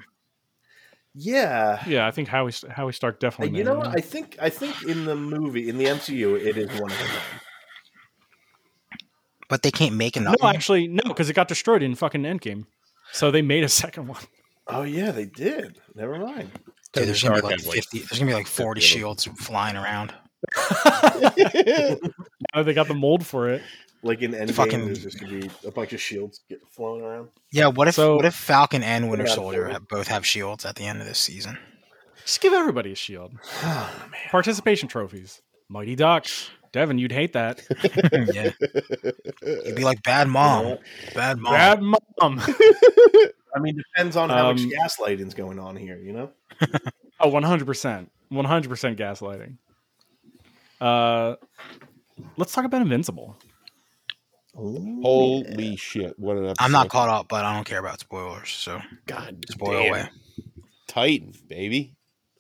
[SPEAKER 3] Yeah,
[SPEAKER 1] Yeah, I think Howie St- Howie Stark
[SPEAKER 3] Uh,
[SPEAKER 1] definitely.
[SPEAKER 3] You
[SPEAKER 1] made
[SPEAKER 3] know,
[SPEAKER 1] it.
[SPEAKER 3] I think I think in the movie in the MCU it is one of them.
[SPEAKER 4] but they can't make
[SPEAKER 1] No,
[SPEAKER 4] another. one?
[SPEAKER 1] actually, no, because it got destroyed in fucking Endgame. So they made a second one.
[SPEAKER 3] Oh yeah, they did. Never mind.
[SPEAKER 4] Dude,
[SPEAKER 5] Tony
[SPEAKER 4] there's gonna be
[SPEAKER 5] Stark
[SPEAKER 4] like
[SPEAKER 5] has, like,
[SPEAKER 4] fifty. There's gonna be like forty
[SPEAKER 5] 50
[SPEAKER 4] shields flying around.
[SPEAKER 1] Now they got the mold for it.
[SPEAKER 3] Like in Endgame,
[SPEAKER 4] Fucking-
[SPEAKER 3] there's just gonna be a bunch of shields get flown around.
[SPEAKER 4] Yeah, what if
[SPEAKER 1] So-
[SPEAKER 4] what if Falcon and Winter
[SPEAKER 3] Yeah,
[SPEAKER 4] Soldier
[SPEAKER 3] absolutely.
[SPEAKER 4] have, both have shields at the end of this season?
[SPEAKER 1] Just give everybody a shield.
[SPEAKER 3] Oh man,
[SPEAKER 1] Participation trophies. Mighty Ducks. Devin, you'd hate that.
[SPEAKER 4] yeah, it'd be like bad mom, bad mom.
[SPEAKER 1] Bad mom.
[SPEAKER 3] I mean, depends on how much
[SPEAKER 1] Um,
[SPEAKER 3] gaslighting's going on here. You know,
[SPEAKER 1] Oh, 100%. 100% gaslighting. Uh, let's talk about Invincible.
[SPEAKER 2] Holy shit! What an episode.
[SPEAKER 4] I'm not caught up, but I don't care about spoilers, so
[SPEAKER 2] God,
[SPEAKER 4] spoil
[SPEAKER 2] damn.
[SPEAKER 4] away.
[SPEAKER 2] Titan, baby.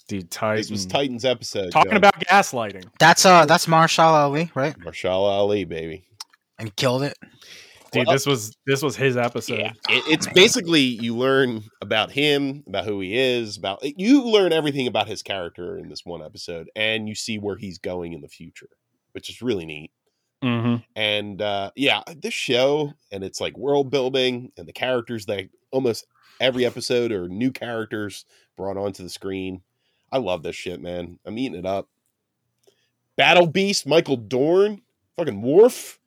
[SPEAKER 1] Dude, Titan.
[SPEAKER 2] This was Titans episode.
[SPEAKER 1] Talking
[SPEAKER 2] yo.
[SPEAKER 1] about gaslighting.
[SPEAKER 4] That's uh, that's Marshall Ali, right?
[SPEAKER 2] Marshall Ali, baby.
[SPEAKER 4] And he killed it.
[SPEAKER 1] Dude,
[SPEAKER 2] Well,
[SPEAKER 1] this was this was his episode.
[SPEAKER 2] Yeah, it, it's basically you learn about him, about who he is, about you learn everything about his character in this one episode, and you see where he's going in the future, which is really neat.
[SPEAKER 1] Mm-hmm.
[SPEAKER 2] And uh, yeah, this show and it's like world building and the characters that almost every episode are new characters brought onto the screen. I love this shit, man. I'm eating it up. Battle Beast, Michael Dorn, fucking Worf,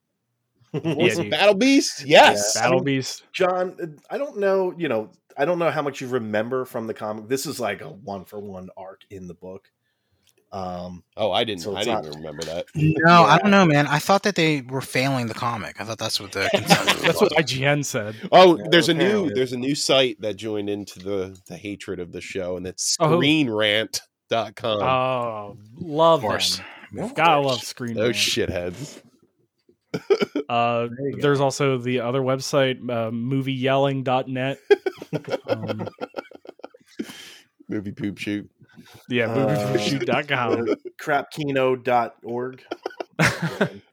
[SPEAKER 1] Yeah, dude.
[SPEAKER 2] Battle Beast, yes,
[SPEAKER 1] Battle Beast.
[SPEAKER 3] John, uh, I don't know. You know, I don't know how much you remember from the comic. This is like a one for one arc in the book. Um,
[SPEAKER 2] Oh, I didn't.
[SPEAKER 3] So
[SPEAKER 2] I
[SPEAKER 3] it's
[SPEAKER 2] didn't
[SPEAKER 3] not-
[SPEAKER 2] even remember that.
[SPEAKER 4] No, I don't know, man. I thought that they were failing the comic. I thought that's what the consensus
[SPEAKER 1] That's what IGN said.
[SPEAKER 2] Oh,
[SPEAKER 3] Yeah,
[SPEAKER 2] there's a new
[SPEAKER 3] apparently.
[SPEAKER 2] there's a new site that joined into the the hatred of the show, and it's
[SPEAKER 1] Oh, who?
[SPEAKER 2] screenrant.com.
[SPEAKER 1] Oh, love
[SPEAKER 4] was.
[SPEAKER 1] them. Gotta love Screen
[SPEAKER 2] Those
[SPEAKER 1] Rant.
[SPEAKER 2] shitheads.
[SPEAKER 1] Uh,
[SPEAKER 3] There you go.
[SPEAKER 1] there's also the other website, uh, movieyelling.net. um,
[SPEAKER 2] Movie poop shoot.
[SPEAKER 1] yeah,
[SPEAKER 3] Uh,
[SPEAKER 1] movieyelling.com.
[SPEAKER 3] crapkino.org.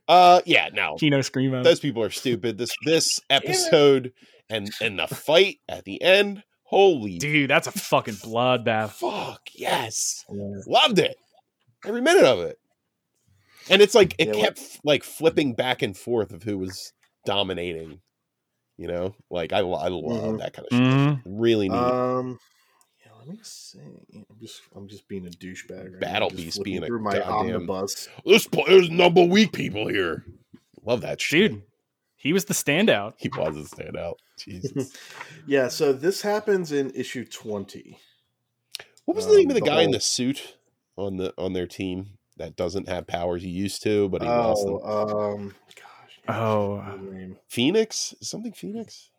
[SPEAKER 2] Uh yeah, no.
[SPEAKER 1] Kino Screamo.
[SPEAKER 2] Those people are stupid. This this episode and and the fight at the end. Holy
[SPEAKER 1] Dude, that's a fucking bloodbath.
[SPEAKER 2] fuck. Yes.
[SPEAKER 3] Yeah.
[SPEAKER 2] Loved it. Every minute of it. And it's like it
[SPEAKER 3] Yeah, what-
[SPEAKER 2] kept like flipping back and forth of who was dominating. You know? Like I, lo- I love
[SPEAKER 3] Mhm.
[SPEAKER 2] that kind of shit.
[SPEAKER 1] Mhm.
[SPEAKER 2] Really neat.
[SPEAKER 3] Um, yeah, let me see. I'm just, I'm just being a douchebag. Right
[SPEAKER 2] Battle
[SPEAKER 3] now, just
[SPEAKER 2] Beast
[SPEAKER 3] flipping
[SPEAKER 2] being a
[SPEAKER 3] through my
[SPEAKER 2] goddamn-
[SPEAKER 3] omnibus.
[SPEAKER 2] This player's number weak people here. Love that shit.
[SPEAKER 1] Dude, he was the standout.
[SPEAKER 2] He was a standout. Jesus.
[SPEAKER 3] Yeah, so this happens in issue 20.
[SPEAKER 2] What was the name of
[SPEAKER 3] Um,
[SPEAKER 2] the,
[SPEAKER 3] the
[SPEAKER 2] guy in
[SPEAKER 3] whole-
[SPEAKER 2] the suit on the on their team that doesn't have powers he used to, but he lost them?
[SPEAKER 3] Oh, um, gosh.
[SPEAKER 1] Oh,
[SPEAKER 3] his name.
[SPEAKER 2] Phoenix? Something Phoenix?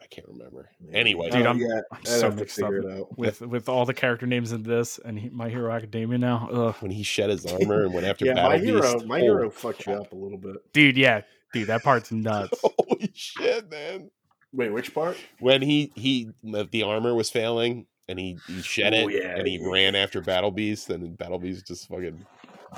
[SPEAKER 2] I can't remember. Anyway,
[SPEAKER 1] Dude,
[SPEAKER 3] Oh,
[SPEAKER 1] I'm-
[SPEAKER 3] yeah,
[SPEAKER 1] I'm
[SPEAKER 3] I'd
[SPEAKER 1] so
[SPEAKER 3] have to
[SPEAKER 1] mixed up
[SPEAKER 3] figure it out.
[SPEAKER 1] with, with all the character names in this and he, My Hero Academia now. Ugh.
[SPEAKER 2] when he shed his armor and went after
[SPEAKER 3] Yeah,
[SPEAKER 2] Battle
[SPEAKER 3] my hero,
[SPEAKER 2] Beast.
[SPEAKER 3] my
[SPEAKER 2] oh,
[SPEAKER 3] hero fucked you up a little bit.
[SPEAKER 1] Dude, yeah. Dude, that part's nuts.
[SPEAKER 2] Holy shit, man.
[SPEAKER 3] Wait, which part?
[SPEAKER 2] When he he the armor was failing and he, he shed
[SPEAKER 3] Oh,
[SPEAKER 2] it
[SPEAKER 3] yeah,
[SPEAKER 2] and he
[SPEAKER 3] yeah.
[SPEAKER 2] ran after Battle Beast and then Battle Beast just fucking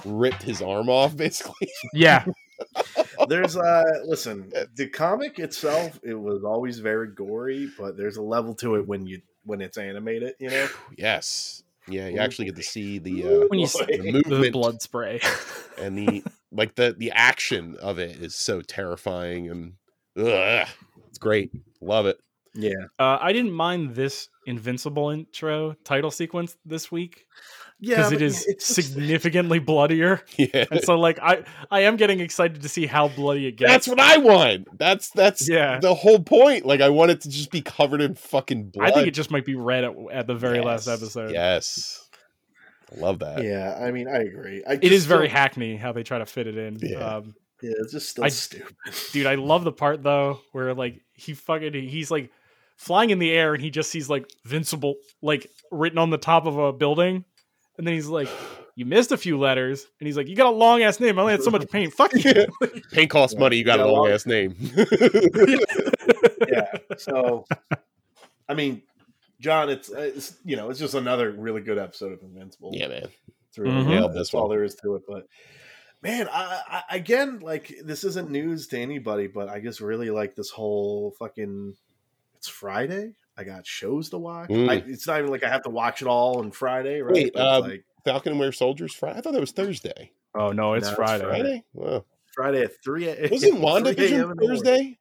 [SPEAKER 2] ripped his arm off basically.
[SPEAKER 1] Yeah.
[SPEAKER 2] Oh.
[SPEAKER 3] There's uh listen, the comic itself, it was always very gory, but there's a level to it when you when it's animated, you know?
[SPEAKER 2] Yes. Yeah, you
[SPEAKER 3] Ooh.
[SPEAKER 2] actually get to see the uh,
[SPEAKER 1] When you
[SPEAKER 3] Boy.
[SPEAKER 1] see
[SPEAKER 2] the
[SPEAKER 1] the
[SPEAKER 2] movement
[SPEAKER 1] blood spray.
[SPEAKER 2] and the like the the action of it is so terrifying and ugh, it's great. Love it.
[SPEAKER 3] Yeah.
[SPEAKER 1] Uh, I didn't mind this Invincible intro title sequence this week
[SPEAKER 3] Yeah.
[SPEAKER 1] because
[SPEAKER 3] but
[SPEAKER 1] it is
[SPEAKER 3] it's just-
[SPEAKER 1] significantly bloodier.
[SPEAKER 2] Yeah.
[SPEAKER 1] And so, like, I I am getting excited to see how bloody it gets.
[SPEAKER 2] That's what I want. That's that's
[SPEAKER 1] Yeah.
[SPEAKER 2] the whole point. Like I want it to just be covered in fucking blood.
[SPEAKER 1] I think it just might be red at, at the very last
[SPEAKER 2] Yes,
[SPEAKER 1] episode.
[SPEAKER 2] Yes. I love that.
[SPEAKER 3] Yeah, I mean I agree. I
[SPEAKER 1] It
[SPEAKER 3] just
[SPEAKER 1] is very
[SPEAKER 3] still-
[SPEAKER 1] hackney how they try to fit it in.
[SPEAKER 2] Yeah.
[SPEAKER 1] Um,
[SPEAKER 3] Yeah, it's just still
[SPEAKER 1] I-
[SPEAKER 3] stupid.
[SPEAKER 1] dude, I love the part though where like he fucking he's like flying in the air and he just sees like Vincible like written on the top of a building. And then he's like, You missed a few letters. And he's like, You got a long ass name. I only had so much pain. Fuck you.
[SPEAKER 2] Yeah. Paint costs money, you got
[SPEAKER 3] Yeah,
[SPEAKER 2] a
[SPEAKER 3] well-
[SPEAKER 2] long ass name.
[SPEAKER 3] yeah. So, I mean, John, it's, uh, it's you know, it's just another really good episode of Invincible.
[SPEAKER 2] yeah, man.
[SPEAKER 3] through
[SPEAKER 1] Mhm.
[SPEAKER 2] Yeah,
[SPEAKER 3] it.
[SPEAKER 2] this
[SPEAKER 3] That's all
[SPEAKER 2] one.
[SPEAKER 3] there is to it. But man, I, I again, like this isn't news to anybody, but I just really like this whole fucking. It's Friday. I got shows to watch.
[SPEAKER 2] Mm.
[SPEAKER 3] I, it's not even like I have to watch it all on Friday, right?
[SPEAKER 2] Wait,
[SPEAKER 3] But it's
[SPEAKER 2] um,
[SPEAKER 3] like
[SPEAKER 2] Falcon and Wear Soldiers Friday. I thought that was Thursday.
[SPEAKER 1] Oh no, it's
[SPEAKER 3] No, it's
[SPEAKER 1] Friday.
[SPEAKER 3] Friday.
[SPEAKER 2] Friday? Wow.
[SPEAKER 3] Friday at three. a-
[SPEAKER 2] Wasn't
[SPEAKER 3] 3 a.m.
[SPEAKER 2] WandaVision
[SPEAKER 3] in the morning.
[SPEAKER 2] Thursday?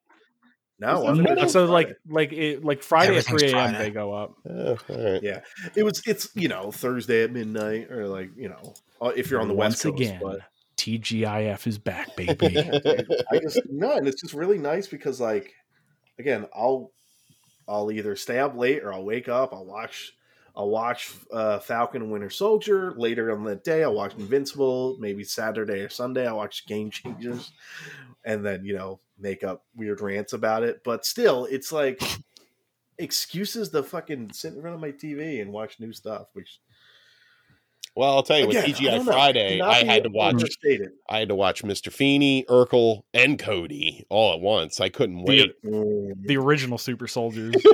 [SPEAKER 3] No,
[SPEAKER 2] wasn't
[SPEAKER 3] wasn't
[SPEAKER 2] it?
[SPEAKER 3] it?
[SPEAKER 1] so like like it, like Friday at
[SPEAKER 4] Everything's
[SPEAKER 1] three a.m.
[SPEAKER 4] Friday.
[SPEAKER 1] they go up.
[SPEAKER 2] Oh, all right.
[SPEAKER 3] Yeah. it was. It's you know Thursday at midnight or like you know uh, if you're on the
[SPEAKER 1] Once
[SPEAKER 3] West Coast.
[SPEAKER 1] again,
[SPEAKER 3] But
[SPEAKER 1] TGIF is back, baby.
[SPEAKER 3] I just no, and it's just really nice because like again, I'll I'll either stay up late or I'll wake up. I'll watch I'll watch uh, Falcon and Winter Soldier later on the day. I'll watch Invincible maybe Saturday or Sunday. I'll watch Game Changers, and then you know make up weird rants about it. But still, it's like excuses to fucking sit in front of my TV and watch new stuff. Which
[SPEAKER 2] Well, I'll tell you,
[SPEAKER 3] again,
[SPEAKER 2] with
[SPEAKER 3] I
[SPEAKER 2] TGI
[SPEAKER 3] don't know.
[SPEAKER 2] Friday,
[SPEAKER 3] Cannot
[SPEAKER 2] I
[SPEAKER 3] be
[SPEAKER 2] had to watch.
[SPEAKER 3] overstated.
[SPEAKER 2] I had to watch Mr. Feeney, Urkel, and Cody all at once. I couldn't wait.
[SPEAKER 1] the original Super Soldiers.
[SPEAKER 4] Yo,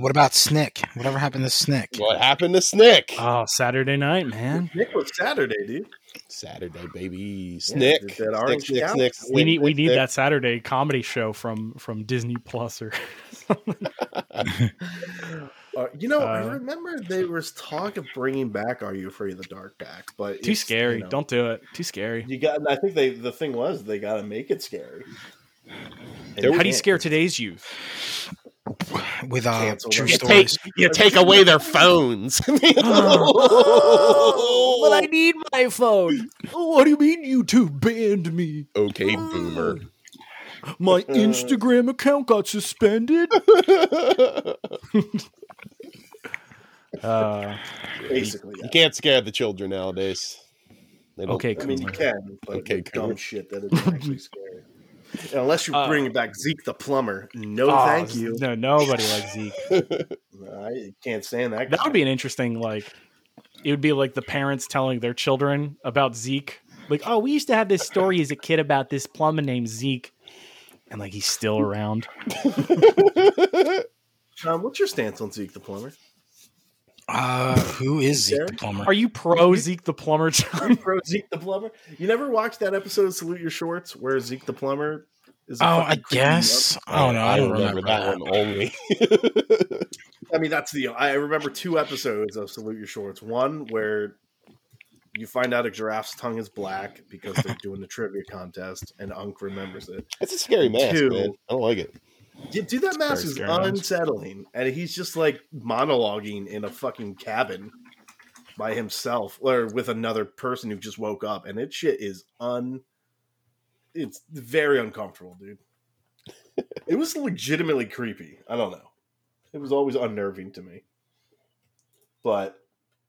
[SPEAKER 4] what about Snick? Whatever happened to Snick?
[SPEAKER 2] what happened to Snick?
[SPEAKER 1] Oh, Saturday night, man.
[SPEAKER 3] Nick was Saturday, dude.
[SPEAKER 2] Saturday, baby.
[SPEAKER 3] Yeah,
[SPEAKER 2] Snick.
[SPEAKER 3] did that
[SPEAKER 2] Snick,
[SPEAKER 3] orange
[SPEAKER 2] Snick,
[SPEAKER 3] cow?
[SPEAKER 2] Snick,
[SPEAKER 1] We
[SPEAKER 2] Snick,
[SPEAKER 1] need we
[SPEAKER 2] Snick,
[SPEAKER 1] need
[SPEAKER 2] Snick.
[SPEAKER 1] that Saturday comedy show from from Disney Plus or
[SPEAKER 3] Uh, you know, I
[SPEAKER 1] Uh,
[SPEAKER 3] remember there was talk of bringing back "Are You Afraid of the Dark" back, but
[SPEAKER 1] too
[SPEAKER 3] it's,
[SPEAKER 1] scary.
[SPEAKER 3] you know,
[SPEAKER 1] Don't do it. Too scary.
[SPEAKER 3] you got? and I think they the thing was they got to make it scary. And
[SPEAKER 2] There was-
[SPEAKER 1] How do you
[SPEAKER 3] can't.
[SPEAKER 1] scare today's youth?
[SPEAKER 4] With uh,
[SPEAKER 3] Cancel
[SPEAKER 4] true
[SPEAKER 3] them.
[SPEAKER 2] You
[SPEAKER 4] stories.
[SPEAKER 2] take, you take away their phones.
[SPEAKER 1] Oh,
[SPEAKER 2] Oh.
[SPEAKER 1] I need my phone. What do you mean YouTube banned me?
[SPEAKER 2] okay, boomer.
[SPEAKER 1] My Instagram account got suspended.
[SPEAKER 2] you
[SPEAKER 1] Uh,
[SPEAKER 3] Basically, yeah.
[SPEAKER 2] can't scare the children nowadays. They don't-
[SPEAKER 1] okay,
[SPEAKER 3] I mean, you
[SPEAKER 1] Coomer.
[SPEAKER 3] can, but
[SPEAKER 2] Okay,
[SPEAKER 3] okay,
[SPEAKER 2] cool.
[SPEAKER 3] dumb shit that is actually scary. And unless you
[SPEAKER 1] Uh,
[SPEAKER 3] bring back Zeke the plumber, no,
[SPEAKER 1] Oh,
[SPEAKER 3] thank you.
[SPEAKER 1] No, nobody likes Zeke.
[SPEAKER 3] I can't stand that.
[SPEAKER 1] That
[SPEAKER 3] guy.
[SPEAKER 1] would be an interesting like. It would be like the parents telling their children about Zeke. Like, oh, we used to have this story as a kid about this plumber named Zeke, and like he's still around.
[SPEAKER 3] John, what's your stance on Zeke the plumber?
[SPEAKER 4] Uh, who is Zeke the plumber?
[SPEAKER 1] Are you pro Zeke the plumber? John?
[SPEAKER 3] Are you pro Zeke the plumber? You never watched that episode of Salute Your Shorts where Zeke the plumber is? a
[SPEAKER 4] Oh, I
[SPEAKER 3] fucking creepy mother-
[SPEAKER 4] guess. I don't know. I don't remember, that.
[SPEAKER 2] that one only.
[SPEAKER 3] I mean, that's the. I remember two episodes of Salute Your Shorts. One where you find out a giraffe's tongue is black because they're doing the trivia contest, and Unc remembers it.
[SPEAKER 2] That's a scary mask,
[SPEAKER 3] Two.
[SPEAKER 2] man. I don't like it.
[SPEAKER 3] Yeah, dude, that mask
[SPEAKER 1] very
[SPEAKER 3] is
[SPEAKER 1] scary, man.
[SPEAKER 3] unsettling, and he's just like monologuing in a fucking cabin by himself or with another person who just woke up, and it shit is un. It's very uncomfortable, dude. it was legitimately creepy. I don't know. It was always unnerving to me. But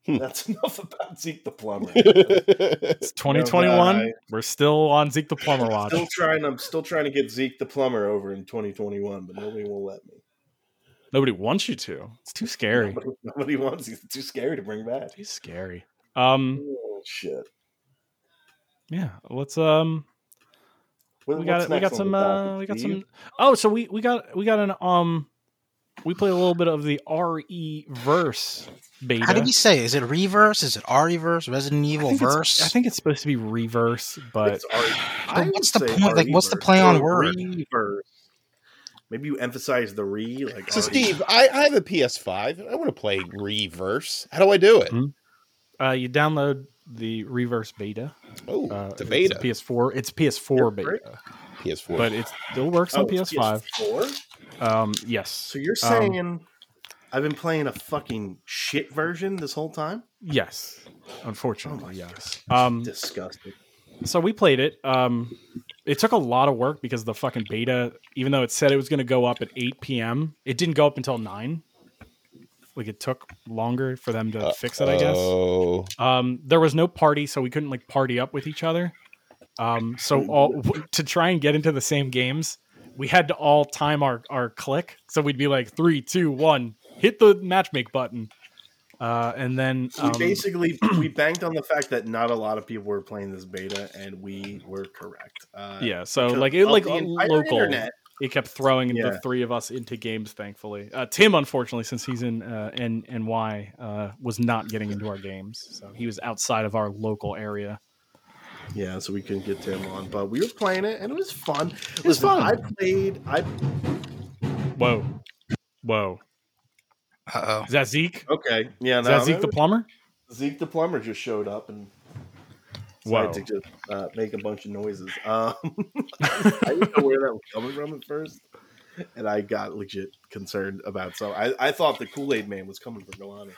[SPEAKER 2] Hmm.
[SPEAKER 3] that's enough about Zeke the plumber.
[SPEAKER 1] It's 2021.
[SPEAKER 3] No, I-
[SPEAKER 1] We're still on Zeke the plumber watch.
[SPEAKER 3] still trying. I'm still trying to get Zeke the plumber over in 2021, but nobody will let me.
[SPEAKER 1] Nobody wants you to. It's too scary.
[SPEAKER 3] Nobody, nobody wants. He's too scary to bring back.
[SPEAKER 1] Too scary. Um,
[SPEAKER 3] Oh, shit.
[SPEAKER 1] yeah. Let's um.
[SPEAKER 3] What-
[SPEAKER 1] We
[SPEAKER 3] what's
[SPEAKER 1] got we
[SPEAKER 3] next
[SPEAKER 1] got
[SPEAKER 3] on
[SPEAKER 1] some
[SPEAKER 3] the
[SPEAKER 1] uh
[SPEAKER 3] docket,
[SPEAKER 1] we got
[SPEAKER 3] Steve?
[SPEAKER 1] some. Oh, so we we got we got an um. We play a little bit of the RE verse beta.
[SPEAKER 4] How do we say? it? Is it reverse? Is it reverse? Resident
[SPEAKER 1] I
[SPEAKER 4] Evil
[SPEAKER 1] think it's-
[SPEAKER 4] verse?
[SPEAKER 1] I think it's supposed to be reverse, but
[SPEAKER 3] It's already-
[SPEAKER 4] But
[SPEAKER 3] I
[SPEAKER 4] what's
[SPEAKER 3] would
[SPEAKER 4] the
[SPEAKER 3] say
[SPEAKER 4] point? Like, what's the play
[SPEAKER 3] RE
[SPEAKER 4] on
[SPEAKER 3] verse or
[SPEAKER 4] word?
[SPEAKER 3] RE verse. Maybe you emphasize the re. Like
[SPEAKER 2] So,
[SPEAKER 3] RE.
[SPEAKER 2] Steve, I, I have a PS5. I want to play Reverse. How do I do it?
[SPEAKER 1] Hmm. uh, you download the reverse beta.
[SPEAKER 2] Oh,
[SPEAKER 1] Uh,
[SPEAKER 2] the beta.
[SPEAKER 1] It's a PS4. It's PS4
[SPEAKER 3] Yeah,
[SPEAKER 1] beta,
[SPEAKER 3] right.
[SPEAKER 2] PS4.
[SPEAKER 1] but it still works
[SPEAKER 3] Oh,
[SPEAKER 1] on
[SPEAKER 3] it's
[SPEAKER 1] PS5.
[SPEAKER 3] PS4?
[SPEAKER 1] Um, yes.
[SPEAKER 3] So you're
[SPEAKER 1] Um,
[SPEAKER 3] saying I've been playing a fucking shit version this whole time?
[SPEAKER 1] Mm-hmm. Yes,
[SPEAKER 3] Oh
[SPEAKER 1] unfortunately,
[SPEAKER 3] my
[SPEAKER 1] yes. Um,
[SPEAKER 3] Disgusting.
[SPEAKER 1] so we played it. Um, it took a lot of work because the fucking beta, even though it said it was going to go up at 8 p.m., it didn't go up until 9. Like it took longer for them to uh, fix it, I guess.
[SPEAKER 2] Uh, Oh,
[SPEAKER 1] Um, there was no party, so we couldn't like party up with each other. Um,
[SPEAKER 3] Oh.
[SPEAKER 1] so all to try and get into the same games, we had to all time our our click. So we'd be like three, two, one, hit the matchmake button, uh, and then
[SPEAKER 3] We
[SPEAKER 1] um,
[SPEAKER 3] basically we banked on the fact that not a lot of people were playing this beta, and we were correct. Uh,
[SPEAKER 1] yeah so
[SPEAKER 3] because
[SPEAKER 1] like it
[SPEAKER 3] of
[SPEAKER 1] like
[SPEAKER 3] the
[SPEAKER 1] a
[SPEAKER 3] entire
[SPEAKER 1] local
[SPEAKER 3] internet.
[SPEAKER 1] it kept throwing
[SPEAKER 3] Yeah.
[SPEAKER 1] the three of us into games thankfully uh, tim unfortunately since he's in uh, N- ny uh, was not getting into our games so he was outside of our local area
[SPEAKER 3] Yeah, so we couldn't get Tim on, but we were playing it, and it was fun. It
[SPEAKER 1] was fun.
[SPEAKER 3] I played. I
[SPEAKER 1] whoa whoa
[SPEAKER 4] Uh oh.
[SPEAKER 1] is that zeke
[SPEAKER 3] okay. Yeah,
[SPEAKER 1] is
[SPEAKER 3] no,
[SPEAKER 1] that zeke
[SPEAKER 3] no,
[SPEAKER 1] the plumber
[SPEAKER 3] Zeke the plumber just showed up and So I had
[SPEAKER 1] Wow.
[SPEAKER 3] to just uh, make a bunch of noises. Um, I didn't know where that was coming from at first, and I got legit concerned about. So I, I thought the Kool Aid Man was coming from Galani.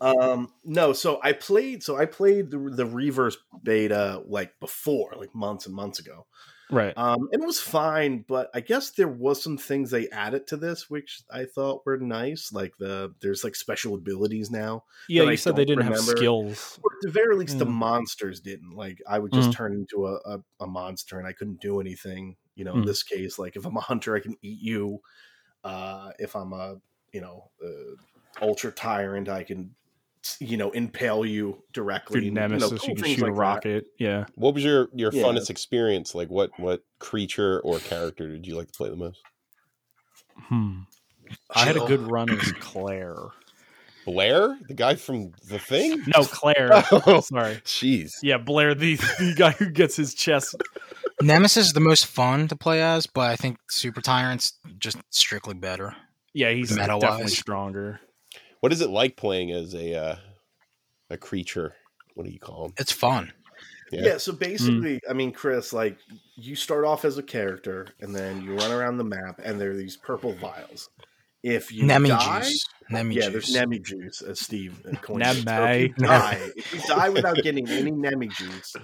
[SPEAKER 3] Um, no, so I played. So I played the, the reverse beta like before, like months and months ago.
[SPEAKER 1] Right.
[SPEAKER 3] Um, and it was fine, but I guess there was some things they added to this which I thought were nice. Like the there's like special abilities now.
[SPEAKER 1] yeah,
[SPEAKER 3] I
[SPEAKER 1] you said they
[SPEAKER 3] don't
[SPEAKER 1] didn't have
[SPEAKER 3] remember.
[SPEAKER 1] skills.
[SPEAKER 3] Or at the very least, the
[SPEAKER 1] Mm.
[SPEAKER 3] monsters didn't. Like I would just
[SPEAKER 1] Mm.
[SPEAKER 3] turn into a, a, a monster and I couldn't do anything. You know, in
[SPEAKER 1] Mm.
[SPEAKER 3] this case, like if I'm a hunter, I can eat you. Uh, if I'm a you know uh, ultra tyrant, I can you know impale you directly.
[SPEAKER 1] Through
[SPEAKER 3] and, know,
[SPEAKER 1] Nemesis,
[SPEAKER 3] cool
[SPEAKER 1] you can
[SPEAKER 3] things
[SPEAKER 1] shoot a
[SPEAKER 3] like that.
[SPEAKER 1] rocket. Yeah.
[SPEAKER 2] What was your your
[SPEAKER 3] Yeah.
[SPEAKER 2] funnest experience? Like what what creature or character did you like to play the most?
[SPEAKER 1] Hmm. I had a
[SPEAKER 4] Jill.
[SPEAKER 1] good run as Claire.
[SPEAKER 2] Blair, the guy from The Thing.
[SPEAKER 1] No, Claire.
[SPEAKER 2] Oh,
[SPEAKER 1] Sorry.
[SPEAKER 2] jeez.
[SPEAKER 1] Yeah, Blair, the, the guy who gets his chest.
[SPEAKER 4] Nemesis is the most fun to play as, but I think Super Tyrant's just strictly better.
[SPEAKER 1] Yeah, he's
[SPEAKER 4] Metal-wise.
[SPEAKER 1] definitely stronger.
[SPEAKER 2] What is it like playing as a uh, a creature? What do you call him?
[SPEAKER 4] It's fun.
[SPEAKER 2] Yeah.
[SPEAKER 3] Yeah. so
[SPEAKER 1] Mm.
[SPEAKER 3] basically, I mean, Chris, like you start off as a character and then you run around the map and there are these purple vials. If you
[SPEAKER 4] Nemi
[SPEAKER 3] die,
[SPEAKER 4] juice. Nemi
[SPEAKER 3] yeah,
[SPEAKER 4] juice.
[SPEAKER 3] there's nemi juice, as Steve uh, coined it. So if
[SPEAKER 1] Nemi.
[SPEAKER 3] you die, if you die without getting any nemi juice,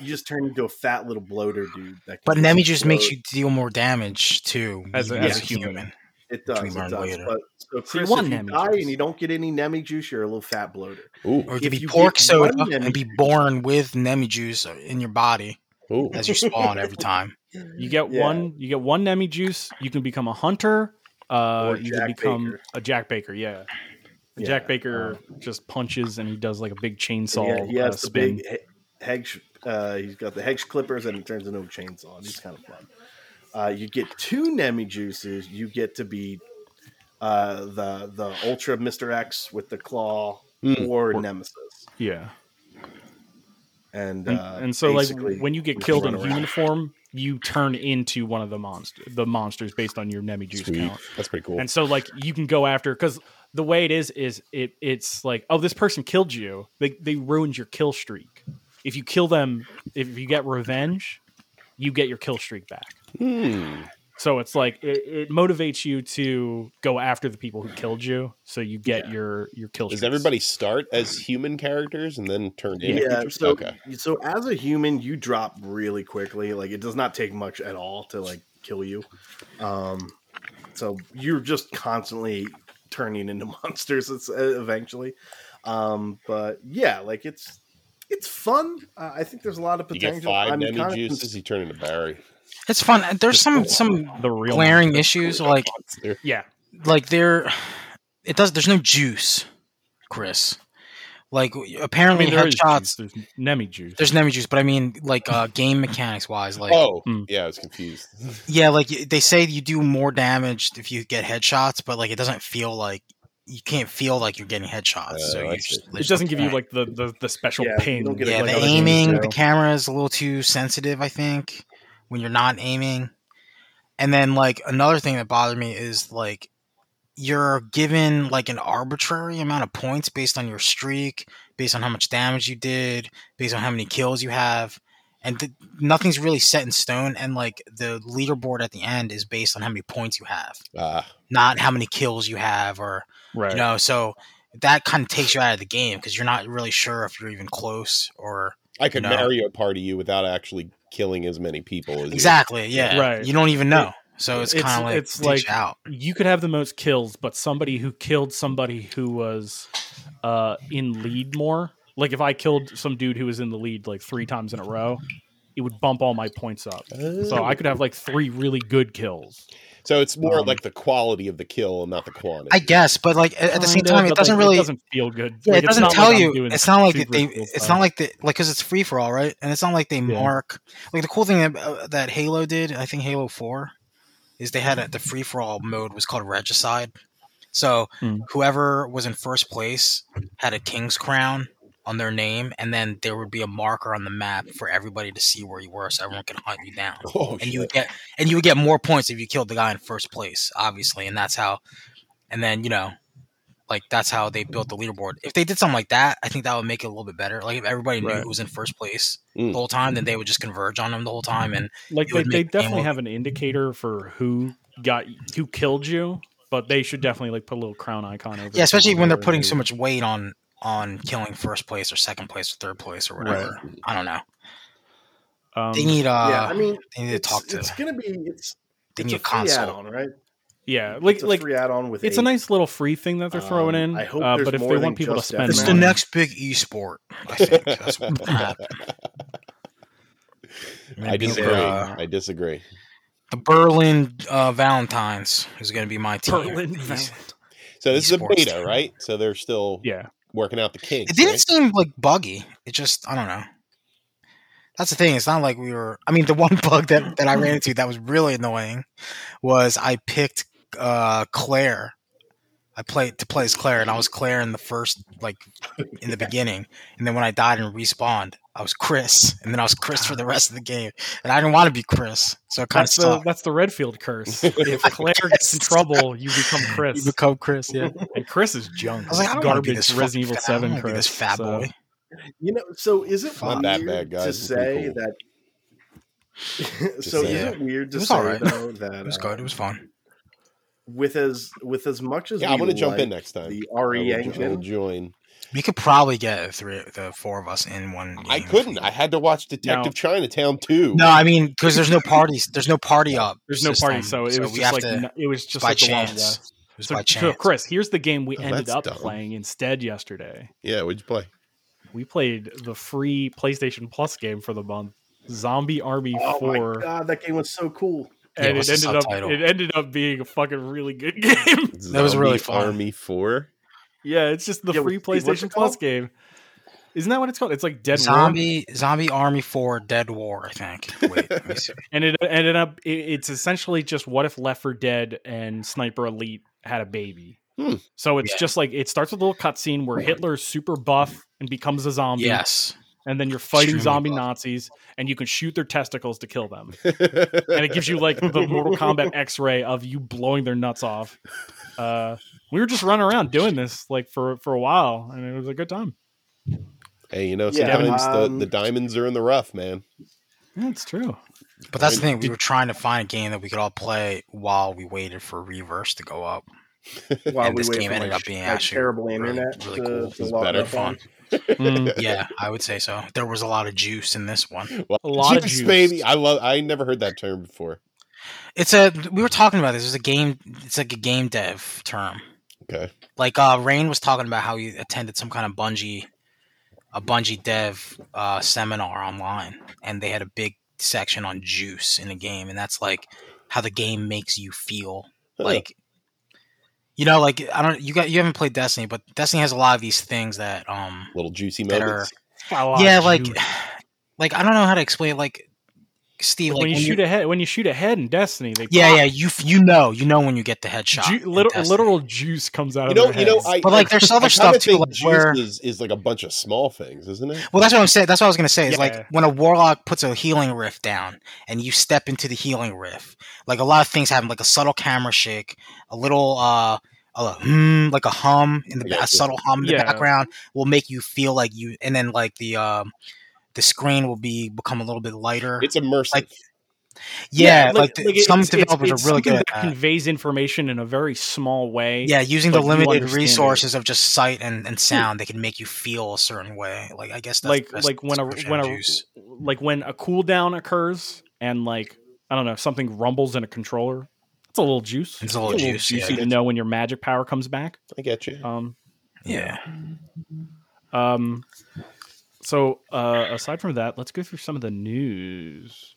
[SPEAKER 3] you just turn into a fat little bloater dude. That can
[SPEAKER 4] but
[SPEAKER 3] just
[SPEAKER 4] Nemi juice makes
[SPEAKER 3] explode.
[SPEAKER 4] you deal more damage too
[SPEAKER 1] As a-
[SPEAKER 4] you
[SPEAKER 1] as
[SPEAKER 3] a
[SPEAKER 1] human.
[SPEAKER 3] It does,
[SPEAKER 4] we
[SPEAKER 3] it
[SPEAKER 4] learned
[SPEAKER 3] does.
[SPEAKER 4] later.
[SPEAKER 3] But so
[SPEAKER 1] So you
[SPEAKER 3] Chris,
[SPEAKER 1] want
[SPEAKER 3] if you
[SPEAKER 1] nemi
[SPEAKER 3] die
[SPEAKER 1] juice.
[SPEAKER 3] and you don't get any nemi juice, you're a little fat bloater.
[SPEAKER 2] Ooh,
[SPEAKER 4] Or it could
[SPEAKER 3] If
[SPEAKER 4] be
[SPEAKER 3] you
[SPEAKER 4] pork
[SPEAKER 3] get one
[SPEAKER 4] soda
[SPEAKER 3] Nemi
[SPEAKER 4] and be
[SPEAKER 3] juice-
[SPEAKER 4] born with Nemi juice in your body
[SPEAKER 2] ooh.
[SPEAKER 4] as you spawn every time.
[SPEAKER 1] You get
[SPEAKER 3] Yeah.
[SPEAKER 1] one. You get one Nemi juice. You can become a hunter. Uh,
[SPEAKER 3] Or
[SPEAKER 1] you can
[SPEAKER 3] Jack
[SPEAKER 1] become
[SPEAKER 3] Baker.
[SPEAKER 1] a Jack Baker. Yeah. And
[SPEAKER 3] Yeah, uh,
[SPEAKER 1] Jack Baker just punches and he does like a big chainsaw.
[SPEAKER 3] Yeah, he has
[SPEAKER 1] uh,
[SPEAKER 3] the
[SPEAKER 1] spin.
[SPEAKER 3] big he- hedge. Uh, he's got the hedge clippers, and it turns into a chainsaw. And it's kind of fun. Uh, you get two Nemi juices. You get to be uh, the the Ultra Mister X with the claw
[SPEAKER 1] Hmm.
[SPEAKER 2] Mm.
[SPEAKER 3] or Nemesis.
[SPEAKER 1] Yeah.
[SPEAKER 3] And
[SPEAKER 1] And,
[SPEAKER 3] uh,
[SPEAKER 1] and so, like,
[SPEAKER 3] basically,
[SPEAKER 1] when you get
[SPEAKER 3] can
[SPEAKER 1] killed in
[SPEAKER 3] run around.
[SPEAKER 1] human form, you turn into one of the monster, the monsters based on your Nemi juice
[SPEAKER 2] Sweet.
[SPEAKER 1] count.
[SPEAKER 2] That's pretty cool.
[SPEAKER 1] And so like you can go after because the way it is is it it's like oh this person killed you they they ruined your kill streak. If you kill them, if you get revenge, you get your kill streak back.
[SPEAKER 2] Hmm.
[SPEAKER 1] So it's like it, it motivates you to go after the people who killed you, so you get
[SPEAKER 3] Yeah.
[SPEAKER 1] your your kill.
[SPEAKER 2] Does
[SPEAKER 1] streaks.
[SPEAKER 2] everybody start as human characters and then turn into
[SPEAKER 3] yeah,
[SPEAKER 2] creatures?
[SPEAKER 3] so
[SPEAKER 2] okay.
[SPEAKER 3] so as a human, you drop really quickly. Like it does not take much at all to like kill you. Um, so you're just constantly turning into monsters it's- uh, eventually. Um, but yeah, like it's it's fun. Uh, I think there's a lot of
[SPEAKER 2] You
[SPEAKER 3] potential.
[SPEAKER 2] get five
[SPEAKER 3] I'm
[SPEAKER 2] Nemi
[SPEAKER 3] kinda
[SPEAKER 2] juices,
[SPEAKER 3] cons-
[SPEAKER 2] you turn into Barry.
[SPEAKER 4] It's fun. There's some some
[SPEAKER 1] the real
[SPEAKER 4] glaring issues like
[SPEAKER 2] Monster.
[SPEAKER 1] yeah
[SPEAKER 4] like there it does there's no juice, Chris. Like
[SPEAKER 1] I
[SPEAKER 4] apparently
[SPEAKER 1] mean there is juice.
[SPEAKER 4] headshots
[SPEAKER 1] There's Nemi juice.
[SPEAKER 4] there's Nemi juice, but I mean like uh game mechanics wise like
[SPEAKER 2] oh,
[SPEAKER 1] Hmm.
[SPEAKER 2] yeah, I was confused.
[SPEAKER 4] Yeah, like y- they say you do more damage if you get headshots, but like it doesn't feel like you can't feel like you're getting headshots.
[SPEAKER 2] Oh,
[SPEAKER 4] so
[SPEAKER 2] I
[SPEAKER 4] you
[SPEAKER 2] see.
[SPEAKER 4] just,
[SPEAKER 1] it doesn't give you like the the, the special
[SPEAKER 3] Yeah, you
[SPEAKER 1] ping.
[SPEAKER 3] don't get it
[SPEAKER 4] yeah,
[SPEAKER 3] like
[SPEAKER 4] the
[SPEAKER 3] other games
[SPEAKER 4] aiming,
[SPEAKER 3] do.
[SPEAKER 4] the camera is a little too sensitive. I think when you're not aiming, and then like another thing that bothered me is like you're given like an arbitrary amount of points based on your streak, based on how much damage you did, based on how many kills you have. And th- nothing's really set in stone, and like the leaderboard at the end is based on how many points you have
[SPEAKER 2] Ah,
[SPEAKER 4] not how many kills you have or
[SPEAKER 1] right.
[SPEAKER 4] you know so that kind of takes you out of the game because you're not really sure if you're even close or
[SPEAKER 2] I could
[SPEAKER 4] No.
[SPEAKER 2] Mario Party you without actually killing as many people as you.
[SPEAKER 4] exactly yeah
[SPEAKER 1] Right.
[SPEAKER 4] you don't even know so it's
[SPEAKER 1] It's-
[SPEAKER 4] kind of like
[SPEAKER 1] it's
[SPEAKER 4] it's
[SPEAKER 1] like-
[SPEAKER 4] like out
[SPEAKER 1] you could have the most kills, but somebody who killed somebody who was uh, in lead more. Like if I killed some dude who was in the lead like three times in a row, it would bump all my points up. So I could have like three really good kills.
[SPEAKER 2] So it's more
[SPEAKER 1] Um,
[SPEAKER 2] like the quality of the kill and not the quantity.
[SPEAKER 4] i guess but like at, at the same
[SPEAKER 1] Kinda,
[SPEAKER 4] time it
[SPEAKER 1] but,
[SPEAKER 4] doesn't
[SPEAKER 1] like,
[SPEAKER 4] really
[SPEAKER 1] it doesn't feel good.
[SPEAKER 4] yeah,
[SPEAKER 1] Like,
[SPEAKER 4] it
[SPEAKER 1] it's
[SPEAKER 4] doesn't
[SPEAKER 1] not
[SPEAKER 4] tell
[SPEAKER 1] like I'm
[SPEAKER 4] you.
[SPEAKER 1] doing
[SPEAKER 4] It's not like that
[SPEAKER 1] super
[SPEAKER 4] they.
[SPEAKER 1] cool
[SPEAKER 4] It's
[SPEAKER 1] stuff.
[SPEAKER 4] not like that. Like, cause it's free for all, right? And it's not like they
[SPEAKER 1] Yeah.
[SPEAKER 4] mark. Like the cool thing that, uh, that Halo did, I think Halo Four, is they had a, the free for all mode was called Regicide. So
[SPEAKER 1] Mm.
[SPEAKER 4] whoever was in first place had a king's crown on their name, and then there would be a marker on the map for everybody to see where you were, so everyone could hunt you down.
[SPEAKER 2] Oh,
[SPEAKER 4] And
[SPEAKER 2] shit.
[SPEAKER 4] you would get and you would get more points if you killed the guy in first place, obviously, and that's how. And then you know, like that's how they built the leaderboard. If they did something like that, I think that would make it a little bit better. Like if everybody knew
[SPEAKER 5] Right.
[SPEAKER 4] who was in first place
[SPEAKER 2] Mm.
[SPEAKER 4] the whole time, then they would just converge on them the whole time. And
[SPEAKER 1] Like
[SPEAKER 4] It
[SPEAKER 1] they,
[SPEAKER 4] would
[SPEAKER 1] they
[SPEAKER 4] make the game
[SPEAKER 1] definitely
[SPEAKER 4] look-
[SPEAKER 1] have an indicator for who got who killed you, but they should definitely like put a little crown icon over.
[SPEAKER 4] yeah,
[SPEAKER 1] it.
[SPEAKER 4] especially when they're
[SPEAKER 1] Whatever
[SPEAKER 4] putting
[SPEAKER 1] they-
[SPEAKER 4] so much weight on on killing first place or second place or third place or whatever. I don't know.
[SPEAKER 1] Um,
[SPEAKER 4] They need uh,
[SPEAKER 3] yeah, I mean,
[SPEAKER 4] they need to
[SPEAKER 3] it's,
[SPEAKER 4] talk to.
[SPEAKER 3] it's gonna be it's,
[SPEAKER 4] They
[SPEAKER 3] it's
[SPEAKER 4] need
[SPEAKER 3] a
[SPEAKER 4] a
[SPEAKER 3] free
[SPEAKER 4] console.
[SPEAKER 3] add-on, right?
[SPEAKER 1] yeah, like
[SPEAKER 3] it's a
[SPEAKER 1] like
[SPEAKER 3] free add-on with
[SPEAKER 1] it's a
[SPEAKER 3] eight.
[SPEAKER 1] nice little free thing that they're throwing
[SPEAKER 3] Um,
[SPEAKER 1] in.
[SPEAKER 3] I hope
[SPEAKER 1] uh,
[SPEAKER 3] there's
[SPEAKER 1] but if
[SPEAKER 3] more
[SPEAKER 1] they
[SPEAKER 3] than
[SPEAKER 1] want people to
[SPEAKER 3] just
[SPEAKER 1] spend,
[SPEAKER 4] It's the
[SPEAKER 1] money-
[SPEAKER 4] next big esport. I think that's what's gonna happen.
[SPEAKER 2] I
[SPEAKER 4] Maybe,
[SPEAKER 2] disagree.
[SPEAKER 4] uh,
[SPEAKER 2] I disagree.
[SPEAKER 4] the Berlin uh, Valentines is going to be my team.
[SPEAKER 1] Berlin
[SPEAKER 4] These-
[SPEAKER 1] Valentines.
[SPEAKER 2] So this is a
[SPEAKER 4] Esports.
[SPEAKER 2] beta, right? So they're still
[SPEAKER 1] Yeah,
[SPEAKER 2] working out the kinks.
[SPEAKER 4] It didn't
[SPEAKER 2] right?
[SPEAKER 4] seem like buggy. It just I don't know. That's the thing. It's not like we were. I mean, the one bug that, that I ran into that was really annoying was I picked uh, Claire. I played to play as Claire, and I was Claire in the first like in the beginning, and then when I died and respawned, I was Chris, and then I was Chris for the rest of the game, and I didn't want to be Chris, so it kind of
[SPEAKER 1] that's the
[SPEAKER 4] sucked.
[SPEAKER 1] that's the Redfield curse. if Claire gets in
[SPEAKER 4] guess.
[SPEAKER 1] trouble, you become Chris,
[SPEAKER 4] You become Chris, yeah.
[SPEAKER 1] and Chris is junk.
[SPEAKER 4] I was like, I don't want to be
[SPEAKER 1] garbage
[SPEAKER 4] this
[SPEAKER 1] Resident Evil Seven
[SPEAKER 4] Chris,
[SPEAKER 1] Chris.
[SPEAKER 4] this fat
[SPEAKER 1] so-
[SPEAKER 4] boy.
[SPEAKER 3] You know, so is it
[SPEAKER 4] Not
[SPEAKER 3] weird
[SPEAKER 2] that bad, guys. It's
[SPEAKER 3] to
[SPEAKER 2] pretty
[SPEAKER 3] say
[SPEAKER 2] cool.
[SPEAKER 3] that?
[SPEAKER 2] Just
[SPEAKER 3] so is
[SPEAKER 2] saying.
[SPEAKER 3] it weird to
[SPEAKER 4] It was
[SPEAKER 3] say
[SPEAKER 4] alright.
[SPEAKER 3] though that
[SPEAKER 4] It was
[SPEAKER 3] uh,
[SPEAKER 4] good. It was fun.
[SPEAKER 3] with as with as much as
[SPEAKER 2] Yeah, I'm
[SPEAKER 3] we
[SPEAKER 2] gonna jump in
[SPEAKER 3] like
[SPEAKER 2] next time.
[SPEAKER 3] the
[SPEAKER 2] I
[SPEAKER 3] RE
[SPEAKER 2] will jo- I will
[SPEAKER 3] engine.
[SPEAKER 2] join.
[SPEAKER 4] We could probably get the three, the four of us in one.
[SPEAKER 2] I
[SPEAKER 4] game.
[SPEAKER 2] couldn't. I had to watch Detective
[SPEAKER 1] No.
[SPEAKER 2] Chinatown 2.
[SPEAKER 4] No, I mean because there's no parties. There's no party up.
[SPEAKER 1] There's no party,
[SPEAKER 4] system,
[SPEAKER 1] so it was
[SPEAKER 4] we
[SPEAKER 1] just
[SPEAKER 4] have
[SPEAKER 1] like
[SPEAKER 4] to,
[SPEAKER 1] n- it was just
[SPEAKER 4] by
[SPEAKER 1] like the Wild
[SPEAKER 4] chance.
[SPEAKER 1] West.
[SPEAKER 4] It was
[SPEAKER 1] So,
[SPEAKER 4] by
[SPEAKER 1] so
[SPEAKER 4] chance.
[SPEAKER 1] Chris, here's the game we
[SPEAKER 2] Oh,
[SPEAKER 1] ended
[SPEAKER 2] that's
[SPEAKER 1] up
[SPEAKER 2] dumb.
[SPEAKER 1] playing instead yesterday.
[SPEAKER 2] Yeah, what'd you play?
[SPEAKER 1] We played the free PlayStation Plus game for the month, Zombie Army
[SPEAKER 3] Oh
[SPEAKER 1] Four.
[SPEAKER 3] my god, that game was so cool.
[SPEAKER 4] Yeah,
[SPEAKER 1] and it
[SPEAKER 4] what's the
[SPEAKER 1] ended up
[SPEAKER 4] subtitle?
[SPEAKER 1] it ended up being a fucking really good game.
[SPEAKER 4] That was really
[SPEAKER 2] Zombie
[SPEAKER 4] fun.
[SPEAKER 2] Army 4.
[SPEAKER 1] yeah, it's just the
[SPEAKER 3] Yeah,
[SPEAKER 1] free
[SPEAKER 3] what's- what's it
[SPEAKER 1] PlayStation Plus
[SPEAKER 3] called?
[SPEAKER 1] game. Isn't that what it's called? It's like Dead War,
[SPEAKER 4] Zombie Zombie Army Four Dead War. I think. Wait, let me see.
[SPEAKER 1] and it ended up. It, it's essentially just what if Left 4 Dead and Sniper Elite had a baby.
[SPEAKER 2] Hmm.
[SPEAKER 1] So it's
[SPEAKER 4] Yeah.
[SPEAKER 1] just like it starts with a little cutscene where Hitler's super buff and becomes a zombie,
[SPEAKER 4] yes.
[SPEAKER 1] and then you're fighting
[SPEAKER 4] Extremely
[SPEAKER 1] zombie
[SPEAKER 4] buff.
[SPEAKER 1] Nazis, and you can shoot their testicles to kill them, and it gives you like the Mortal Kombat X-ray of you blowing their nuts off. Uh, we were just running around doing this like for for a while, and it was a good time.
[SPEAKER 2] Hey, you know,
[SPEAKER 3] Yeah,
[SPEAKER 2] sometimes
[SPEAKER 3] um,
[SPEAKER 2] the, the diamonds are in the rough, man.
[SPEAKER 1] That's true.
[SPEAKER 4] But that's the thing. We were trying to find a game that we could all play while we waited for Reverse to go up.
[SPEAKER 3] While
[SPEAKER 4] And this
[SPEAKER 3] we waited
[SPEAKER 4] game
[SPEAKER 3] for
[SPEAKER 4] ended
[SPEAKER 3] my
[SPEAKER 4] up being
[SPEAKER 3] my
[SPEAKER 4] actually
[SPEAKER 3] terrible
[SPEAKER 4] really-
[SPEAKER 3] internet.
[SPEAKER 4] really
[SPEAKER 3] to-
[SPEAKER 4] cool.
[SPEAKER 3] to
[SPEAKER 2] It's
[SPEAKER 3] log
[SPEAKER 2] better
[SPEAKER 3] up on.
[SPEAKER 2] fun.
[SPEAKER 1] Mm,
[SPEAKER 4] Yeah, I would say so. There was a lot of juice in this one.
[SPEAKER 1] a lot of
[SPEAKER 2] Jeepers,
[SPEAKER 1] juice.
[SPEAKER 2] baby. I love I never heard that term before.
[SPEAKER 4] It's a we were talking about this. It's a game. It's like a game dev term.
[SPEAKER 2] Okay.
[SPEAKER 4] Like uh, Rain was talking about how he attended some kind of Bungie, a Bungie dev uh, seminar online, and they had a big section on juice in the game, and that's like how the game makes you feel.
[SPEAKER 2] Huh.
[SPEAKER 4] Like, you know, like I don't you got you haven't played Destiny, but Destiny has a lot of these things that um
[SPEAKER 2] little juicy
[SPEAKER 4] that are
[SPEAKER 2] moments.
[SPEAKER 1] A lot
[SPEAKER 4] yeah
[SPEAKER 1] of
[SPEAKER 4] like
[SPEAKER 1] juice.
[SPEAKER 4] like I don't know how to explain it. like Steve like
[SPEAKER 1] when you shoot ahead when you shoot ahead in Destiny, they
[SPEAKER 4] yeah yeah you f- you know you know when you get the headshot
[SPEAKER 1] ju-
[SPEAKER 4] in
[SPEAKER 1] literal,
[SPEAKER 4] Destiny.
[SPEAKER 1] literal juice comes out
[SPEAKER 2] You
[SPEAKER 1] of
[SPEAKER 2] know,
[SPEAKER 1] their
[SPEAKER 2] you know,
[SPEAKER 1] heads.
[SPEAKER 2] I
[SPEAKER 4] But like, there's
[SPEAKER 2] I
[SPEAKER 4] other
[SPEAKER 2] kinda
[SPEAKER 4] stuff too,
[SPEAKER 2] think
[SPEAKER 4] like
[SPEAKER 2] juice
[SPEAKER 4] where.
[SPEAKER 2] is, is like a bunch of small things, isn't it?
[SPEAKER 4] Well, that's what I'm saying. That's what I was gonna say. Is
[SPEAKER 1] Yeah.
[SPEAKER 4] like when a warlock puts a healing rift down, and you step into the healing rift. Like a lot of things happen, like a subtle camera shake, a little uh, a hmm, like a hum in the
[SPEAKER 2] I
[SPEAKER 4] ba- a
[SPEAKER 2] gotcha.
[SPEAKER 4] subtle hum in the
[SPEAKER 1] Yeah.
[SPEAKER 4] background will make you feel like you, and then like the um, the screen will be become a little bit lighter.
[SPEAKER 2] It's immersive.
[SPEAKER 4] Like- yeah, like, the,
[SPEAKER 1] it-
[SPEAKER 4] some
[SPEAKER 1] it's- it's-
[SPEAKER 4] developers
[SPEAKER 1] it's
[SPEAKER 4] are really
[SPEAKER 1] something
[SPEAKER 4] good at
[SPEAKER 1] that
[SPEAKER 4] that.
[SPEAKER 1] conveys information in a very small way.
[SPEAKER 4] Yeah, using the
[SPEAKER 1] like, you
[SPEAKER 4] limited
[SPEAKER 1] understand it.
[SPEAKER 4] resources of just sight and, and sound, they can make you feel a certain way. Like I guess that's
[SPEAKER 1] like
[SPEAKER 4] the best
[SPEAKER 1] like when a
[SPEAKER 4] description
[SPEAKER 1] when
[SPEAKER 4] of
[SPEAKER 1] a
[SPEAKER 4] juice.
[SPEAKER 1] like when a cooldown occurs and like I don't know something rumbles in a controller. It's a little juice.
[SPEAKER 4] It's a little juice, yeah, I
[SPEAKER 1] juicy to
[SPEAKER 4] guess.
[SPEAKER 1] know when your magic power comes back.
[SPEAKER 2] I get you.
[SPEAKER 1] Um,
[SPEAKER 4] yeah.
[SPEAKER 1] Um, so uh, aside from that, let's go through some of the news.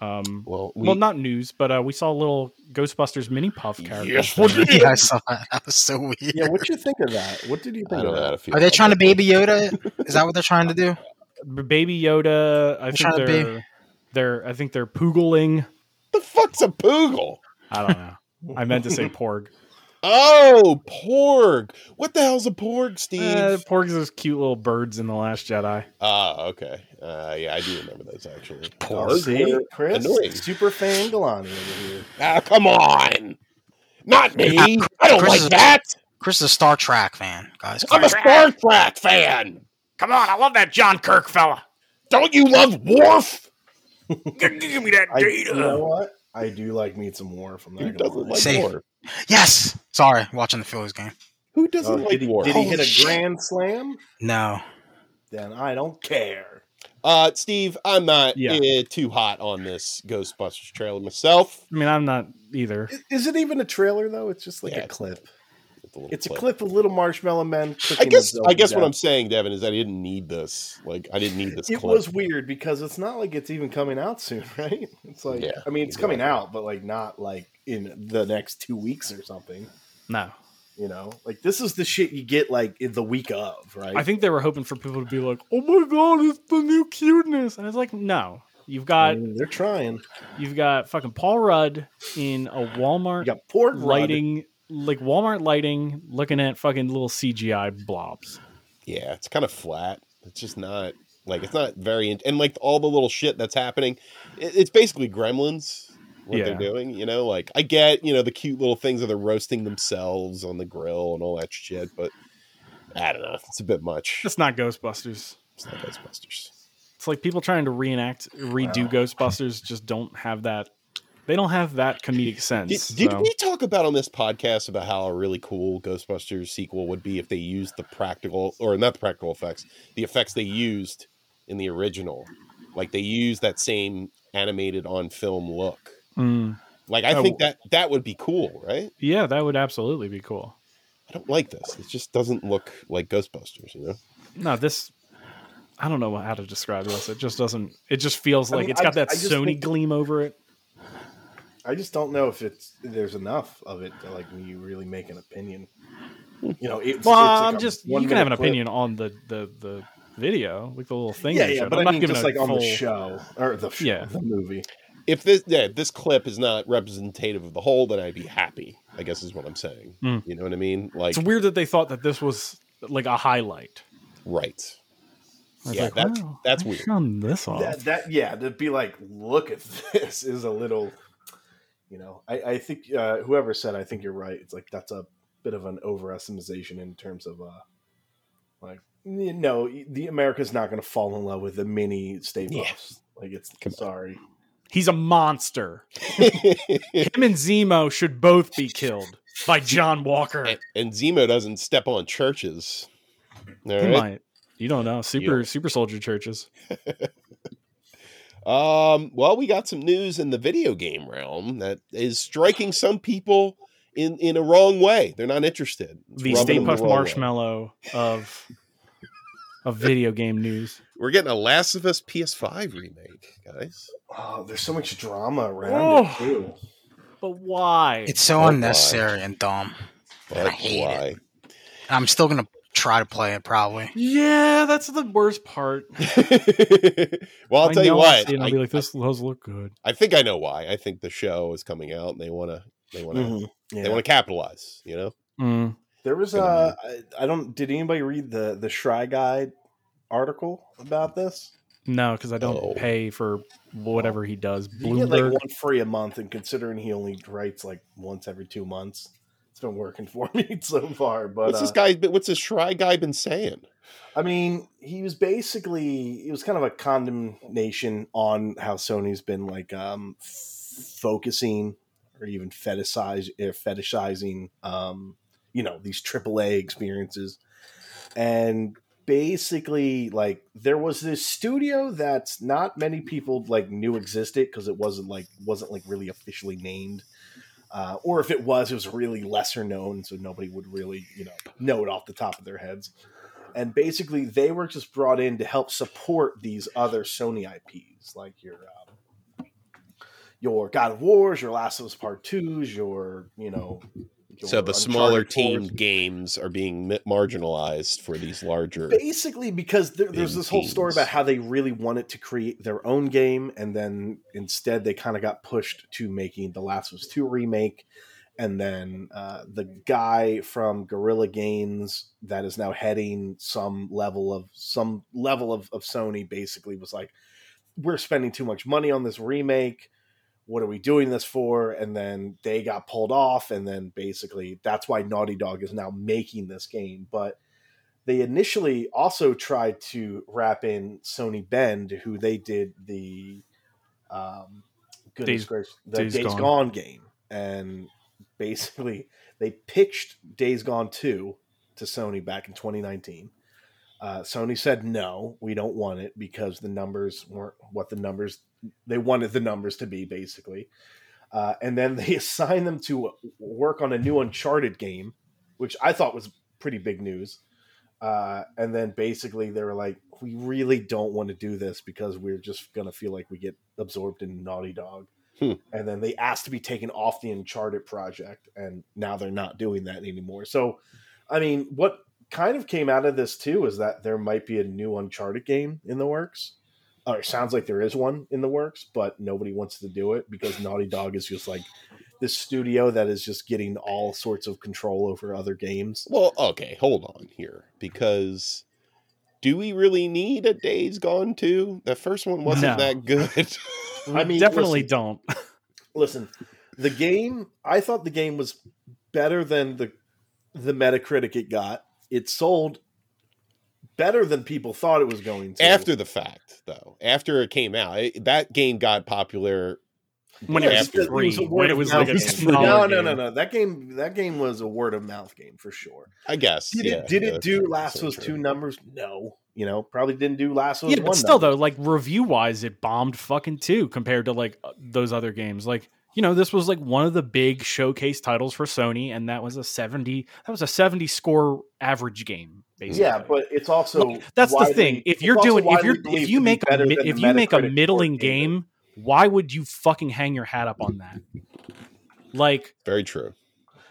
[SPEAKER 1] Um,
[SPEAKER 2] Well, we,
[SPEAKER 1] well, not news, but uh, we saw a little Ghostbusters mini puff character.
[SPEAKER 2] Yes, we did.
[SPEAKER 4] yeah, I saw that. That was so weird.
[SPEAKER 3] Yeah, what you think of that? What did you
[SPEAKER 2] I
[SPEAKER 3] think
[SPEAKER 2] don't
[SPEAKER 3] of
[SPEAKER 2] know how to
[SPEAKER 3] that?
[SPEAKER 2] feel.
[SPEAKER 4] Are they
[SPEAKER 2] about
[SPEAKER 4] trying to
[SPEAKER 2] that.
[SPEAKER 4] baby Yoda? Is that what they're trying to do?
[SPEAKER 1] B- Baby Yoda. I
[SPEAKER 4] I'm
[SPEAKER 1] think
[SPEAKER 4] trying to be-
[SPEAKER 1] they're they're. I think they're poogling.
[SPEAKER 2] What the fuck's a poogle?
[SPEAKER 1] I don't know. I meant to say porg.
[SPEAKER 2] Oh, porg. What the hell's a porg, Steve?
[SPEAKER 1] Uh, porgs are those cute little birds in the Last Jedi.
[SPEAKER 2] Ah, okay. Uh, yeah, I do remember those actually.
[SPEAKER 4] Porg.
[SPEAKER 3] Oh, see,
[SPEAKER 2] Porg?
[SPEAKER 3] Chris,
[SPEAKER 2] Annoying.
[SPEAKER 3] super fan Galani over here.
[SPEAKER 2] Ah, come on. Not me.
[SPEAKER 4] Yeah,
[SPEAKER 2] I don't
[SPEAKER 4] Chris
[SPEAKER 2] like
[SPEAKER 4] is a-
[SPEAKER 2] that.
[SPEAKER 4] Chris is a Star Trek fan, guys.
[SPEAKER 2] I'm a Star Trek fan.
[SPEAKER 5] Come on, I love that John Kirk fella.
[SPEAKER 2] Don't you love Worf?
[SPEAKER 5] Give give me that
[SPEAKER 3] I, you know
[SPEAKER 5] data.
[SPEAKER 3] what? I do like me some Worf. I'm not
[SPEAKER 2] Who
[SPEAKER 3] gonna
[SPEAKER 2] doesn't
[SPEAKER 3] lie.
[SPEAKER 2] like
[SPEAKER 4] Safe.
[SPEAKER 2] Worf?
[SPEAKER 4] Yes. Sorry, watching the Phillies game.
[SPEAKER 2] Who doesn't
[SPEAKER 3] Oh,
[SPEAKER 2] like
[SPEAKER 3] did he,
[SPEAKER 2] Worf?
[SPEAKER 3] did he
[SPEAKER 4] Holy
[SPEAKER 3] hit a
[SPEAKER 4] shit.
[SPEAKER 3] grand slam?
[SPEAKER 4] No.
[SPEAKER 3] Then I don't care.
[SPEAKER 2] Uh, Steve, I'm not
[SPEAKER 1] Yeah.
[SPEAKER 2] uh, too hot on this Ghostbusters trailer myself.
[SPEAKER 1] I mean, I'm not either.
[SPEAKER 3] I- Is it even a trailer though? It's just like
[SPEAKER 2] Yeah,
[SPEAKER 3] a
[SPEAKER 2] it's-
[SPEAKER 3] clip.
[SPEAKER 2] little
[SPEAKER 3] It's a clip of little marshmallow men.
[SPEAKER 2] I
[SPEAKER 3] cooking
[SPEAKER 2] guess.
[SPEAKER 3] themselves
[SPEAKER 2] I
[SPEAKER 3] to
[SPEAKER 2] guess what
[SPEAKER 3] death.
[SPEAKER 2] I'm saying, Devin, is that I didn't need this. Like, I didn't need this.
[SPEAKER 3] It
[SPEAKER 2] clip.
[SPEAKER 3] was weird because it's not like it's even coming out soon, right? It's like
[SPEAKER 2] Yeah,
[SPEAKER 3] I mean, it's coming
[SPEAKER 2] exactly.
[SPEAKER 3] out, but like not like in the next two weeks or something.
[SPEAKER 1] No,
[SPEAKER 3] You know, like this is the shit you get like in the week of, right?
[SPEAKER 1] I think they were hoping for people to be like, "Oh my god, it's the new cuteness," and it's like, no. You've
[SPEAKER 3] I
[SPEAKER 1] got
[SPEAKER 2] Mm.
[SPEAKER 3] mean, they're trying.
[SPEAKER 1] you've got fucking Paul Rudd in a Walmart
[SPEAKER 3] You got pork lighting.
[SPEAKER 1] lighting, like Walmart lighting, looking at fucking little CGI blobs.
[SPEAKER 2] Yeah, it's kind of flat. It's just not like it's not very in- and like all the little shit that's happening. It, it's basically Gremlins what they're
[SPEAKER 1] Yeah.
[SPEAKER 2] doing. You know, like I get you know the cute little things that they're roasting themselves on the grill and all that shit, but I don't know. It's a bit much.
[SPEAKER 1] It's not Ghostbusters.
[SPEAKER 2] It's not Ghostbusters.
[SPEAKER 1] It's like people trying to reenact, redo Ghostbusters just don't have that. They don't have that comedic
[SPEAKER 2] Did,
[SPEAKER 1] sense.
[SPEAKER 2] did
[SPEAKER 1] so-
[SPEAKER 2] we talk about on this podcast about how a really cool Ghostbusters sequel would be if they used the practical or not the practical effects, the effects they used in the original, like they used that same animated on film look.
[SPEAKER 1] Mm.
[SPEAKER 2] Like I
[SPEAKER 1] Oh.
[SPEAKER 2] think that that would be cool, right?
[SPEAKER 1] yeah, that would absolutely be cool.
[SPEAKER 2] I don't like this. It just doesn't look like Ghostbusters, you know.
[SPEAKER 1] No, this. I don't know how to describe this. It just doesn't. It just feels
[SPEAKER 3] I
[SPEAKER 1] like
[SPEAKER 3] mean,
[SPEAKER 1] it's got
[SPEAKER 3] I-
[SPEAKER 1] that
[SPEAKER 3] I just
[SPEAKER 1] Sony
[SPEAKER 3] think-
[SPEAKER 1] gleam over it.
[SPEAKER 3] I just don't know if it's there's enough of it to like me really make an opinion. You know, it's,
[SPEAKER 1] Well,
[SPEAKER 3] it's like
[SPEAKER 1] I'm
[SPEAKER 3] a
[SPEAKER 1] just. You
[SPEAKER 3] one-minute
[SPEAKER 1] can have an
[SPEAKER 3] clip.
[SPEAKER 1] opinion on the the the video, like the little thing.
[SPEAKER 3] Yeah,
[SPEAKER 1] they
[SPEAKER 3] yeah,
[SPEAKER 1] showed.
[SPEAKER 3] but
[SPEAKER 1] I'm
[SPEAKER 3] I
[SPEAKER 1] not
[SPEAKER 3] mean,
[SPEAKER 1] giving
[SPEAKER 3] just
[SPEAKER 1] a
[SPEAKER 3] like on the
[SPEAKER 1] full-
[SPEAKER 3] show or the show,
[SPEAKER 1] Yeah.
[SPEAKER 3] the movie.
[SPEAKER 2] If this yeah, if this clip is not representative of the whole, then I'd be happy. I guess is what I'm saying.
[SPEAKER 1] Mm.
[SPEAKER 2] You know what I mean? Like
[SPEAKER 1] It's weird that they thought that this was like a highlight.
[SPEAKER 2] right.
[SPEAKER 1] I was
[SPEAKER 2] Yeah,
[SPEAKER 1] like,
[SPEAKER 2] that's-
[SPEAKER 1] wow,
[SPEAKER 2] that's
[SPEAKER 1] they
[SPEAKER 2] weird.
[SPEAKER 1] Found this off.
[SPEAKER 3] that, that yeah to be like look at this is a little you know i, I think uh, whoever said i think you're right it's like that's a bit of an overestimation in terms of uh like you know the america's not going to fall in love with the mini stay
[SPEAKER 2] Yeah.
[SPEAKER 3] puffs like it's
[SPEAKER 2] Come on.
[SPEAKER 3] sorry
[SPEAKER 1] He's a monster. Him and Zemo should both be killed by John Walker.
[SPEAKER 2] and, and Zemo doesn't step on churches. All
[SPEAKER 1] He
[SPEAKER 2] right.
[SPEAKER 1] might. You don't know. Super
[SPEAKER 2] don't-
[SPEAKER 1] super soldier churches.
[SPEAKER 2] Um, well, we got some news in the video game realm that is striking some people in in a wrong way. They're not interested. It's
[SPEAKER 1] The
[SPEAKER 2] rubbing
[SPEAKER 1] Stay
[SPEAKER 2] them
[SPEAKER 1] Puft
[SPEAKER 2] wrong way.
[SPEAKER 1] Marshmallow of of video game news.
[SPEAKER 2] We're getting a Last of Us PS5 remake, guys.
[SPEAKER 3] oh there's so much drama around
[SPEAKER 1] Oh.
[SPEAKER 3] it too
[SPEAKER 1] But why?
[SPEAKER 4] It's so
[SPEAKER 2] Oh, my.
[SPEAKER 4] unnecessary and dumb.
[SPEAKER 2] But
[SPEAKER 4] I hate it.
[SPEAKER 2] why?
[SPEAKER 4] I'm still gonna try to play it probably.
[SPEAKER 1] yeah, that's the worst part.
[SPEAKER 2] well, I'll
[SPEAKER 1] I
[SPEAKER 2] tell you
[SPEAKER 1] know
[SPEAKER 2] why.
[SPEAKER 1] see it and
[SPEAKER 2] I,
[SPEAKER 1] I'll be like, this those look good.
[SPEAKER 2] I think I know why. I think the show is coming out, and they want to they want to
[SPEAKER 3] Mhm.
[SPEAKER 1] Mm-hmm.
[SPEAKER 3] yeah.
[SPEAKER 2] they want to capitalize. You know,
[SPEAKER 1] Mm.
[SPEAKER 3] there was
[SPEAKER 2] Good
[SPEAKER 3] uh I, I don't did anybody read the the shry guide article about this
[SPEAKER 1] No, because I don't
[SPEAKER 2] Oh.
[SPEAKER 1] pay for whatever he does.
[SPEAKER 3] You get like
[SPEAKER 1] Bloomberg.
[SPEAKER 3] one free a month, and considering he only writes like once every two months, it's been working for me so far. But
[SPEAKER 2] what's
[SPEAKER 3] uh,
[SPEAKER 2] this guy? What's this shy guy been saying?
[SPEAKER 3] I mean, he was basically it was kind of a condemnation on how Sony's been like um, f- focusing or even fetishize, eh, fetishizing, um, you know, these AAA experiences, and basically like there was this studio that's not many people like knew existed because it wasn't like wasn't like really officially named. Uh, or if it was, it was really lesser known, so nobody would really, you know, know it off the top of their heads and basically they were just brought in to help support these other Sony IPs, like your um, your God of Wars, your Last of Us Part Twos, your you know. your
[SPEAKER 2] So the
[SPEAKER 3] Uncharted
[SPEAKER 2] smaller team
[SPEAKER 3] 4s.
[SPEAKER 2] games are being mi- marginalized for these larger.
[SPEAKER 3] basically because there, there's
[SPEAKER 2] In
[SPEAKER 3] this whole story
[SPEAKER 2] teams.
[SPEAKER 3] about how they really wanted to create their own game and then instead they kind of got pushed to making the last of us 2 remake and then uh, the guy from gorilla games that is now heading some level of some level of, of sony basically was like we're spending too much money on this remake what are we doing this for? And then they got pulled off, and then basically that's why Naughty Dog is now making this game. But they initially also tried to wrap in Sony Bend, who they did the um, goodness
[SPEAKER 1] Days-
[SPEAKER 3] gracious, the
[SPEAKER 1] Days
[SPEAKER 3] Days,
[SPEAKER 1] Gone.
[SPEAKER 3] Gone. game, and basically they pitched Days Gone two to Sony back in 2019. Uh, Sony said no, we don't want it because the numbers weren't what the numbers they wanted the numbers to be basically. Uh, and then they assigned them to work on a new Uncharted game, which I thought was pretty big news. Uh, and then basically they were like, we really don't want to do this because we're just going to feel like we get absorbed in Naughty Dog.
[SPEAKER 2] Hmm.
[SPEAKER 3] And then they asked to be taken off the Uncharted project, and now they're not doing that anymore. So, I mean, what kind of came out of this too is that there might be a new Uncharted game in the works. Or it sounds like there is one in the works, but nobody wants to do it because Naughty Dog is just like this studio that is just getting all sorts of control over other games.
[SPEAKER 2] Well, okay, hold on here because do we really need a Days Gone 2? The first one
[SPEAKER 1] No.
[SPEAKER 2] wasn't that good.
[SPEAKER 1] I
[SPEAKER 3] I mean,
[SPEAKER 1] definitely
[SPEAKER 3] listen.
[SPEAKER 1] don't.
[SPEAKER 3] Listen, the game. I thought the game was better than the the Metacritic it got. It sold better than people thought it was going to.
[SPEAKER 2] after the fact, though, after it came out, it, that game got popular.
[SPEAKER 1] When it
[SPEAKER 2] Yeah,
[SPEAKER 1] was
[SPEAKER 2] after-
[SPEAKER 3] it was
[SPEAKER 1] free,
[SPEAKER 3] a
[SPEAKER 1] when
[SPEAKER 3] word
[SPEAKER 1] it
[SPEAKER 3] of
[SPEAKER 1] was like a
[SPEAKER 3] mouth
[SPEAKER 4] game.
[SPEAKER 3] game.
[SPEAKER 1] dollar
[SPEAKER 3] no, no,
[SPEAKER 1] game.
[SPEAKER 3] no, no. That game. That game was a word of mouth game for sure.
[SPEAKER 2] I guess.
[SPEAKER 3] Did
[SPEAKER 2] yeah,
[SPEAKER 3] it? Did it
[SPEAKER 2] that's
[SPEAKER 3] do
[SPEAKER 2] true,
[SPEAKER 3] Last
[SPEAKER 2] so
[SPEAKER 3] was two
[SPEAKER 2] true.
[SPEAKER 3] numbers? No. You know, probably didn't do Last was
[SPEAKER 1] Yeah,
[SPEAKER 3] one.
[SPEAKER 1] but still
[SPEAKER 3] number.
[SPEAKER 1] though, like review wise, it bombed fucking two compared to like uh, those other games. Like you know, this was like one of the big showcase titles for Sony, and that was a seventy. That was a seventy score average game. Basically.
[SPEAKER 3] Yeah, but it's also
[SPEAKER 1] Look, that's the
[SPEAKER 3] widely-
[SPEAKER 1] thing. If
[SPEAKER 3] it's
[SPEAKER 1] you're
[SPEAKER 3] also
[SPEAKER 1] doing, if you're
[SPEAKER 3] widely
[SPEAKER 1] if
[SPEAKER 3] believed
[SPEAKER 1] you
[SPEAKER 3] to be
[SPEAKER 1] make a
[SPEAKER 3] better
[SPEAKER 1] mi-
[SPEAKER 3] than
[SPEAKER 1] if
[SPEAKER 3] the
[SPEAKER 1] you make a
[SPEAKER 3] Metacritic
[SPEAKER 1] middling
[SPEAKER 3] score game.
[SPEAKER 1] game, why would you fucking hang your hat up on that? Like
[SPEAKER 2] Very true.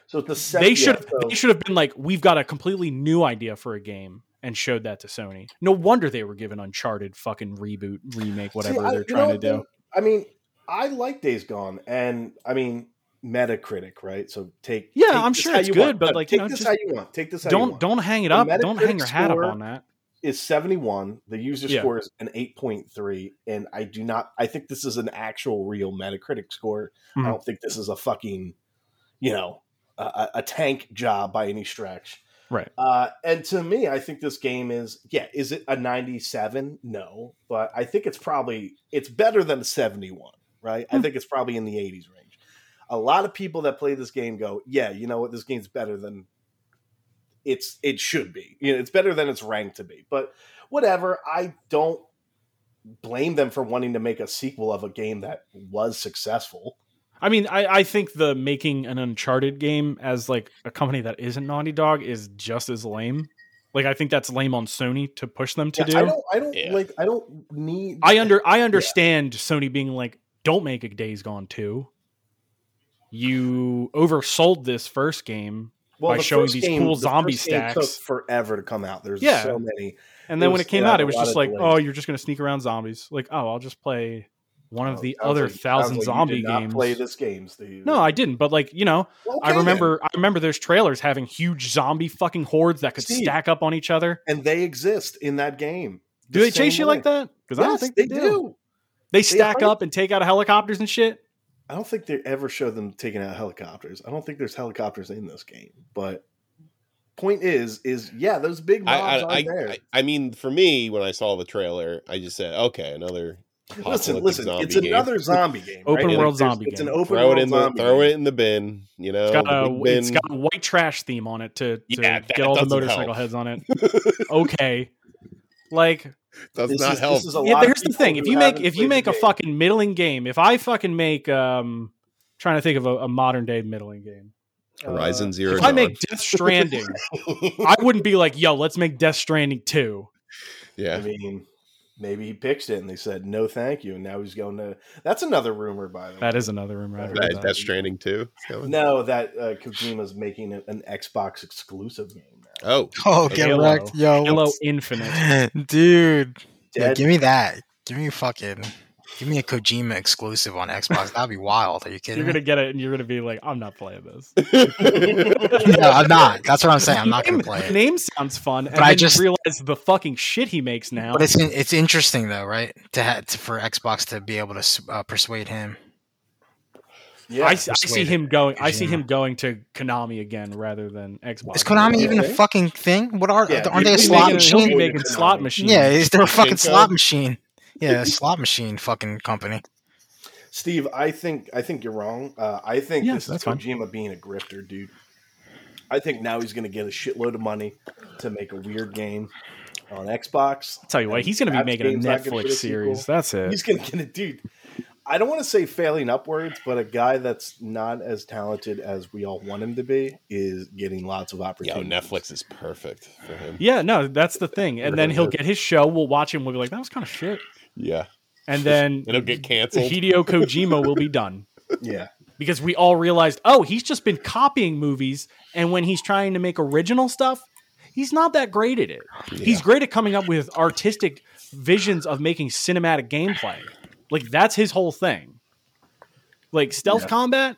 [SPEAKER 3] so it's the sec-
[SPEAKER 1] they
[SPEAKER 3] yeah,
[SPEAKER 1] should
[SPEAKER 3] so-
[SPEAKER 1] they should have been like, we've got a completely new idea for a game and showed that to Sony. No wonder they were given Uncharted fucking reboot remake
[SPEAKER 3] See,
[SPEAKER 1] whatever
[SPEAKER 3] I-
[SPEAKER 1] they're
[SPEAKER 3] you
[SPEAKER 1] trying
[SPEAKER 3] know,
[SPEAKER 1] to do.
[SPEAKER 3] I mean, I like Days Gone, and I mean Metacritic, right? So take
[SPEAKER 1] Yeah,
[SPEAKER 3] take
[SPEAKER 1] I'm
[SPEAKER 3] this
[SPEAKER 1] sure
[SPEAKER 3] how
[SPEAKER 1] it's
[SPEAKER 3] you
[SPEAKER 1] good,
[SPEAKER 3] want.
[SPEAKER 1] but,
[SPEAKER 3] No,
[SPEAKER 1] like, you
[SPEAKER 3] take
[SPEAKER 1] know,
[SPEAKER 3] this
[SPEAKER 1] just
[SPEAKER 3] how you want. Take this how you
[SPEAKER 1] Don't
[SPEAKER 3] want.
[SPEAKER 1] don't hang it
[SPEAKER 3] The
[SPEAKER 1] up. Don't hang
[SPEAKER 3] Metacritic
[SPEAKER 1] your hat up
[SPEAKER 3] score-
[SPEAKER 1] on that.
[SPEAKER 3] Is 71. The user
[SPEAKER 1] Yeah.
[SPEAKER 3] score is an 8.3, and I do not. I think this is an actual real Metacritic score.
[SPEAKER 1] Mhm.
[SPEAKER 3] I don't think this is a fucking, you know, a- a, a tank job by any stretch.
[SPEAKER 1] Right.
[SPEAKER 3] Uh, and to me, I think this game is yeah. Is it a 97? No, but I think it's probably it's better than a 71. Right.
[SPEAKER 1] Hmm.
[SPEAKER 3] I think it's probably in the 80s range. A lot of people that play this game go, yeah, you know what, this game's better than it's it should be. You know, it's better than it's ranked to be. But whatever, I don't blame them for wanting to make a sequel of a game that was successful.
[SPEAKER 1] I mean, I, I think the making an Uncharted game as like a company that isn't Naughty Dog is just as lame. Like I think that's lame on Sony to push them to
[SPEAKER 3] Yeah,
[SPEAKER 1] do.
[SPEAKER 3] I don't I don't
[SPEAKER 2] Yeah.
[SPEAKER 3] like I don't need
[SPEAKER 1] I under I understand Sony being like, don't make a Days Gone two. You oversold this first game,
[SPEAKER 3] well,
[SPEAKER 1] by
[SPEAKER 3] the
[SPEAKER 1] showing
[SPEAKER 3] first
[SPEAKER 1] these cool
[SPEAKER 3] the
[SPEAKER 1] zombie
[SPEAKER 3] first game
[SPEAKER 1] stacks.
[SPEAKER 3] took forever to come out. There's
[SPEAKER 1] Yeah.
[SPEAKER 3] so many
[SPEAKER 1] and then when
[SPEAKER 3] It was-
[SPEAKER 1] it came
[SPEAKER 3] yeah,
[SPEAKER 1] out, it
[SPEAKER 3] a
[SPEAKER 1] was
[SPEAKER 3] lot
[SPEAKER 1] just
[SPEAKER 3] of
[SPEAKER 1] like,
[SPEAKER 3] delays.
[SPEAKER 1] oh, you're just gonna sneak around zombies. Like, oh, I'll just play one of
[SPEAKER 3] Oh,
[SPEAKER 1] the
[SPEAKER 3] sounds
[SPEAKER 1] other
[SPEAKER 3] like- sounds
[SPEAKER 1] thousand
[SPEAKER 3] like you
[SPEAKER 1] zombie
[SPEAKER 3] did not
[SPEAKER 1] games.
[SPEAKER 3] Play this game, Steve.
[SPEAKER 1] no, I didn't, but like you know,
[SPEAKER 3] Well,
[SPEAKER 1] I
[SPEAKER 3] okay,
[SPEAKER 1] remember I remember there's trailers having huge zombie fucking hordes that could
[SPEAKER 3] Steve.
[SPEAKER 1] stack up on each other.
[SPEAKER 3] then. and they exist in that game.
[SPEAKER 1] Do
[SPEAKER 3] The
[SPEAKER 1] they chase
[SPEAKER 3] same
[SPEAKER 1] you
[SPEAKER 3] way.
[SPEAKER 1] like that? Because
[SPEAKER 3] Yes,
[SPEAKER 1] I don't think
[SPEAKER 3] they, do.
[SPEAKER 1] They stack
[SPEAKER 3] fight.
[SPEAKER 1] up and take out helicopters and shit.
[SPEAKER 3] I don't think they ever showed them taking out helicopters. I don't think there's helicopters in this game. But point is, is yeah, those big mobs
[SPEAKER 2] I, I,
[SPEAKER 3] are
[SPEAKER 2] I,
[SPEAKER 3] there.
[SPEAKER 2] I, I mean, for me, when I saw the trailer, I just said, okay, another.
[SPEAKER 3] listen,
[SPEAKER 2] apocalyptic
[SPEAKER 3] listen,
[SPEAKER 2] zombie
[SPEAKER 3] it's
[SPEAKER 2] game.
[SPEAKER 3] another zombie game.
[SPEAKER 1] Open
[SPEAKER 3] right?
[SPEAKER 1] world
[SPEAKER 3] there's-
[SPEAKER 1] zombie
[SPEAKER 3] It's an
[SPEAKER 1] game.
[SPEAKER 3] open
[SPEAKER 2] Throw
[SPEAKER 3] world
[SPEAKER 2] it in the
[SPEAKER 3] zombie
[SPEAKER 2] throw
[SPEAKER 3] game.
[SPEAKER 2] it in the bin, you know.
[SPEAKER 1] It's got
[SPEAKER 3] Oh,
[SPEAKER 2] the
[SPEAKER 1] a
[SPEAKER 2] big
[SPEAKER 1] it's
[SPEAKER 2] bin.
[SPEAKER 1] got a white trash theme on it to, to
[SPEAKER 2] Yeah, that
[SPEAKER 1] get all the
[SPEAKER 2] doesn't
[SPEAKER 1] motorcycle
[SPEAKER 2] help.
[SPEAKER 1] heads on it. okay, like
[SPEAKER 2] Does
[SPEAKER 3] This
[SPEAKER 2] not
[SPEAKER 3] is-
[SPEAKER 2] help.
[SPEAKER 3] This is a
[SPEAKER 1] yeah,
[SPEAKER 3] lot of
[SPEAKER 1] here's the
[SPEAKER 3] people
[SPEAKER 1] thing: if
[SPEAKER 3] who
[SPEAKER 1] you make
[SPEAKER 3] haven't
[SPEAKER 1] if you
[SPEAKER 3] played the
[SPEAKER 1] make a
[SPEAKER 3] game.
[SPEAKER 1] fucking middling game, if I fucking make um, trying to think of a, a modern day middling game.
[SPEAKER 3] uh,
[SPEAKER 2] Horizon Zero.
[SPEAKER 1] If I
[SPEAKER 2] Dawn.
[SPEAKER 1] make Death Stranding, I wouldn't be like, "Yo, let's make Death Stranding too."
[SPEAKER 3] I
[SPEAKER 1] uh,
[SPEAKER 2] yeah,
[SPEAKER 3] mean, maybe he pitched it and they said no, thank you, and now he's going to. That's another rumor, by the way.
[SPEAKER 1] That is another rumor. I've heard
[SPEAKER 2] that,
[SPEAKER 1] that.
[SPEAKER 2] that's Stranding too.
[SPEAKER 3] No, that uh, Kojima's making a- an Xbox exclusive game now.
[SPEAKER 2] Oh,
[SPEAKER 4] Oh, get
[SPEAKER 1] Halo.
[SPEAKER 4] wrecked, yo,
[SPEAKER 1] Halo
[SPEAKER 4] what's-
[SPEAKER 1] Infinite.
[SPEAKER 4] dude. Yeah,
[SPEAKER 3] Dead-
[SPEAKER 4] give me that. Give me fucking. Give me a Kojima exclusive on Xbox. That'd be wild. Are you kidding
[SPEAKER 1] You're gonna get it, and you're gonna be like, "I'm not playing this."
[SPEAKER 4] me? No, I'm not. That's what I'm saying. I'm not gonna play
[SPEAKER 1] The
[SPEAKER 4] it.
[SPEAKER 1] name sounds fun, and
[SPEAKER 4] But I
[SPEAKER 1] I just
[SPEAKER 4] just-
[SPEAKER 1] realize the fucking shit he makes now.
[SPEAKER 4] But it's it's interesting though, right? To, ha- to for Xbox to be able to s- uh, persuade him.
[SPEAKER 3] Yeah.
[SPEAKER 1] I, s- I see
[SPEAKER 4] persuaded
[SPEAKER 1] him going. I see
[SPEAKER 4] Kojima.
[SPEAKER 1] him going to Konami again rather than Xbox.
[SPEAKER 4] Is Konami
[SPEAKER 3] Yeah.
[SPEAKER 4] even a
[SPEAKER 3] Okay.
[SPEAKER 4] fucking thing? What are
[SPEAKER 3] Yeah,
[SPEAKER 4] aren't they
[SPEAKER 1] He'll be
[SPEAKER 4] a slot
[SPEAKER 1] making- he'll be
[SPEAKER 3] Konami.
[SPEAKER 4] machine?
[SPEAKER 1] making slot machine.
[SPEAKER 4] Yeah, is there a fucking
[SPEAKER 2] Shinko?
[SPEAKER 4] slot machine? Yeah, a slot machine fucking company.
[SPEAKER 3] Steve, I think I think you're wrong. Uh, I think
[SPEAKER 1] Yeah,
[SPEAKER 3] this is
[SPEAKER 1] that's fine.
[SPEAKER 3] Kojima being a grifter, dude. I think now he's going to get a shitload of money to make a weird game on Xbox.
[SPEAKER 1] I'll tell you what, he's going to be
[SPEAKER 3] Perhaps
[SPEAKER 1] making a
[SPEAKER 3] game's not gonna
[SPEAKER 1] Netflix
[SPEAKER 3] get a
[SPEAKER 1] series.
[SPEAKER 3] sequel.
[SPEAKER 1] That's it.
[SPEAKER 3] He's going to get a dude. I don't want to say failing upwards, but a guy that's not as talented as we all want him to be is getting lots of
[SPEAKER 2] Yeah,
[SPEAKER 3] opportunities.
[SPEAKER 2] Netflix is perfect for him.
[SPEAKER 1] Yeah, no, that's the thing. And then he'll get his show. We'll watch him. We'll be like, that was kind of shit.
[SPEAKER 2] Yeah,
[SPEAKER 1] And then
[SPEAKER 2] it'll get canceled.
[SPEAKER 1] Hideo Kojima will be done
[SPEAKER 3] Yeah,
[SPEAKER 1] because we all realized, oh, he's just been copying movies. And when he's trying to make original stuff, he's not that great at it. He's great at coming up with artistic visions of making cinematic gameplay. Like that's his whole thing. Like stealth
[SPEAKER 3] Yeah.
[SPEAKER 1] combat,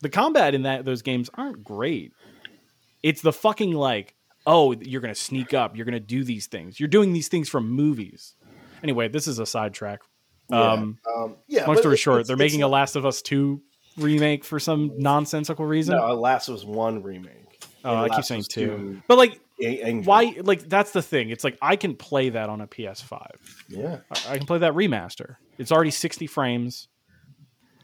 [SPEAKER 1] the combat in that those games aren't great. It's the fucking like, oh, you're gonna sneak up, you're gonna do these things. You're doing these things from movies. Anyway, this is a sidetrack.
[SPEAKER 3] Yeah.
[SPEAKER 1] Um,
[SPEAKER 3] um, yeah.
[SPEAKER 1] long
[SPEAKER 3] but
[SPEAKER 1] story
[SPEAKER 3] it's-
[SPEAKER 1] short,
[SPEAKER 3] it's-
[SPEAKER 1] they're
[SPEAKER 3] it's
[SPEAKER 1] making a Last of Us 2 remake for some nonsensical reason.
[SPEAKER 3] no, a Last of Us one remake.
[SPEAKER 1] Oh, I
[SPEAKER 3] Last
[SPEAKER 1] keep
[SPEAKER 3] of
[SPEAKER 1] saying
[SPEAKER 3] Us
[SPEAKER 1] 2. But like
[SPEAKER 3] A- Angel.
[SPEAKER 1] why like that's the thing. It's like I can play that on a PS5.
[SPEAKER 3] Yeah,
[SPEAKER 1] I- I can play that remaster. It's already 60 frames.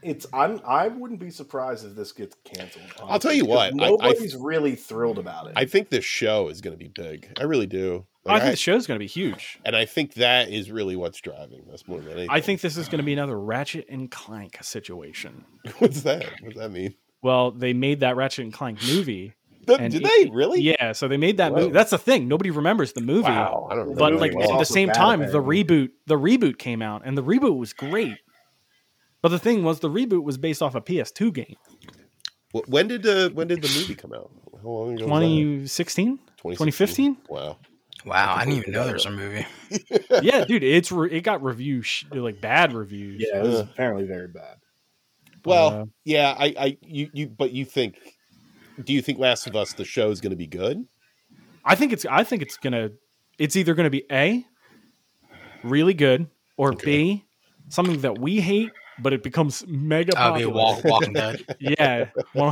[SPEAKER 3] it's I'm I wouldn't be surprised if this gets canceled. honestly,
[SPEAKER 2] tell you what,
[SPEAKER 3] because
[SPEAKER 2] I- I-
[SPEAKER 3] nobody's really thrilled about it.
[SPEAKER 2] I think this show is going to be big. I really do.
[SPEAKER 1] I
[SPEAKER 2] Like,
[SPEAKER 1] think
[SPEAKER 2] I-
[SPEAKER 1] the show's going to be huge.
[SPEAKER 2] and I think that is really what's driving this more than anything.
[SPEAKER 1] I think this is going to be another Ratchet and Clank situation.
[SPEAKER 2] What's that? What does that mean?
[SPEAKER 1] Well, they made that Ratchet and Clank movie.
[SPEAKER 2] Th-
[SPEAKER 1] and
[SPEAKER 2] Did
[SPEAKER 1] it-
[SPEAKER 2] they really?
[SPEAKER 1] Yeah, so they made that
[SPEAKER 2] Whoa.
[SPEAKER 1] movie. That's the thing. Nobody remembers the movie.
[SPEAKER 2] Wow. oh, I don't remember.
[SPEAKER 1] but
[SPEAKER 2] that
[SPEAKER 1] like
[SPEAKER 2] at
[SPEAKER 3] was
[SPEAKER 1] at
[SPEAKER 2] all.
[SPEAKER 1] the
[SPEAKER 3] also
[SPEAKER 1] same
[SPEAKER 3] bad,
[SPEAKER 1] time the
[SPEAKER 3] apparently.
[SPEAKER 1] reboot the reboot came out and the reboot was great but the thing was the reboot was based off a ps2 game
[SPEAKER 2] Wh- when did the when did the movie come out? How long ago? was that?
[SPEAKER 1] 2016 2015?
[SPEAKER 2] Wow.
[SPEAKER 4] Wow, I didn't even know there was a movie.
[SPEAKER 1] yeah dude it's re- it got review sh- like bad reviews
[SPEAKER 3] yeah, it was
[SPEAKER 2] Ugh.
[SPEAKER 3] apparently very bad.
[SPEAKER 2] Well,
[SPEAKER 1] Uh,
[SPEAKER 2] yeah, I, I, you, you, but you think, do you think Last of Us the show is going to be good?
[SPEAKER 1] i think it's i think it's gonna it's either gonna be a really good or b something that we hate but it becomes mega
[SPEAKER 4] That would be
[SPEAKER 1] popular.
[SPEAKER 4] Walk, Walking Dead.
[SPEAKER 1] yeah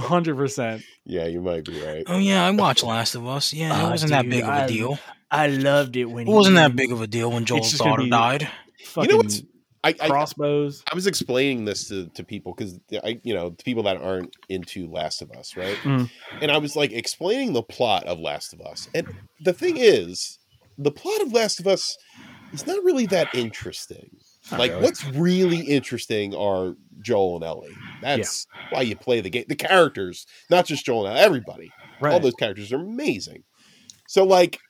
[SPEAKER 1] 100%
[SPEAKER 2] Yeah, you might be right.
[SPEAKER 4] Oh yeah, I watched Last of Us. Yeah, it
[SPEAKER 1] Ah,
[SPEAKER 4] wasn't that
[SPEAKER 1] dude,
[SPEAKER 4] big of
[SPEAKER 1] I
[SPEAKER 4] a deal.
[SPEAKER 1] i loved it when
[SPEAKER 4] It wasn't that big of a deal when Joel's
[SPEAKER 1] just gonna
[SPEAKER 4] daughter
[SPEAKER 1] be-
[SPEAKER 4] died.
[SPEAKER 1] fucking
[SPEAKER 2] You know what's- I, I,
[SPEAKER 1] crossbows
[SPEAKER 2] I was explaining this to, to people because I, you know, to people that aren't into Last of Us, right?
[SPEAKER 1] Mm.
[SPEAKER 2] And I was like explaining the plot of Last of Us, and the thing is, the plot of Last of Us is not really that interesting. like,
[SPEAKER 1] really.
[SPEAKER 2] what's really interesting are Joel and Ellie. That's why you play the game. The characters, not just Joel and Ellie, everybody. all those characters are amazing. So like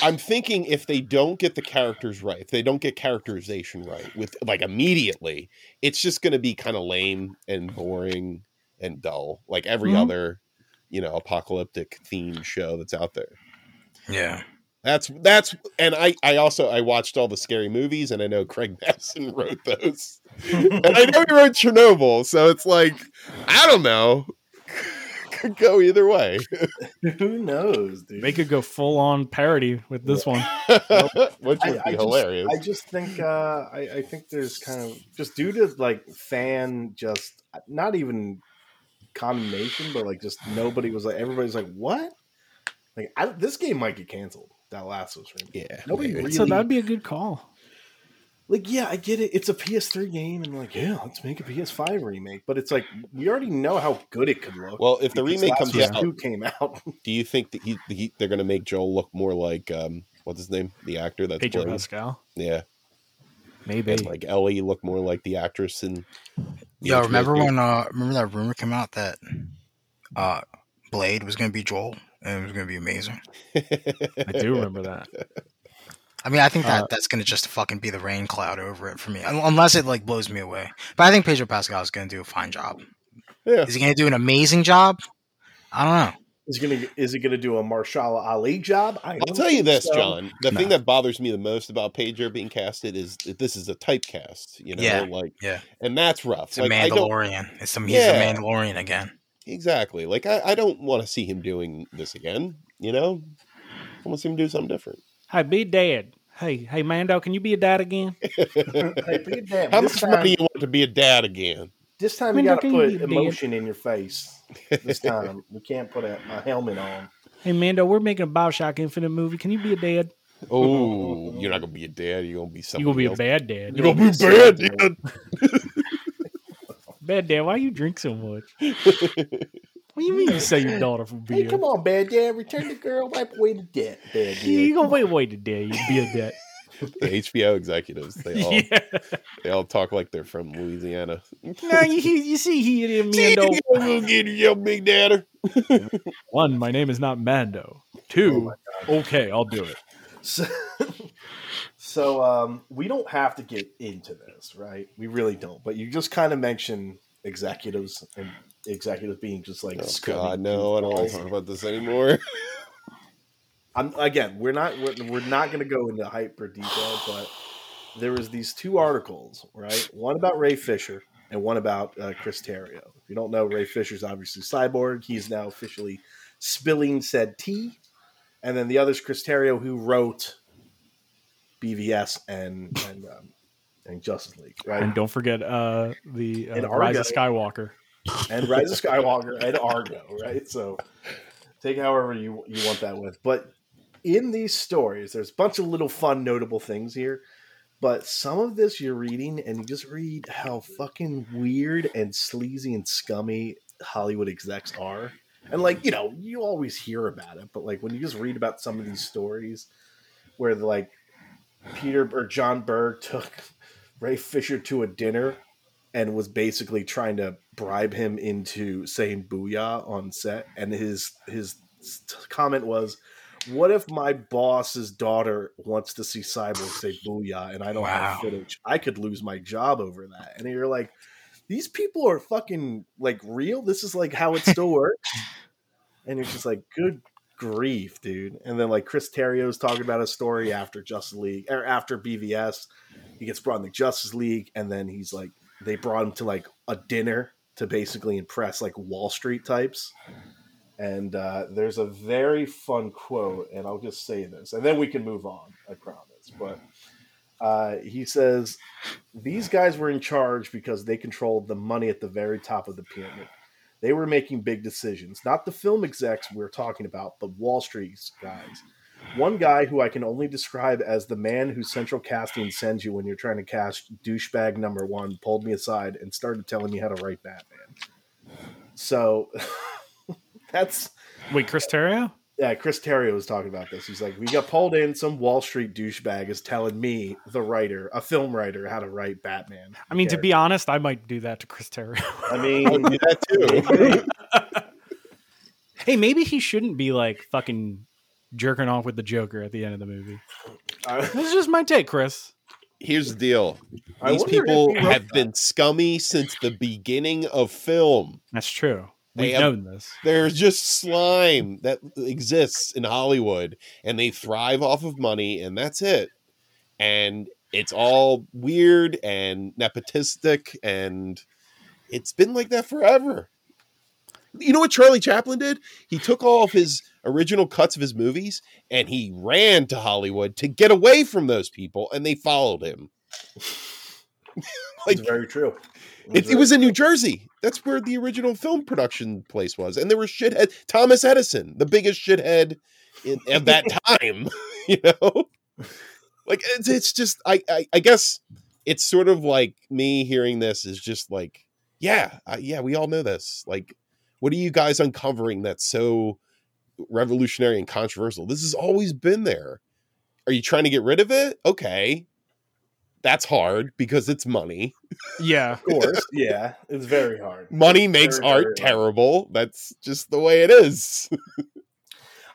[SPEAKER 2] I'm thinking if they don't get the characters right, if they don't get characterization right with like immediately, it's just going to be kind of lame and boring and dull, like every
[SPEAKER 1] Mhm.
[SPEAKER 2] other, you know, apocalyptic themed show that's out there.
[SPEAKER 4] Yeah,
[SPEAKER 2] That's that's and I I also I watched all the scary movies and I know Craig Masson wrote those. and I know he wrote Chernobyl, so it's like I don't know. Could go either way.
[SPEAKER 3] Who knows, dude?
[SPEAKER 1] they could go full on parody with this one
[SPEAKER 2] which
[SPEAKER 3] I-
[SPEAKER 2] would
[SPEAKER 3] I
[SPEAKER 2] be
[SPEAKER 3] just-
[SPEAKER 2] hilarious.
[SPEAKER 3] I just think uh, I, I think there's kind of just due to like fan just not even condemnation, but like just nobody was like everybody's like what? Like I, this game might get canceled. That last was remake.
[SPEAKER 2] yeah,
[SPEAKER 3] Nobody
[SPEAKER 2] maybe.
[SPEAKER 3] really
[SPEAKER 1] So that'd be a good call.
[SPEAKER 3] like yeah, I get it. It's a PS3 game, and like yeah, let's make a PS5 remake. But it's like we already know how good it could look.
[SPEAKER 2] Well, if the
[SPEAKER 3] because
[SPEAKER 2] remake
[SPEAKER 3] Last
[SPEAKER 2] comes
[SPEAKER 3] of Us
[SPEAKER 2] out,
[SPEAKER 3] two came out.
[SPEAKER 2] do you think that he, he they're going to make Joel look more like um what's his name, the actor that's
[SPEAKER 1] Pedro
[SPEAKER 2] playing?
[SPEAKER 1] Pascal,
[SPEAKER 2] Yeah,
[SPEAKER 1] maybe.
[SPEAKER 2] and like Ellie look more like the actress and
[SPEAKER 4] yo, remember when uh, remember that rumor came out that uh, Blade was gonna be Joel and it was gonna be amazing.
[SPEAKER 1] I do remember that.
[SPEAKER 4] I mean, I think that
[SPEAKER 1] Uh,
[SPEAKER 4] that's gonna just fucking be the rain cloud over it for me, un- unless it like blows me away. But I think Pedro Pascal is gonna do a fine job.
[SPEAKER 2] yeah,
[SPEAKER 4] Is he gonna do an amazing job? I don't know.
[SPEAKER 3] Is he gonna is it gonna do a Marshall Ali job? I
[SPEAKER 2] I'll tell you this, John. The
[SPEAKER 4] No.
[SPEAKER 2] thing that bothers me the most about Pedro being casted is that this is a typecast. You know,
[SPEAKER 4] Yeah,
[SPEAKER 2] like
[SPEAKER 4] yeah.
[SPEAKER 2] and that's rough.
[SPEAKER 4] It's a
[SPEAKER 2] like I don't
[SPEAKER 4] Mandalorian. It's some he's
[SPEAKER 2] Yeah.
[SPEAKER 4] the Mandalorian again.
[SPEAKER 2] exactly like I, I don't want to see him doing this again. You know, I want to see him do something different.
[SPEAKER 1] Hey, be dad. Hey, hey, Mando, can you be a dad again?
[SPEAKER 3] Hey, be a damn.
[SPEAKER 2] How
[SPEAKER 3] This
[SPEAKER 2] much
[SPEAKER 3] time-
[SPEAKER 2] money you want to be a dad again?
[SPEAKER 3] This time you got to put emotion in your face. This time we can't put a, a helmet on.
[SPEAKER 1] Hey, Mando, we're making a Bioshock Infinite movie. Can you be a dad?
[SPEAKER 2] Oh, you're not gonna be a dad. You're gonna be something.
[SPEAKER 1] You gonna be a
[SPEAKER 2] else.
[SPEAKER 1] bad dad?
[SPEAKER 2] You're gonna be bad, dad.
[SPEAKER 1] Bad dad? Why you drink so much? what do you mean you say your daughter for
[SPEAKER 3] Hey,
[SPEAKER 1] beer?
[SPEAKER 3] come on, bad dad, return the girl, wipe away the debt, bad
[SPEAKER 1] You
[SPEAKER 3] dad.
[SPEAKER 1] gonna wait, wait a day? You be a dad?
[SPEAKER 2] The HBO executives. They all
[SPEAKER 1] yeah.
[SPEAKER 2] they all talk like they're from Louisiana.
[SPEAKER 1] No, you, you see, he and Mando.
[SPEAKER 2] We'll get you, yo, big dadder.
[SPEAKER 1] One, my name is not Mando. Two, okay, I'll do it.
[SPEAKER 3] So, so um, we don't have to get into this, right? We really don't. But you just kind of mentioned executives and executives being just like
[SPEAKER 2] Oh
[SPEAKER 3] scummy
[SPEAKER 2] God, no! I don't want
[SPEAKER 3] goofballs.
[SPEAKER 2] to talk about this anymore.
[SPEAKER 3] I'm again, we're not we're, we're not going to go into hyper detail, but there was these two articles, right? One about Ray Fisher and one about uh, Chris Terrio. If you don't know, Ray Fisher's obviously cyborg. He's now officially spilling said tea, and then the other's Chris Terrio, who wrote BVS and and um, and Justice League, right?
[SPEAKER 1] And don't forget uh, the
[SPEAKER 3] And
[SPEAKER 1] uh, Rise of
[SPEAKER 3] Argo.
[SPEAKER 1] Skywalker.
[SPEAKER 3] and Rise of Skywalker and Argo, right? So take however you you want that with. But in these stories, there's a bunch of little fun, notable things here. But some of this you're reading, and you just read how fucking weird and sleazy and scummy Hollywood execs are. And like you know, you always hear about it, but like when you just read about some of these stories, where like Peter or John Berg took Ray Fisher to a dinner and was basically trying to bribe him into saying booyah on set and his his comment was what if my boss's daughter wants to see cyborg say booyah and i don't have
[SPEAKER 4] Wow.
[SPEAKER 3] footage i could lose my job over that and you're like these people are fucking like real this is like how it still works and you're just like good grief dude and then like chris terrio's talking about a story after justice league or after bvs he gets brought in the justice league and then he's like they brought him to like a dinner to basically impress like Wall Street types. And uh, there's a very fun quote, and I'll just say this, and then we can move on. I promise. But uh, he says these guys were in charge because they controlled the money at the very top of the pyramid. They were making big decisions, not the film execs we're talking about, but Wall Street guys. One guy who I can only describe as the man who central casting sends you when you're trying to cast douchebag number one pulled me aside and started telling me how to write Batman. So that's
[SPEAKER 1] Wait, Chris Terrio?
[SPEAKER 3] yeah, Chris Terrio was talking about this. He's like, we got pulled in. Some Wall Street douchebag is telling me, the writer, a film writer, how to write Batman.
[SPEAKER 1] I mean, to be honest, I might do that to Chris Terrio.
[SPEAKER 3] I
[SPEAKER 2] I would
[SPEAKER 3] mean,
[SPEAKER 2] do that too.
[SPEAKER 1] hey, maybe he shouldn't be like fucking jerking off with the Joker at the end of the movie.
[SPEAKER 3] I,
[SPEAKER 1] This is just my take, Chris.
[SPEAKER 2] Here's the deal:
[SPEAKER 3] I
[SPEAKER 2] these
[SPEAKER 3] wonder if
[SPEAKER 2] people
[SPEAKER 3] he wrote
[SPEAKER 2] have been scummy since the beginning of film.
[SPEAKER 1] That's true.
[SPEAKER 2] They
[SPEAKER 1] We've
[SPEAKER 2] have-
[SPEAKER 1] known this.
[SPEAKER 2] There's just slime that exists in Hollywood, and they thrive off of money, and that's it. And it's all weird and nepotistic, and it's been like that forever. You know what Charlie Chaplin did? He took all of his original cuts of his movies and he ran to Hollywood to get away from those people, and they followed him.
[SPEAKER 3] it's very true.
[SPEAKER 2] It, it was in New Jersey. That's where the original film production place was, and there were shithead Thomas Edison, the biggest shithead in, at that time. You know, like it's, it's just I, I I guess it's sort of like me hearing this is just like yeah I, yeah we all know this. Like, what are you guys uncovering that's so revolutionary and controversial? This has always been there. Are you trying to get rid of it? Okay, that's hard because it's money
[SPEAKER 1] Yeah.
[SPEAKER 3] of course. Yeah, it's very hard.
[SPEAKER 2] money makes
[SPEAKER 3] Very, Uh,
[SPEAKER 2] art
[SPEAKER 3] very hard.
[SPEAKER 2] terrible. That's just the way it is.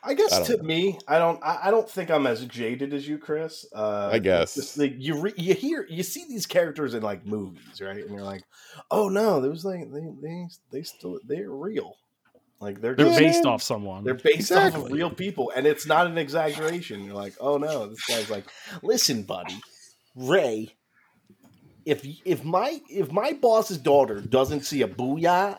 [SPEAKER 3] I
[SPEAKER 2] I
[SPEAKER 3] guess
[SPEAKER 2] don't
[SPEAKER 3] to me, I don't. I, I don't think I'm as jaded as you, Chris. Uh,
[SPEAKER 2] I guess.
[SPEAKER 3] just like you, re- you hear, you see these characters in like movies, right? And you're like, oh no, there was like they, they, they still they're real. Like they're
[SPEAKER 1] They're
[SPEAKER 3] just-
[SPEAKER 1] based off someone.
[SPEAKER 3] They're based off of
[SPEAKER 2] Exactly.
[SPEAKER 3] real people, and it's not an exaggeration. You're like, oh no, this guy's like, listen, buddy, Ray. If if my if my boss's daughter doesn't see a booyah,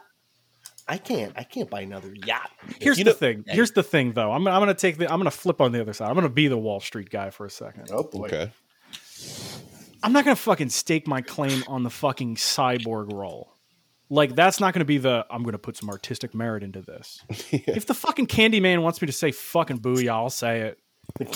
[SPEAKER 3] I can't I can't buy another yacht.
[SPEAKER 1] Here's
[SPEAKER 2] You
[SPEAKER 1] the
[SPEAKER 2] know-
[SPEAKER 1] thing. Here's the thing, though. I'm, I'm gonna take the. I'm gonna flip on the other side. I'm gonna be the Wall Street guy for a second.
[SPEAKER 3] Oh boy,
[SPEAKER 1] I'm not gonna fucking stake my claim on the fucking cyborg role. Like that's not going to be the I'm going to put some artistic merit into this. If the fucking Candyman wants me to say fucking booyah, I'll say it.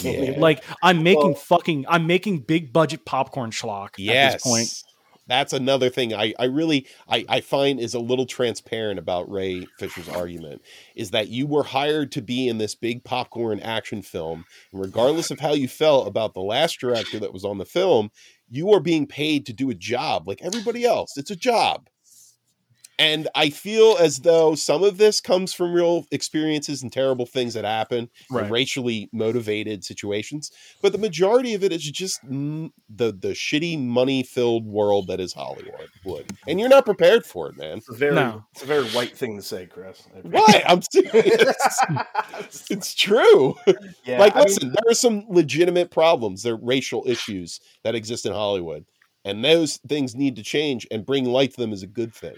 [SPEAKER 2] Yeah.
[SPEAKER 1] Like I'm making
[SPEAKER 3] Well-
[SPEAKER 1] fucking I'm making big budget popcorn schlock at
[SPEAKER 2] yes.
[SPEAKER 1] this point.
[SPEAKER 2] That's another thing I, I really I, I find is a little transparent about Ray Fisher's argument is that you were hired to be in this big popcorn action film, and regardless of how you felt about the last director that was on the film, you are being paid to do a job like everybody else. It's a job. And I feel as though some of this comes from real experiences and terrible things that happen
[SPEAKER 1] Right.
[SPEAKER 2] and racially motivated situations, but the majority of it is just mm, the the shitty money filled world that is Hollywood. Wood. And you're not prepared for it, man.
[SPEAKER 3] It's a very,
[SPEAKER 1] No.
[SPEAKER 3] it's a very white thing to say, Chris. I appreciate
[SPEAKER 2] What? I'm serious.
[SPEAKER 3] it.
[SPEAKER 2] It's true.
[SPEAKER 3] yeah,
[SPEAKER 2] like,
[SPEAKER 3] I mean,
[SPEAKER 2] listen, there are some legitimate problems. There are racial issues that exist in Hollywood, and those things need to change. And bring light to them is a good thing.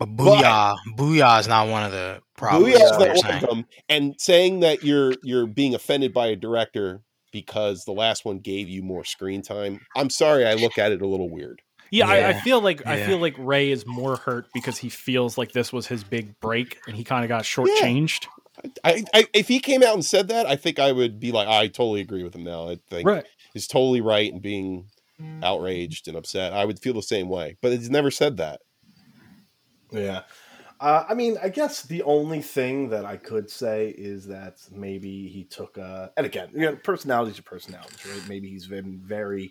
[SPEAKER 4] But booyah, booyah is not one of the problems.
[SPEAKER 2] Booyah's
[SPEAKER 4] is what
[SPEAKER 2] not
[SPEAKER 4] you're
[SPEAKER 2] one
[SPEAKER 4] saying.
[SPEAKER 2] of them. And saying that you're you're being offended by a director because the last one gave you more screen time. I'm sorry, I look at it a little weird.
[SPEAKER 1] Yeah, I, I
[SPEAKER 4] Yeah.
[SPEAKER 1] feel like I
[SPEAKER 4] Yeah.
[SPEAKER 1] feel like Ray is more hurt because he feels like this was his big break and he kind of got shortchanged.
[SPEAKER 2] I, I if he came out and said that, I think I would be like, I totally agree with him now. I think
[SPEAKER 1] Right.
[SPEAKER 2] he's totally right and being outraged and upset. I would feel the same way, but he's never said that.
[SPEAKER 3] Yeah. Uh, I mean, I guess the only thing that I could say is that maybe he took a, and again, you know, personalities are personalities, right? Maybe he's been very you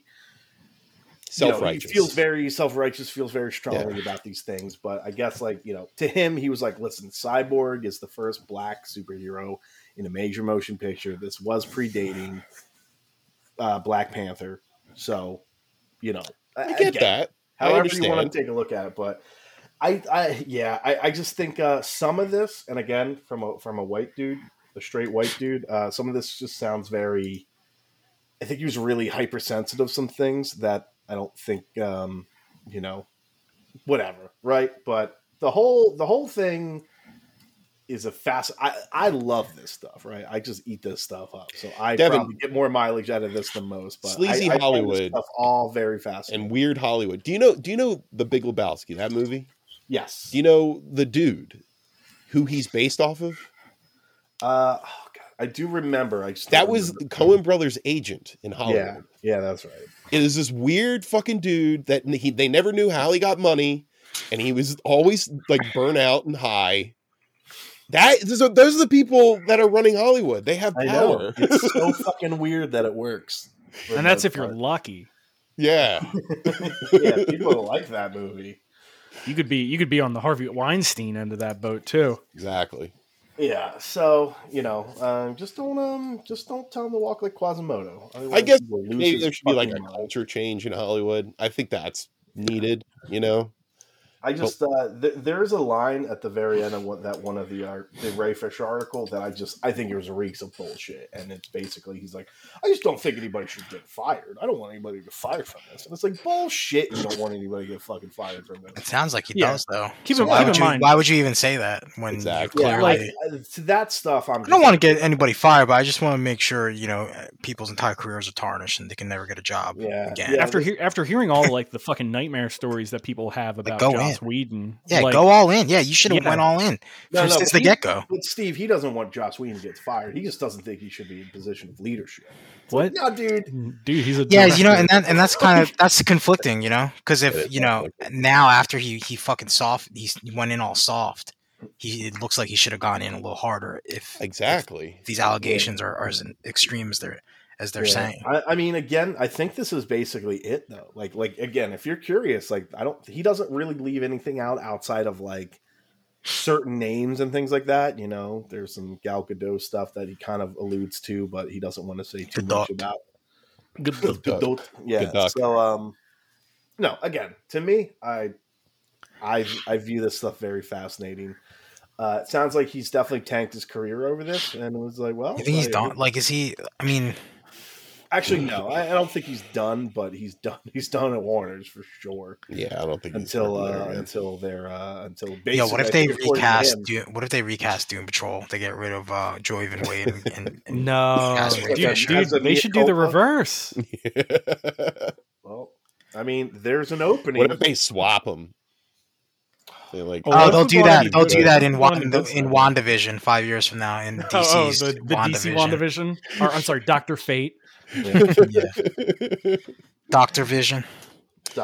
[SPEAKER 3] know,
[SPEAKER 2] Self righteous.
[SPEAKER 3] he feels very self righteous, feels very strongly about these things. But I guess, like, you know, to him, he was like, listen, Cyborg is the first black superhero in a major motion picture. This was predating uh, Black Panther. So, you know,
[SPEAKER 2] I get
[SPEAKER 3] again,
[SPEAKER 2] that. I
[SPEAKER 3] however you want
[SPEAKER 2] understand.
[SPEAKER 3] to take a look at it. But I, I yeah, I, I just think uh, some of this, and again, from a from a white dude, a straight white dude, uh, some of this just sounds very. I think he was really hypersensitive. Some things that I don't think, um, you know, whatever, right? But the whole the whole thing is a fast. I I love this stuff, right? I just eat this stuff up, so I
[SPEAKER 2] Devin-
[SPEAKER 3] probably get more mileage out of this than most. But I-
[SPEAKER 2] Sleazy
[SPEAKER 3] I find this
[SPEAKER 2] Hollywood.
[SPEAKER 3] stuff all very fast.
[SPEAKER 2] And weird Hollywood. Do you know? Do you know the Big Lebowski? That movie.
[SPEAKER 3] yes,
[SPEAKER 2] Do you know the dude who he's based off of?
[SPEAKER 3] Uh, oh God, I do remember. I just
[SPEAKER 2] That
[SPEAKER 3] don't
[SPEAKER 2] was
[SPEAKER 3] remember.
[SPEAKER 2] Cohen Brothers' agent in Hollywood.
[SPEAKER 3] Yeah, yeah, that's right.
[SPEAKER 2] It is this weird fucking dude that n- he, they never knew how he got money, and he was always like burnout and high. That those are, those are the people that are running Hollywood. They have
[SPEAKER 3] I know
[SPEAKER 2] power.
[SPEAKER 3] it's so fucking weird that it works. for the
[SPEAKER 1] And that's
[SPEAKER 3] most
[SPEAKER 1] if you're
[SPEAKER 3] part.
[SPEAKER 1] lucky.
[SPEAKER 2] yeah,
[SPEAKER 3] yeah, people like that movie.
[SPEAKER 1] You could be you could be on the Harvey Weinstein end of that boat too.
[SPEAKER 2] exactly.
[SPEAKER 3] Yeah, so you know, um, just don't um, just don't tell him to walk like Quasimodo.
[SPEAKER 2] I guess
[SPEAKER 3] he will lose
[SPEAKER 2] Maybe
[SPEAKER 3] his
[SPEAKER 2] there should be like a
[SPEAKER 3] fucking mind.
[SPEAKER 2] culture change in Hollywood. I think that's needed. You know,
[SPEAKER 3] I just uh, th- there's a line at the very end of what that one of the uh, the Ray Fish article that I just I think it was reeks of bullshit, and it's basically he's like, I just don't think anybody should get fired. I don't want anybody to get fired from this, and it's like bullshit. You don't want anybody to get fucking fired from
[SPEAKER 4] It
[SPEAKER 3] this.
[SPEAKER 4] sounds like he
[SPEAKER 1] Yeah.
[SPEAKER 4] does, though.
[SPEAKER 1] Keep
[SPEAKER 4] So
[SPEAKER 1] in-
[SPEAKER 4] why
[SPEAKER 1] keep
[SPEAKER 4] would
[SPEAKER 1] in
[SPEAKER 4] you,
[SPEAKER 1] mind-
[SPEAKER 4] Why would you even say that when you
[SPEAKER 2] Exactly.
[SPEAKER 3] Yeah,
[SPEAKER 4] clearly?
[SPEAKER 3] like uh, to that stuff. I'm.
[SPEAKER 4] I don't want to get anybody fired, but I just want to make sure you know people's entire careers are tarnished and they can never get a job
[SPEAKER 3] Yeah.
[SPEAKER 4] again.
[SPEAKER 3] Yeah.
[SPEAKER 4] Yeah,
[SPEAKER 1] after he- after hearing all like the fucking nightmare stories that people have about
[SPEAKER 4] go
[SPEAKER 1] Joss Whedon, like,
[SPEAKER 4] go all in. Yeah, you should have
[SPEAKER 1] Yeah.
[SPEAKER 4] went all in
[SPEAKER 3] No,
[SPEAKER 4] from-
[SPEAKER 3] no,
[SPEAKER 4] since
[SPEAKER 3] but
[SPEAKER 4] the
[SPEAKER 3] he-
[SPEAKER 4] get go.
[SPEAKER 3] But Steve, he doesn't want Joss Whedon to get fired. He just doesn't think he should be in position of leadership.
[SPEAKER 1] what?
[SPEAKER 3] No, dude.
[SPEAKER 1] Dude, he's a
[SPEAKER 4] Yeah, you know,
[SPEAKER 1] director.
[SPEAKER 4] and that and that's kind of that's conflicting, you know, because
[SPEAKER 2] It is
[SPEAKER 4] if you know now after he he fucking soft, he s- went in all soft. He it looks like he should have gone in a little harder if
[SPEAKER 2] exactly.
[SPEAKER 4] these allegations are, are as extreme as they're as they're
[SPEAKER 3] Yeah.
[SPEAKER 4] saying.
[SPEAKER 3] I, I mean, again, I think this is basically it, though. Like, like again, if you're curious, like, I don't. He doesn't really leave anything out outside of like certain names and things like that. You know, there's some Gal Gadot stuff that he kind of alludes to, but he doesn't want to say too much
[SPEAKER 4] Gadot.
[SPEAKER 3] about.
[SPEAKER 1] Good
[SPEAKER 2] Good duck.
[SPEAKER 3] Yeah.
[SPEAKER 2] Good duck.
[SPEAKER 3] So, um, no, again, to me, I, I, I view this stuff very fascinating. Uh, it sounds like he's definitely tanked his career over this, and it was like, well,
[SPEAKER 4] You think he's
[SPEAKER 3] like,
[SPEAKER 4] done? Like, is he? I mean,
[SPEAKER 3] Actually, no, I, I don't think he's done, but he's done. He's done at Warner's for sure
[SPEAKER 2] Yeah, I don't think he's
[SPEAKER 3] until
[SPEAKER 2] working there,
[SPEAKER 3] uh,
[SPEAKER 2] man.
[SPEAKER 3] until they're uh, until.
[SPEAKER 4] yeah. What
[SPEAKER 3] basically,
[SPEAKER 4] if
[SPEAKER 3] I
[SPEAKER 4] they
[SPEAKER 3] think according to
[SPEAKER 4] recast?
[SPEAKER 3] him-
[SPEAKER 4] Doom, what if they recast Doom Patrol? They get rid of uh, Joy Even Wade. And, and, and
[SPEAKER 1] No,
[SPEAKER 4] That's
[SPEAKER 1] dude,
[SPEAKER 4] what they're
[SPEAKER 1] dude,
[SPEAKER 3] trying
[SPEAKER 1] they
[SPEAKER 3] to be
[SPEAKER 1] should do the
[SPEAKER 3] Copa.
[SPEAKER 1] reverse.
[SPEAKER 3] uh, Well, I mean, there's an opening.
[SPEAKER 2] what if they swap them? They're like,
[SPEAKER 1] Oh,
[SPEAKER 4] Oh,
[SPEAKER 1] what
[SPEAKER 4] they'll
[SPEAKER 1] if
[SPEAKER 4] do
[SPEAKER 1] Wanda-
[SPEAKER 4] that. They'll do that in
[SPEAKER 1] Wanda
[SPEAKER 4] Wan- in,
[SPEAKER 1] does that?
[SPEAKER 4] Wandavision five years from now in
[SPEAKER 1] Oh,
[SPEAKER 4] DC's
[SPEAKER 1] oh, the, the DC
[SPEAKER 4] WandaVision.
[SPEAKER 1] WandaVision. Or, I'm sorry, Doctor Fate.
[SPEAKER 4] Doctor Vision.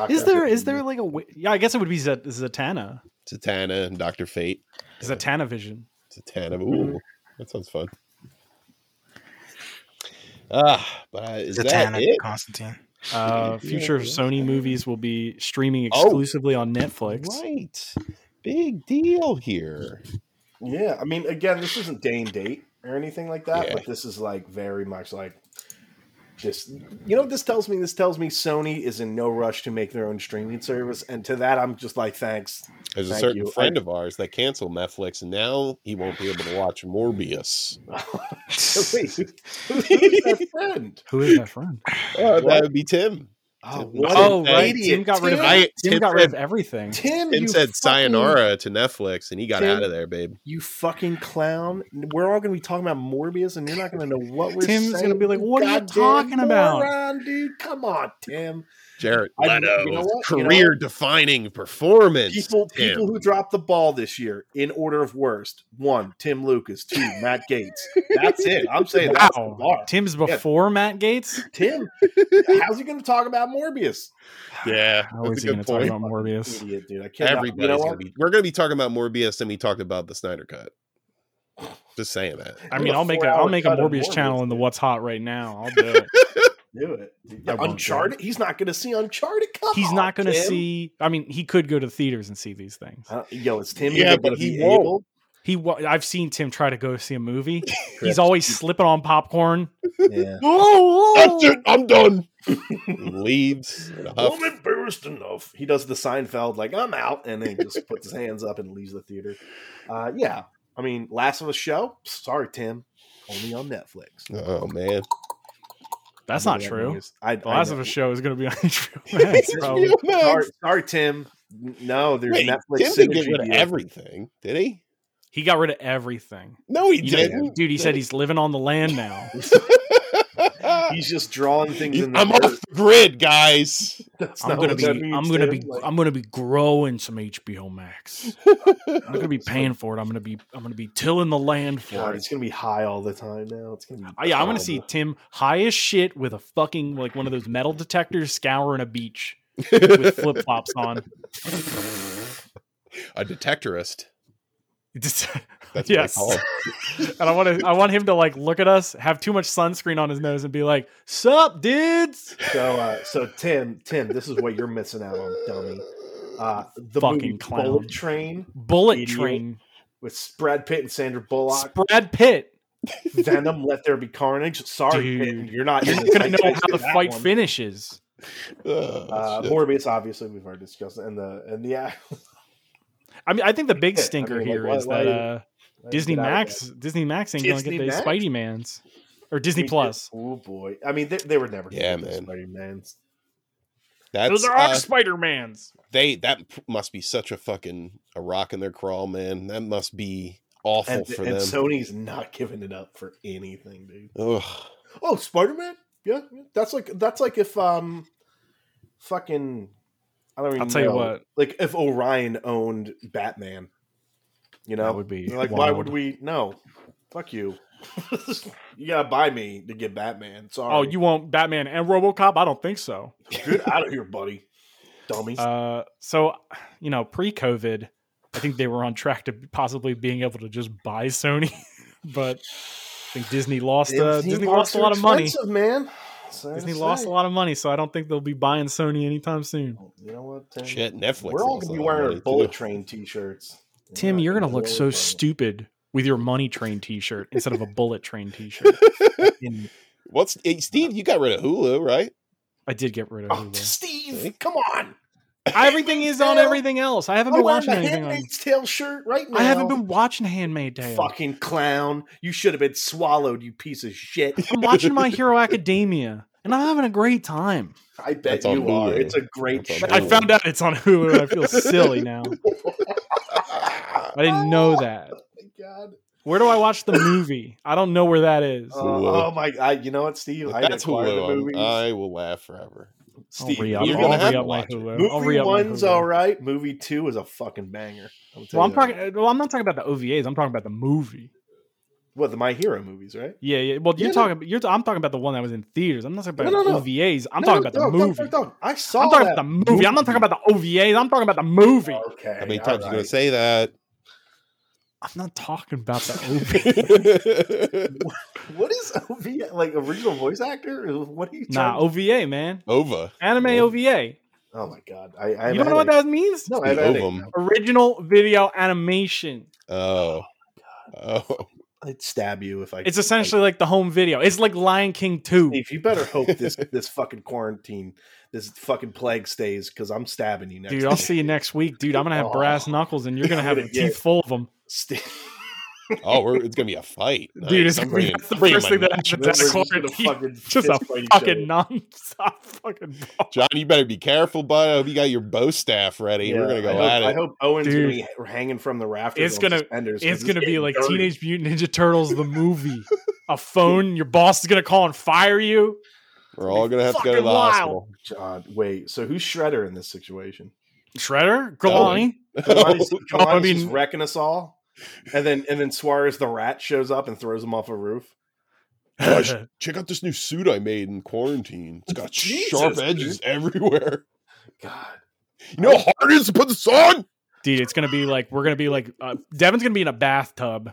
[SPEAKER 1] Is there is there like a wi- yeah? I guess it would be Z- Zatanna.
[SPEAKER 2] Zatanna and Doctor Fate.
[SPEAKER 1] Zatanna Vision.
[SPEAKER 2] Zatanna. Ooh, that sounds fun. Ah, but uh, is that
[SPEAKER 4] Zatanna
[SPEAKER 2] it?
[SPEAKER 4] Constantine.
[SPEAKER 1] Uh, future Sony movies will be streaming
[SPEAKER 2] Oh.
[SPEAKER 1] exclusively on Netflix.
[SPEAKER 2] Right. Big deal here.
[SPEAKER 3] Yeah, I mean, again, this isn't day and date or anything like that,
[SPEAKER 2] Yeah.
[SPEAKER 3] but this is like very much like this. You know, what this tells me this tells me Sony is in no rush to make their own streaming service, and to that, I'm just like, thanks.
[SPEAKER 2] There's a
[SPEAKER 3] Thank
[SPEAKER 2] certain
[SPEAKER 3] you.
[SPEAKER 2] friend of ours that canceled Netflix, and now he won't be able to watch Morbius.
[SPEAKER 3] Wait, who- who's that friend?
[SPEAKER 1] Who is that friend?
[SPEAKER 2] Oh, that would be Tim.
[SPEAKER 3] Oh,
[SPEAKER 2] What
[SPEAKER 3] what
[SPEAKER 1] oh,
[SPEAKER 2] an
[SPEAKER 1] right.
[SPEAKER 2] idiot.
[SPEAKER 1] Tim got rid of
[SPEAKER 2] Tim- I-
[SPEAKER 1] Tim,
[SPEAKER 2] Tim
[SPEAKER 1] got rid of
[SPEAKER 2] said-
[SPEAKER 1] everything.
[SPEAKER 3] Tim,
[SPEAKER 2] Tim
[SPEAKER 3] you
[SPEAKER 2] said
[SPEAKER 3] fucking-
[SPEAKER 2] sayonara to Netflix, and he got
[SPEAKER 3] Tim-
[SPEAKER 2] out of there, babe.
[SPEAKER 3] You fucking clown! We're all gonna be talking about Morbius, and you're not gonna know what we're.
[SPEAKER 1] Tim's
[SPEAKER 3] saying,
[SPEAKER 1] gonna be like,
[SPEAKER 3] you
[SPEAKER 1] "What are you
[SPEAKER 3] goddamn
[SPEAKER 1] talking about?"
[SPEAKER 3] moron, dude? Come on, Tim.
[SPEAKER 2] Jared
[SPEAKER 3] I- you
[SPEAKER 2] Leto,
[SPEAKER 3] know what? You know what?
[SPEAKER 2] career-defining performance.
[SPEAKER 3] people
[SPEAKER 2] Tim.
[SPEAKER 3] people who dropped the ball this year in order of worst one Tim Lucas two Matt Gates that's it I'm saying that's the
[SPEAKER 1] Wow.
[SPEAKER 3] bar
[SPEAKER 1] Tim's before Matt Gates?
[SPEAKER 3] Tim how's he going to talk about Morbius
[SPEAKER 2] yeah,
[SPEAKER 1] How
[SPEAKER 2] that's
[SPEAKER 1] is he
[SPEAKER 2] a
[SPEAKER 1] going
[SPEAKER 2] good
[SPEAKER 1] to talk
[SPEAKER 2] point.
[SPEAKER 1] about Morbius?
[SPEAKER 3] idiot dude I can't
[SPEAKER 2] Everybody's
[SPEAKER 3] you know
[SPEAKER 2] gonna
[SPEAKER 3] what
[SPEAKER 2] be. We're gonna be talking about Morbius, and we talked about the Snyder Cut. Just saying that.
[SPEAKER 1] I
[SPEAKER 3] What
[SPEAKER 1] mean,
[SPEAKER 3] a
[SPEAKER 1] I'll make a
[SPEAKER 3] four-hour
[SPEAKER 1] I'll make a
[SPEAKER 3] cut of
[SPEAKER 1] Morbius
[SPEAKER 3] Morbius,
[SPEAKER 1] channel in the
[SPEAKER 3] dude.
[SPEAKER 1] What's Hot right now. I'll do it.
[SPEAKER 3] do it dude.
[SPEAKER 1] I won't do
[SPEAKER 3] Uncharted he's not going to see Uncharted come
[SPEAKER 1] He's
[SPEAKER 3] on,
[SPEAKER 1] not going to
[SPEAKER 3] Tim.
[SPEAKER 1] see. I mean, he could go to the theaters and see these things.
[SPEAKER 3] I don't- yo it's Tim
[SPEAKER 2] Yeah,
[SPEAKER 3] even
[SPEAKER 2] but
[SPEAKER 3] gonna
[SPEAKER 2] he
[SPEAKER 3] be
[SPEAKER 2] won't.
[SPEAKER 3] able?
[SPEAKER 1] He, wa- I've seen Tim try to go see a movie. He's always slipping on popcorn.
[SPEAKER 3] yeah
[SPEAKER 2] That's it. I'm done. Leaves. in a huff.
[SPEAKER 3] I'm embarrassed enough. He does the Seinfeld, like, I'm out, and then just puts his hands up and leaves the theater. Uh, yeah. I mean, Last of Us show? Sorry, Tim. Only on Netflix.
[SPEAKER 2] Oh man,
[SPEAKER 1] That's
[SPEAKER 3] I know
[SPEAKER 1] not
[SPEAKER 3] that
[SPEAKER 1] true.
[SPEAKER 3] means- I,
[SPEAKER 1] The Last
[SPEAKER 3] I
[SPEAKER 1] of
[SPEAKER 3] know.
[SPEAKER 1] Us show is going to be on HBO Max. probably.
[SPEAKER 2] HBO Max.
[SPEAKER 3] Sorry, sorry, Tim. No, there's
[SPEAKER 2] Wait,
[SPEAKER 3] Netflix
[SPEAKER 2] Tim didn't get
[SPEAKER 3] synergy
[SPEAKER 2] rid of
[SPEAKER 3] here.
[SPEAKER 2] everything, did he?
[SPEAKER 1] He got rid of everything.
[SPEAKER 2] No, he
[SPEAKER 1] You know,
[SPEAKER 2] didn't.
[SPEAKER 1] dude, he said he's living on the land now.
[SPEAKER 3] He's just drawing things in the
[SPEAKER 2] I'm off the grid, guys.
[SPEAKER 3] That's
[SPEAKER 1] I'm
[SPEAKER 3] not
[SPEAKER 1] gonna
[SPEAKER 3] what
[SPEAKER 1] be.
[SPEAKER 3] that
[SPEAKER 1] I'm
[SPEAKER 3] means,
[SPEAKER 1] gonna
[SPEAKER 3] Tim.
[SPEAKER 1] be.
[SPEAKER 3] Like,
[SPEAKER 1] I'm gonna be growing some HBO Max. I'm gonna be paying for it. I'm gonna be. I'm gonna be tilling the land for
[SPEAKER 3] God,
[SPEAKER 1] it.
[SPEAKER 3] it's gonna be high all the time now. It's gonna be.
[SPEAKER 1] I, Uh, yeah, I want
[SPEAKER 3] horrible.
[SPEAKER 1] to see Tim high as shit with a fucking like one of those metal detectors scouring a beach with flip flops on.
[SPEAKER 2] A detectorist.
[SPEAKER 1] Just-
[SPEAKER 2] That's
[SPEAKER 1] Yes.
[SPEAKER 2] what I call him.
[SPEAKER 1] and I want to. I want him to like look at us, have too much sunscreen on his nose, and be like, "Sup, dudes."
[SPEAKER 3] So, uh, so Tim, Tim, this is what you're missing out on, dummy. Uh, the
[SPEAKER 1] Fucking
[SPEAKER 3] movie
[SPEAKER 1] clown.
[SPEAKER 3] Bullet Train
[SPEAKER 1] Bullet
[SPEAKER 3] Idiot.
[SPEAKER 1] train.
[SPEAKER 3] with Brad Pitt and Sandra Bullock.
[SPEAKER 1] Brad Pitt.
[SPEAKER 3] Venom, Let There Be Carnage. Sorry,
[SPEAKER 1] Dude.
[SPEAKER 3] Pitt, you're not.
[SPEAKER 1] You're
[SPEAKER 3] in
[SPEAKER 1] not
[SPEAKER 3] this.
[SPEAKER 1] gonna
[SPEAKER 3] I
[SPEAKER 1] know
[SPEAKER 3] can't
[SPEAKER 1] how
[SPEAKER 3] do
[SPEAKER 1] the
[SPEAKER 3] that
[SPEAKER 1] fight
[SPEAKER 3] one.
[SPEAKER 1] finishes.
[SPEAKER 2] Oh,
[SPEAKER 3] Uh,
[SPEAKER 2] shit.
[SPEAKER 3] Morbius, obviously, we've already discussed, and the and the uh,
[SPEAKER 1] I mean, I think the big
[SPEAKER 3] Yeah, I
[SPEAKER 1] stinker
[SPEAKER 3] mean, like,
[SPEAKER 1] here
[SPEAKER 3] why-
[SPEAKER 1] is
[SPEAKER 3] why-
[SPEAKER 1] that uh, Disney Max, Disney Max ain't gonna
[SPEAKER 3] Disney
[SPEAKER 1] get these
[SPEAKER 3] Max?
[SPEAKER 1] Spidey Mans or Disney Plus.
[SPEAKER 3] Oh boy, I mean, they, they were never.
[SPEAKER 2] Yeah, man.
[SPEAKER 3] Spider Man's.
[SPEAKER 2] That's
[SPEAKER 1] Those are all
[SPEAKER 2] uh,
[SPEAKER 1] Spider Mans.
[SPEAKER 2] they. That p- must be such a fucking a rock in their crawl, man. That must be awful
[SPEAKER 3] And,
[SPEAKER 2] for
[SPEAKER 3] and
[SPEAKER 2] them.
[SPEAKER 3] Sony's not giving it up for anything, dude.
[SPEAKER 2] Ugh.
[SPEAKER 3] Oh, Spider Man. Yeah, yeah. that's like that's like if um, fucking. I don't even.
[SPEAKER 1] I'll tell you
[SPEAKER 3] know.
[SPEAKER 1] what.
[SPEAKER 3] Like if Orion owned Batman, you know,
[SPEAKER 1] That would be
[SPEAKER 3] They're like, why would
[SPEAKER 1] wild.
[SPEAKER 3] we? No, fuck you. you gotta buy me to get Batman. Sorry.
[SPEAKER 1] Oh, you want Batman and RoboCop? I don't think so.
[SPEAKER 3] get out of here, buddy, dummy.
[SPEAKER 1] Uh, so, you know, pre-COVID, I think they were on track to possibly being able to just buy Sony, but I think Disney lost. Uh,
[SPEAKER 3] Disney
[SPEAKER 1] Disney
[SPEAKER 3] parks
[SPEAKER 1] lost a
[SPEAKER 3] are
[SPEAKER 1] lot of money.
[SPEAKER 3] expensive, man. So
[SPEAKER 1] Disney lost a lot of money, so I don't think they'll be buying Sony anytime soon.
[SPEAKER 3] You know what? Tim?
[SPEAKER 2] Shit, Netflix.
[SPEAKER 3] We're all
[SPEAKER 2] lost
[SPEAKER 3] gonna
[SPEAKER 2] a
[SPEAKER 3] be
[SPEAKER 2] lot of money,
[SPEAKER 3] wearing
[SPEAKER 2] too.
[SPEAKER 3] bullet train T-shirts.
[SPEAKER 1] Tim,
[SPEAKER 3] Yeah,
[SPEAKER 1] you're gonna
[SPEAKER 3] I'm
[SPEAKER 1] look
[SPEAKER 3] really
[SPEAKER 1] so
[SPEAKER 3] proud.
[SPEAKER 1] stupid with your money train T-shirt instead of a bullet train T-shirt. Fucking-
[SPEAKER 2] What's hey, Steve? You got rid of Hulu, right?
[SPEAKER 1] I did get rid of
[SPEAKER 3] Oh,
[SPEAKER 1] Hulu.
[SPEAKER 3] Steve, come on!
[SPEAKER 1] everything is on
[SPEAKER 3] Tale.
[SPEAKER 1] everything else. I haven't
[SPEAKER 3] I'm
[SPEAKER 1] been
[SPEAKER 3] wearing
[SPEAKER 1] watching
[SPEAKER 3] a
[SPEAKER 1] anything. On,
[SPEAKER 3] Oh, Handmaid's Tale shirt right now.
[SPEAKER 1] I haven't been watching Handmaid Tale.
[SPEAKER 3] Fucking clown! You should have been swallowed, you piece of shit.
[SPEAKER 1] I'm watching My Hero Academia, and I'm having a great time.
[SPEAKER 3] I bet
[SPEAKER 2] That's on
[SPEAKER 3] you are.
[SPEAKER 2] Hulu.
[SPEAKER 3] It's a great
[SPEAKER 2] That's
[SPEAKER 3] show.
[SPEAKER 2] on
[SPEAKER 1] I found out it's on Hulu, and I feel silly now. I didn't know that.
[SPEAKER 3] Oh my God.
[SPEAKER 1] Where do I watch the movie? I don't know where that is.
[SPEAKER 3] Uh, oh my! I, you know what, Steve?
[SPEAKER 2] If
[SPEAKER 3] I had
[SPEAKER 2] that's
[SPEAKER 3] acquired the
[SPEAKER 2] Hulu.
[SPEAKER 3] movies.
[SPEAKER 2] I'm- I will laugh forever.
[SPEAKER 1] I'll
[SPEAKER 2] Steve,
[SPEAKER 1] re
[SPEAKER 2] you're gonna have to
[SPEAKER 1] up my
[SPEAKER 2] watch it.
[SPEAKER 1] Hulu. I'll
[SPEAKER 3] Movie
[SPEAKER 1] re-up my
[SPEAKER 3] one's
[SPEAKER 1] Hulu.
[SPEAKER 3] all right. Movie two is a fucking banger. I'll tell
[SPEAKER 1] Well,
[SPEAKER 3] you
[SPEAKER 1] I'm
[SPEAKER 3] that.
[SPEAKER 1] talking. Well, I'm not talking about the OVAs. I'm talking about the movie.
[SPEAKER 3] what the My Hero movies, right?
[SPEAKER 1] Yeah, yeah. Well, you're
[SPEAKER 3] Yeah, no.
[SPEAKER 1] talking. You're. I'm talking about the one that was in theaters. I'm not talking about
[SPEAKER 3] No, no, no.
[SPEAKER 1] the OVAs. I'm
[SPEAKER 3] No,
[SPEAKER 1] talking about
[SPEAKER 3] no,
[SPEAKER 1] the
[SPEAKER 3] no, no,
[SPEAKER 1] movie.
[SPEAKER 3] no, no. I saw
[SPEAKER 1] I'm talking
[SPEAKER 3] that
[SPEAKER 1] about the movie. I'm not talking about the OVAs. I'm talking about the movie.
[SPEAKER 3] Okay.
[SPEAKER 2] How many
[SPEAKER 3] all
[SPEAKER 2] times you gonna
[SPEAKER 3] right.
[SPEAKER 2] say that?
[SPEAKER 1] I'm not talking about the OVAs.
[SPEAKER 3] What is OV like original voice actor? What are you?
[SPEAKER 1] nah,
[SPEAKER 3] trying-
[SPEAKER 1] OVA, man.
[SPEAKER 2] Ova.
[SPEAKER 1] Anime
[SPEAKER 2] Yeah.
[SPEAKER 1] OVA.
[SPEAKER 3] Oh my god. I, I
[SPEAKER 1] You don't know what that means?
[SPEAKER 3] No,
[SPEAKER 2] The
[SPEAKER 3] I had a headache.
[SPEAKER 2] ovum.
[SPEAKER 1] Original video animation.
[SPEAKER 2] Oh. Oh.
[SPEAKER 3] I'd stab you if I.
[SPEAKER 1] It's essentially like the home video. It's like Lion King 2.
[SPEAKER 3] Steve, you better hope this this fucking quarantine, this fucking plague stays, because I'm stabbing you next.
[SPEAKER 1] Dude, I'll see you next week, dude. I'm gonna have
[SPEAKER 3] Oh.
[SPEAKER 1] brass knuckles and you're gonna
[SPEAKER 3] I'm
[SPEAKER 1] have
[SPEAKER 3] gonna
[SPEAKER 1] a teeth
[SPEAKER 3] get-
[SPEAKER 1] full of them.
[SPEAKER 3] Steve,
[SPEAKER 2] Oh, we're, it's gonna be a fight.
[SPEAKER 1] Dude, it's
[SPEAKER 2] I'm
[SPEAKER 1] gonna be
[SPEAKER 2] bringing-
[SPEAKER 1] that's the
[SPEAKER 2] bringing
[SPEAKER 1] first
[SPEAKER 2] my
[SPEAKER 1] thing that
[SPEAKER 2] lunch.
[SPEAKER 1] happens
[SPEAKER 3] We're
[SPEAKER 1] out of
[SPEAKER 3] just gonna
[SPEAKER 1] quarantine.
[SPEAKER 3] fucking
[SPEAKER 1] Just a
[SPEAKER 3] fist fight each
[SPEAKER 1] Fucking
[SPEAKER 3] other.
[SPEAKER 1] nonstop fucking ball.
[SPEAKER 2] John, you better be careful, bud. I hope you got your bow staff ready.
[SPEAKER 3] Yeah,
[SPEAKER 2] We're gonna
[SPEAKER 3] I
[SPEAKER 2] go
[SPEAKER 3] hope,
[SPEAKER 2] at it.
[SPEAKER 3] I hope Owen's
[SPEAKER 1] Dude.
[SPEAKER 3] gonna be hanging from the rafters.
[SPEAKER 1] It's
[SPEAKER 3] on
[SPEAKER 1] gonna-
[SPEAKER 3] suspenders 'cause
[SPEAKER 1] It's gonna be
[SPEAKER 3] getting
[SPEAKER 1] like
[SPEAKER 3] dirty.
[SPEAKER 1] Teenage Mutant Ninja Turtles the movie. a phone, your boss is gonna call and fire you.
[SPEAKER 2] We're all gonna have to go to
[SPEAKER 1] fucking
[SPEAKER 2] the
[SPEAKER 1] wild.
[SPEAKER 2] hospital.
[SPEAKER 3] God, wait. So who's Shredder in this situation?
[SPEAKER 1] Shredder, Galani.
[SPEAKER 3] Kalani's,
[SPEAKER 1] Oh, I
[SPEAKER 3] Kalani's just
[SPEAKER 1] mean-
[SPEAKER 3] wrecking us all, and then and then Suarez the rat shows up and throws him off a roof.
[SPEAKER 2] Oh, Gosh, check out this new suit I made in quarantine. It's got
[SPEAKER 3] Jesus,
[SPEAKER 2] sharp edges everywhere.
[SPEAKER 3] God,
[SPEAKER 2] You know how hard it is to put this on?
[SPEAKER 1] Dude, it's gonna be like we're gonna be like uh, Devin's gonna be in a bathtub.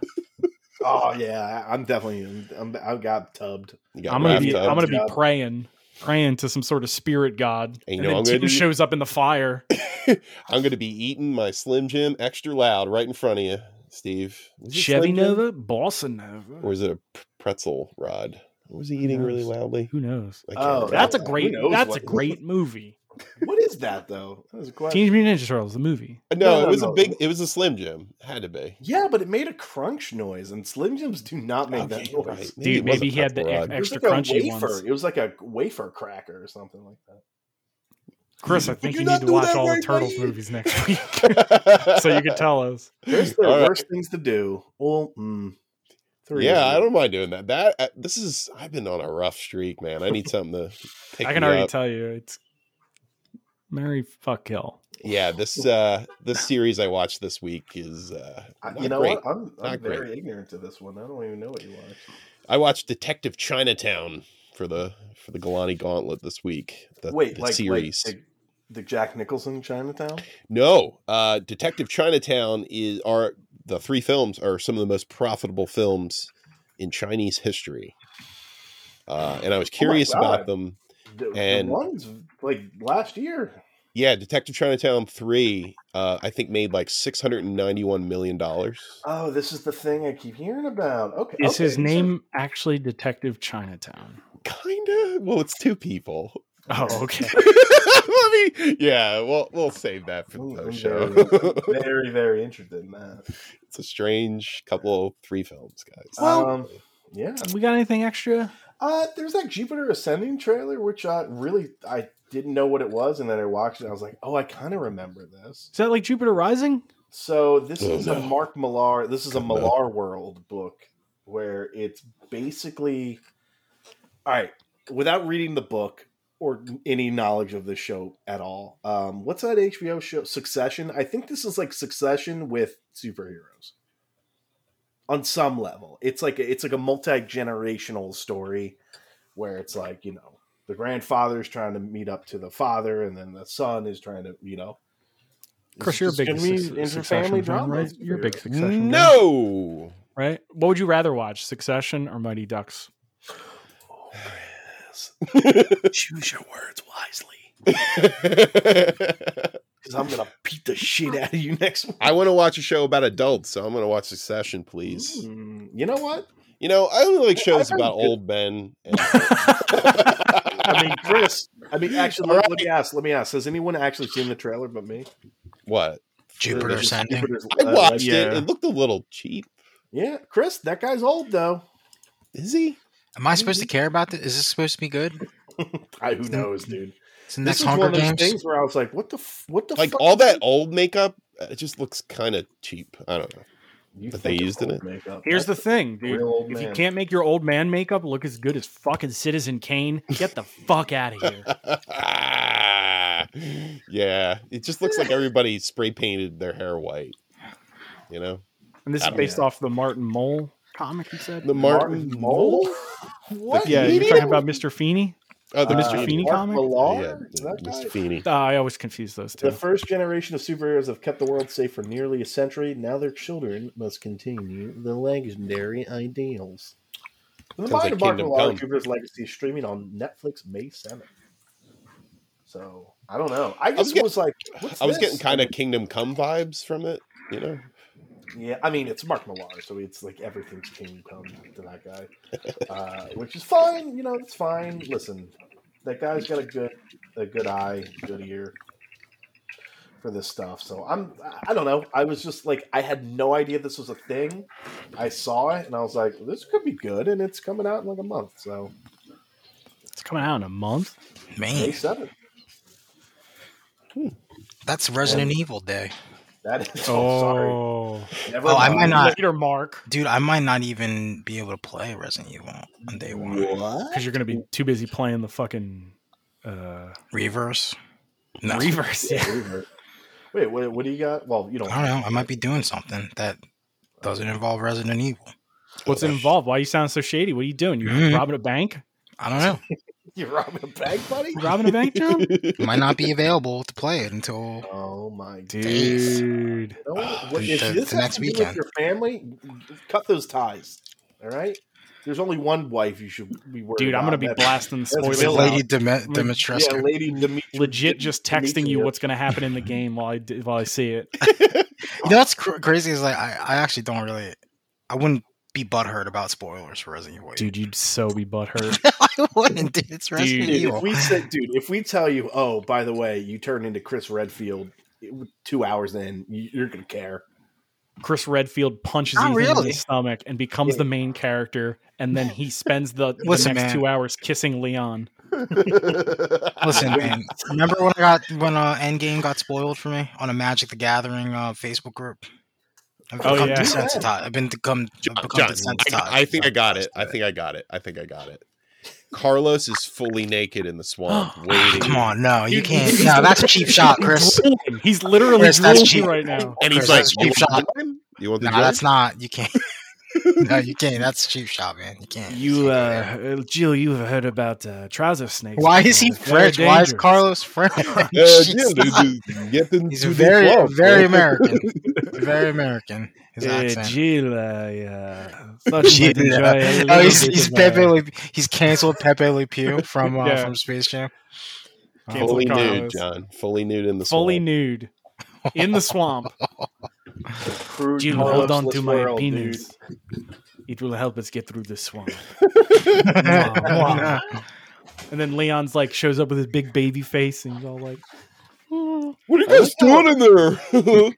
[SPEAKER 3] oh yeah, I- I'm definitely. I'm, I got tubbed.
[SPEAKER 2] You got
[SPEAKER 1] I'm gonna
[SPEAKER 2] wrapped
[SPEAKER 1] be
[SPEAKER 2] up.
[SPEAKER 1] I'm gonna
[SPEAKER 3] Yeah.
[SPEAKER 1] be praying, praying to some sort of spirit god.
[SPEAKER 2] And
[SPEAKER 1] And,
[SPEAKER 2] you know
[SPEAKER 1] then
[SPEAKER 2] I'm gonna
[SPEAKER 1] Tim
[SPEAKER 2] do-
[SPEAKER 1] shows up in the fire.
[SPEAKER 2] I'm gonna be eating my Slim Jim extra loud right in front of you, Steve. Was it
[SPEAKER 1] Chevy
[SPEAKER 2] Slim Jim?
[SPEAKER 1] Nova, Bossa Nova.
[SPEAKER 2] or is it a p- pretzel rod? Was he eating really loudly?
[SPEAKER 1] Who knows?
[SPEAKER 2] I
[SPEAKER 3] Oh,
[SPEAKER 2] remember.
[SPEAKER 1] That's a
[SPEAKER 3] Who
[SPEAKER 1] great.
[SPEAKER 3] knows
[SPEAKER 1] That's
[SPEAKER 3] what-
[SPEAKER 1] a great movie.
[SPEAKER 3] What is that though? That was a question.
[SPEAKER 1] Teenage Mutant Ninja Turtles, the movie.
[SPEAKER 2] no,
[SPEAKER 3] no,
[SPEAKER 2] it was
[SPEAKER 3] no.
[SPEAKER 2] a big. It was a Slim Jim. Had to be.
[SPEAKER 3] Yeah, but it made a crunch noise, and Slim Jims do not make that
[SPEAKER 2] Okay,
[SPEAKER 3] noise.
[SPEAKER 2] right.
[SPEAKER 3] It
[SPEAKER 2] Maybe
[SPEAKER 1] Dude,
[SPEAKER 2] it was a
[SPEAKER 1] maybe he had the
[SPEAKER 2] pretzel
[SPEAKER 1] ex-
[SPEAKER 2] rod.
[SPEAKER 3] was
[SPEAKER 1] extra
[SPEAKER 3] like a
[SPEAKER 1] crunchy
[SPEAKER 3] wafer.
[SPEAKER 1] ones.
[SPEAKER 3] It was like a wafer cracker or something like that.
[SPEAKER 1] Chris, I
[SPEAKER 2] Would
[SPEAKER 1] think
[SPEAKER 2] you
[SPEAKER 1] you
[SPEAKER 2] not
[SPEAKER 1] need to
[SPEAKER 2] do
[SPEAKER 1] watch
[SPEAKER 2] that
[SPEAKER 1] all
[SPEAKER 2] right
[SPEAKER 1] the
[SPEAKER 2] by
[SPEAKER 1] Turtles
[SPEAKER 2] you?
[SPEAKER 1] movies next week, so you can tell us.
[SPEAKER 3] There's the
[SPEAKER 2] All right.
[SPEAKER 3] worst things to do. Well, mm, three.
[SPEAKER 2] Yeah,
[SPEAKER 3] is
[SPEAKER 2] I
[SPEAKER 3] it?
[SPEAKER 2] don't mind doing that. That uh, this is. I've been on a rough streak, man. I need something to. Pick
[SPEAKER 1] I can
[SPEAKER 2] me
[SPEAKER 1] already
[SPEAKER 2] up.
[SPEAKER 1] tell you it's Mary fuck kill.
[SPEAKER 2] Yeah, this uh this series I watched this week is uh
[SPEAKER 3] I-
[SPEAKER 2] not
[SPEAKER 3] you know
[SPEAKER 2] great.
[SPEAKER 3] what? I'm, I'm
[SPEAKER 2] Not great.
[SPEAKER 3] very ignorant to this one. I don't even know what you watch.
[SPEAKER 2] I watched Detective Chinatown for the for the Galani Gauntlet this week. The,
[SPEAKER 3] Wait,
[SPEAKER 2] the
[SPEAKER 3] like,
[SPEAKER 2] series.
[SPEAKER 3] like the, the Jack Nicholson Chinatown?
[SPEAKER 2] No, uh, Detective Chinatown is are the three films are some of the most profitable films in Chinese history. Uh, and I was curious about
[SPEAKER 3] Oh God.
[SPEAKER 2] them.
[SPEAKER 3] The,
[SPEAKER 2] And-
[SPEAKER 3] the ones like last year.
[SPEAKER 2] Yeah, Detective Chinatown three, uh, I think made like six hundred and ninety one million dollars.
[SPEAKER 3] Oh, this is the thing I keep hearing about. Okay,
[SPEAKER 1] Is
[SPEAKER 3] okay,
[SPEAKER 1] his
[SPEAKER 3] so-
[SPEAKER 1] name actually Detective Chinatown?
[SPEAKER 2] Kinda. Well, it's two people.
[SPEAKER 1] Oh, okay.
[SPEAKER 2] Let me. Yeah, well, we'll save that for
[SPEAKER 3] Ooh,
[SPEAKER 2] the
[SPEAKER 3] I'm
[SPEAKER 2] post show.
[SPEAKER 3] very, very, very interested in that.
[SPEAKER 2] it's a strange couple of three films, guys.
[SPEAKER 1] Well-
[SPEAKER 3] um, yeah.
[SPEAKER 1] we got anything extra?
[SPEAKER 3] Uh, there's that Jupiter Ascending trailer, which I really I didn't know what it was, and then I watched it. and I was like, oh, I kind of remember this.
[SPEAKER 1] Is that like Jupiter Rising?
[SPEAKER 3] So this
[SPEAKER 2] Oh,
[SPEAKER 3] is a
[SPEAKER 2] no.
[SPEAKER 3] Mark Millar. This is a
[SPEAKER 2] Good man.
[SPEAKER 3] Millar World book where it's basically all right without reading the book or any knowledge of the show at all. Um, what's that HBO show? Succession. I think this is like Succession with superheroes on some level. It's like a, it's like a multi generational story where it's like you know the grandfather's trying to meet up to the father, and then the son is trying to you know.
[SPEAKER 1] Chris, you're a big su- succession fan, right? You're a big succession. fan,
[SPEAKER 2] no.
[SPEAKER 1] right? What would you rather watch, Succession or Mighty Ducks?
[SPEAKER 3] Choose your words wisely, because I'm gonna beat the shit out of you next week.
[SPEAKER 2] I want to watch a show about adults, so I'm going to watch Succession, please.
[SPEAKER 3] Mm, you know what?
[SPEAKER 2] You know, I only like shows
[SPEAKER 3] I've heard
[SPEAKER 2] about
[SPEAKER 3] good-
[SPEAKER 2] old men. And-
[SPEAKER 3] I mean, Chris. I mean, actually,
[SPEAKER 2] All
[SPEAKER 3] let, let me ask. Let me ask. Has anyone actually seen the trailer but me?
[SPEAKER 2] what?
[SPEAKER 4] Jupiter
[SPEAKER 3] Jupiter's-
[SPEAKER 4] ascending.
[SPEAKER 3] Jupiter's,
[SPEAKER 2] I
[SPEAKER 3] uh,
[SPEAKER 2] watched
[SPEAKER 1] yeah.
[SPEAKER 2] it. It looked a little cheap.
[SPEAKER 3] yeah, Chris. That guy's old though.
[SPEAKER 2] Is he?
[SPEAKER 4] Am I supposed to care about this? Is this supposed to be good?
[SPEAKER 3] I, who knows, dude?
[SPEAKER 4] It's the next
[SPEAKER 3] this is
[SPEAKER 4] Hunger
[SPEAKER 3] one of those
[SPEAKER 4] Games.
[SPEAKER 3] things where I was like, "What the? F- what the?
[SPEAKER 2] Like
[SPEAKER 3] fuck
[SPEAKER 2] all
[SPEAKER 3] is
[SPEAKER 2] that
[SPEAKER 3] this?
[SPEAKER 2] old makeup, uh, it just looks kind of cheap. I don't know.
[SPEAKER 3] You
[SPEAKER 2] that they
[SPEAKER 3] think of
[SPEAKER 2] used in
[SPEAKER 3] old
[SPEAKER 2] it.
[SPEAKER 3] makeup.
[SPEAKER 1] Here's the
[SPEAKER 3] That's
[SPEAKER 1] thing,
[SPEAKER 3] a
[SPEAKER 1] dude.
[SPEAKER 3] real old
[SPEAKER 1] If you
[SPEAKER 3] man.
[SPEAKER 1] can't make your old man makeup look as good as fucking Citizen Kane, get the fuck out of here.
[SPEAKER 2] yeah, it just looks like everybody spray painted their hair white. You know,
[SPEAKER 1] And this
[SPEAKER 2] I
[SPEAKER 1] is
[SPEAKER 2] don't
[SPEAKER 1] based
[SPEAKER 3] know.
[SPEAKER 1] off the Martin Mole comic you said.
[SPEAKER 2] the Martin,
[SPEAKER 3] Mole?
[SPEAKER 2] What?
[SPEAKER 1] yeah, you're
[SPEAKER 2] comedian?
[SPEAKER 1] talking about Mr. Feeney.
[SPEAKER 2] Oh, the
[SPEAKER 1] Uh,
[SPEAKER 2] Mr.
[SPEAKER 1] Feeney
[SPEAKER 2] Feeney.
[SPEAKER 1] comic?
[SPEAKER 3] Millar?
[SPEAKER 2] Yeah,
[SPEAKER 3] Is that guy?
[SPEAKER 2] Mr. Feeney.
[SPEAKER 1] Uh, I always confuse those two.
[SPEAKER 3] The first generation of superheroes have kept the world safe for nearly a century. Now their children must continue the legendary ideals. The
[SPEAKER 2] Sounds
[SPEAKER 3] Mind
[SPEAKER 2] like
[SPEAKER 3] of Mark
[SPEAKER 2] Kingdom
[SPEAKER 3] Millar,
[SPEAKER 2] Come.
[SPEAKER 3] Jupiter's Legacy, is streaming on Netflix May 7th. So, I don't know. I
[SPEAKER 2] was
[SPEAKER 3] just
[SPEAKER 2] get-
[SPEAKER 3] was like, what's
[SPEAKER 2] I was
[SPEAKER 3] this?
[SPEAKER 2] getting kind of Kingdom Come vibes from it. You know,
[SPEAKER 3] Yeah, I mean, it's Mark Millar, so it's like everything's Kingdom Come to that guy, uh, which is fine. You know, it's fine. Listen, that guy's got a good, a good eye, good ear for this stuff. So I'm, I don't know. I was just like, I had no idea this was a thing. I saw it and I was like, this could be good, and it's coming out in like a month. So
[SPEAKER 1] It's coming out in a month.
[SPEAKER 3] May
[SPEAKER 4] Man,
[SPEAKER 3] seventh.
[SPEAKER 4] that's Resident Evil Day.
[SPEAKER 3] That is. Oh, sorry. Never
[SPEAKER 4] Oh, I might
[SPEAKER 3] mind.
[SPEAKER 4] not,
[SPEAKER 1] Later, Mark,
[SPEAKER 4] dude. I might not even be able to play Resident Evil on day one.
[SPEAKER 1] because you're going to be too busy playing the fucking uh,
[SPEAKER 4] Reverse. No,
[SPEAKER 1] reverse. Yeah.
[SPEAKER 3] Wait, what, what do you got? Well, you
[SPEAKER 4] I
[SPEAKER 3] don't.
[SPEAKER 4] don't know. I might be doing something that doesn't involve Resident Evil.
[SPEAKER 1] What's involved? Why you sound so shady? What are you doing? You
[SPEAKER 3] Mm-hmm.
[SPEAKER 4] Mhm.
[SPEAKER 1] robbing a bank?
[SPEAKER 4] I don't know.
[SPEAKER 3] You're robbing a bank, buddy.
[SPEAKER 1] You robbing a bank, John?
[SPEAKER 4] might not be available to play it until
[SPEAKER 3] Oh my god.
[SPEAKER 1] Dude,
[SPEAKER 3] No,
[SPEAKER 4] Ah,
[SPEAKER 3] what, if
[SPEAKER 4] the-
[SPEAKER 3] this
[SPEAKER 4] the
[SPEAKER 3] has
[SPEAKER 4] next
[SPEAKER 3] to do with
[SPEAKER 4] weekend.
[SPEAKER 3] your family, cut those ties. All right. There's only one wife you should be worried.
[SPEAKER 1] dude, I'm going to
[SPEAKER 3] about.
[SPEAKER 1] be
[SPEAKER 3] That-
[SPEAKER 1] blasting the
[SPEAKER 3] that's
[SPEAKER 1] spoilers.
[SPEAKER 3] Bill
[SPEAKER 1] out.
[SPEAKER 4] Lady Dem-
[SPEAKER 3] Yeah,
[SPEAKER 4] Dimitrescu.
[SPEAKER 3] lady Dimitri-
[SPEAKER 1] Legit, just texting you
[SPEAKER 3] Demetria.
[SPEAKER 1] what's going to happen in the game while I d- while I see it.
[SPEAKER 4] You know what's cr- crazy is like I, I actually don't really I wouldn't be butthurt about spoilers for Resident Evil.
[SPEAKER 1] Dude, you'd so be butthurt.
[SPEAKER 4] I wouldn't. Dude, it's Resident
[SPEAKER 1] Dude,
[SPEAKER 3] Dude, if
[SPEAKER 4] Evil.
[SPEAKER 3] we said, dude, if we tell you, oh, by the way, you turned into Chris Redfield it- two hours in, you- you're gonna care.
[SPEAKER 1] Chris Redfield punches
[SPEAKER 4] Not
[SPEAKER 1] Ethan in
[SPEAKER 4] really.
[SPEAKER 1] the stomach and becomes
[SPEAKER 3] Yeah.
[SPEAKER 1] the main character, and then he spends the, the
[SPEAKER 4] Listen,
[SPEAKER 1] next
[SPEAKER 4] man.
[SPEAKER 1] two hours kissing Leon.
[SPEAKER 4] Listen, man. Remember when I got when uh, Endgame got spoiled for me on a Magic the Gathering uh, Facebook group? I've
[SPEAKER 1] Oh,
[SPEAKER 4] become
[SPEAKER 1] yeah.
[SPEAKER 4] desensitized. I've been become,
[SPEAKER 2] John,
[SPEAKER 4] I've become
[SPEAKER 2] John,
[SPEAKER 4] desensitized.
[SPEAKER 2] I, I think I got it. I think I got it. I think I got it. Carlos is fully naked in the swamp, waiting.
[SPEAKER 4] Ah, Come on, no, you
[SPEAKER 1] Dude,
[SPEAKER 4] can't.
[SPEAKER 1] he's-
[SPEAKER 4] No, that's a cheap shot, Chris.
[SPEAKER 1] He's drooling. He's literally
[SPEAKER 4] Chris, that's
[SPEAKER 1] drooling
[SPEAKER 4] cheap.
[SPEAKER 1] right now.
[SPEAKER 2] and he's
[SPEAKER 4] Chris,
[SPEAKER 2] like, "Oh,
[SPEAKER 4] that's a
[SPEAKER 2] "You
[SPEAKER 4] cheap
[SPEAKER 2] want the joint? You want the
[SPEAKER 4] No,
[SPEAKER 2] joint?"
[SPEAKER 4] that's not. You can't. No, you can't. That's a cheap shot, man. You can't.
[SPEAKER 1] You, uh, Jill, you have heard about uh, trouser snakes.
[SPEAKER 4] Why is he
[SPEAKER 1] They're very
[SPEAKER 4] French? Why is
[SPEAKER 1] dangerous.
[SPEAKER 4] Carlos French?
[SPEAKER 2] Uh,
[SPEAKER 4] He's
[SPEAKER 2] Jim,
[SPEAKER 4] not-
[SPEAKER 2] dude, dude, get into
[SPEAKER 4] He's
[SPEAKER 2] the
[SPEAKER 4] very,
[SPEAKER 2] swamp,
[SPEAKER 4] very
[SPEAKER 2] bro.
[SPEAKER 4] American. Very American. His
[SPEAKER 1] Uh,
[SPEAKER 4] accent.
[SPEAKER 1] Jill, I uh, thought you might
[SPEAKER 4] Jill,
[SPEAKER 1] enjoy
[SPEAKER 4] uh,
[SPEAKER 1] a
[SPEAKER 4] Oh,
[SPEAKER 1] little
[SPEAKER 4] he's,
[SPEAKER 1] bit
[SPEAKER 4] he's
[SPEAKER 1] of,
[SPEAKER 4] Pepe.
[SPEAKER 1] uh,
[SPEAKER 4] Le, he's canceled Pepe Le Pew from uh,
[SPEAKER 1] Yeah.
[SPEAKER 4] from Space Jam. Oh.
[SPEAKER 1] Cancel
[SPEAKER 2] fully nude,
[SPEAKER 1] Carlos.
[SPEAKER 2] John. Fully nude in the
[SPEAKER 1] fully
[SPEAKER 2] swamp.
[SPEAKER 1] nude in the swamp.
[SPEAKER 3] Crude
[SPEAKER 1] Jill,
[SPEAKER 3] Carlos
[SPEAKER 1] hold on to
[SPEAKER 3] Slick
[SPEAKER 1] my
[SPEAKER 3] world, dude.
[SPEAKER 1] penis. It will help us get through the swamp.
[SPEAKER 4] No.
[SPEAKER 1] And then Leon's like shows up with his big baby face, and he's all like,
[SPEAKER 2] What are you guys doing in there?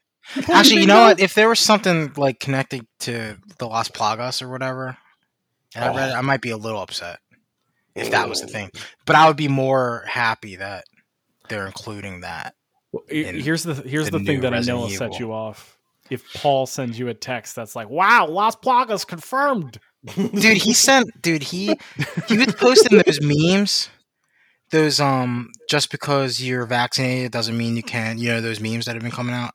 [SPEAKER 4] Actually, you know what? If there was something like connected to the Las Plagas or whatever, and I read it, I might be a little upset if that was the thing. But I would be more happy that they're including that.
[SPEAKER 1] Well, he-
[SPEAKER 4] in
[SPEAKER 1] here's the here's
[SPEAKER 4] the
[SPEAKER 1] the, thing
[SPEAKER 4] new
[SPEAKER 1] that I know
[SPEAKER 4] Resident
[SPEAKER 1] will set
[SPEAKER 4] Evil.
[SPEAKER 1] you off. If Paul sends you a text that's like, "Wow, Las Plagas confirmed,"
[SPEAKER 4] dude he sent dude he he was posting those memes those um just because you're vaccinated doesn't mean you can you know those memes that have been coming out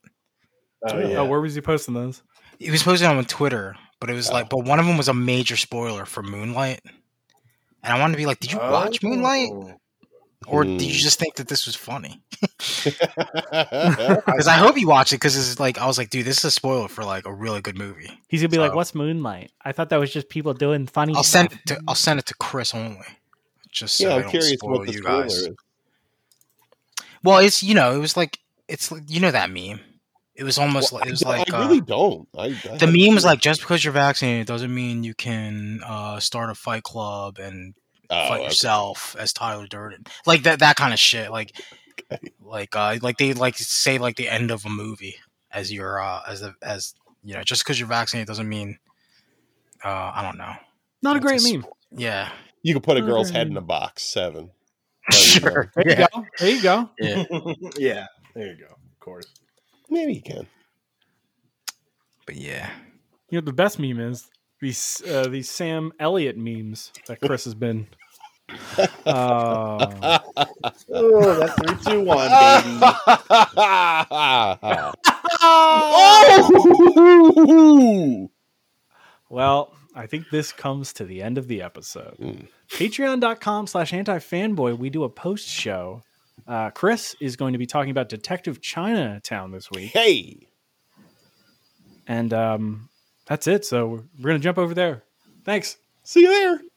[SPEAKER 3] Oh, yeah.
[SPEAKER 1] oh, where was he posting those?
[SPEAKER 4] he was posting them on twitter but it was like but one of them was a major spoiler for moonlight and i wanted to be like did you watch
[SPEAKER 3] Oh.
[SPEAKER 4] moonlight or did you
[SPEAKER 2] Mm.
[SPEAKER 4] just think that this was funny because i hope you watched it because it's like i was like dude this is a spoiler for like a really good movie
[SPEAKER 1] He's gonna be like,
[SPEAKER 4] So-
[SPEAKER 1] "What's Moonlight?" I thought that was just people doing funny.
[SPEAKER 4] i'll send
[SPEAKER 1] stuff.
[SPEAKER 4] it to i'll send it to chris only just so
[SPEAKER 2] Hmm. yeah,
[SPEAKER 4] i
[SPEAKER 2] I'm
[SPEAKER 4] don't
[SPEAKER 2] curious
[SPEAKER 4] spoil
[SPEAKER 2] what the
[SPEAKER 4] you
[SPEAKER 2] spoiler
[SPEAKER 4] guys
[SPEAKER 2] is.
[SPEAKER 4] Well, it's you know, it was like it's like- you know that meme. It was almost
[SPEAKER 2] Well,
[SPEAKER 4] like it was
[SPEAKER 2] I,
[SPEAKER 4] like
[SPEAKER 2] I really
[SPEAKER 4] uh,
[SPEAKER 2] don't. I, I
[SPEAKER 4] the
[SPEAKER 2] haven't
[SPEAKER 4] meme was
[SPEAKER 2] seen it.
[SPEAKER 4] like just because you're vaccinated doesn't mean you can uh, start a fight club and
[SPEAKER 2] Oh,
[SPEAKER 4] fight
[SPEAKER 2] okay.
[SPEAKER 4] yourself as Tyler Durden, like that that kind of shit. Like like uh, like they like say like the end of a movie as your uh, as the as you know just because you're vaccinated doesn't mean uh, I don't know.
[SPEAKER 1] Not a
[SPEAKER 4] It's
[SPEAKER 1] great
[SPEAKER 4] a
[SPEAKER 1] meme.
[SPEAKER 4] Yeah,
[SPEAKER 2] you could put a girl's
[SPEAKER 1] Okay.
[SPEAKER 2] head in a box. Seven.
[SPEAKER 4] sure.
[SPEAKER 1] There
[SPEAKER 4] Yeah.
[SPEAKER 1] you go. There you go.
[SPEAKER 3] yeah. There you go. Of course.
[SPEAKER 2] Maybe you can.
[SPEAKER 4] But yeah,
[SPEAKER 1] You know what the best meme is these uh, these Sam Elliott memes that Chris has been Oh.
[SPEAKER 3] Oh, that's three, two, one, baby.
[SPEAKER 2] oh!
[SPEAKER 1] Well, I think this comes to the end of the episode.
[SPEAKER 2] Mm.
[SPEAKER 1] Patreon.com slash antifanboy, we do a post show. Uh, Chris is going to be talking about Detective Chinatown this week.
[SPEAKER 2] Hey,
[SPEAKER 1] And um, that's it. So we're going to jump over there. Thanks.
[SPEAKER 2] see you there.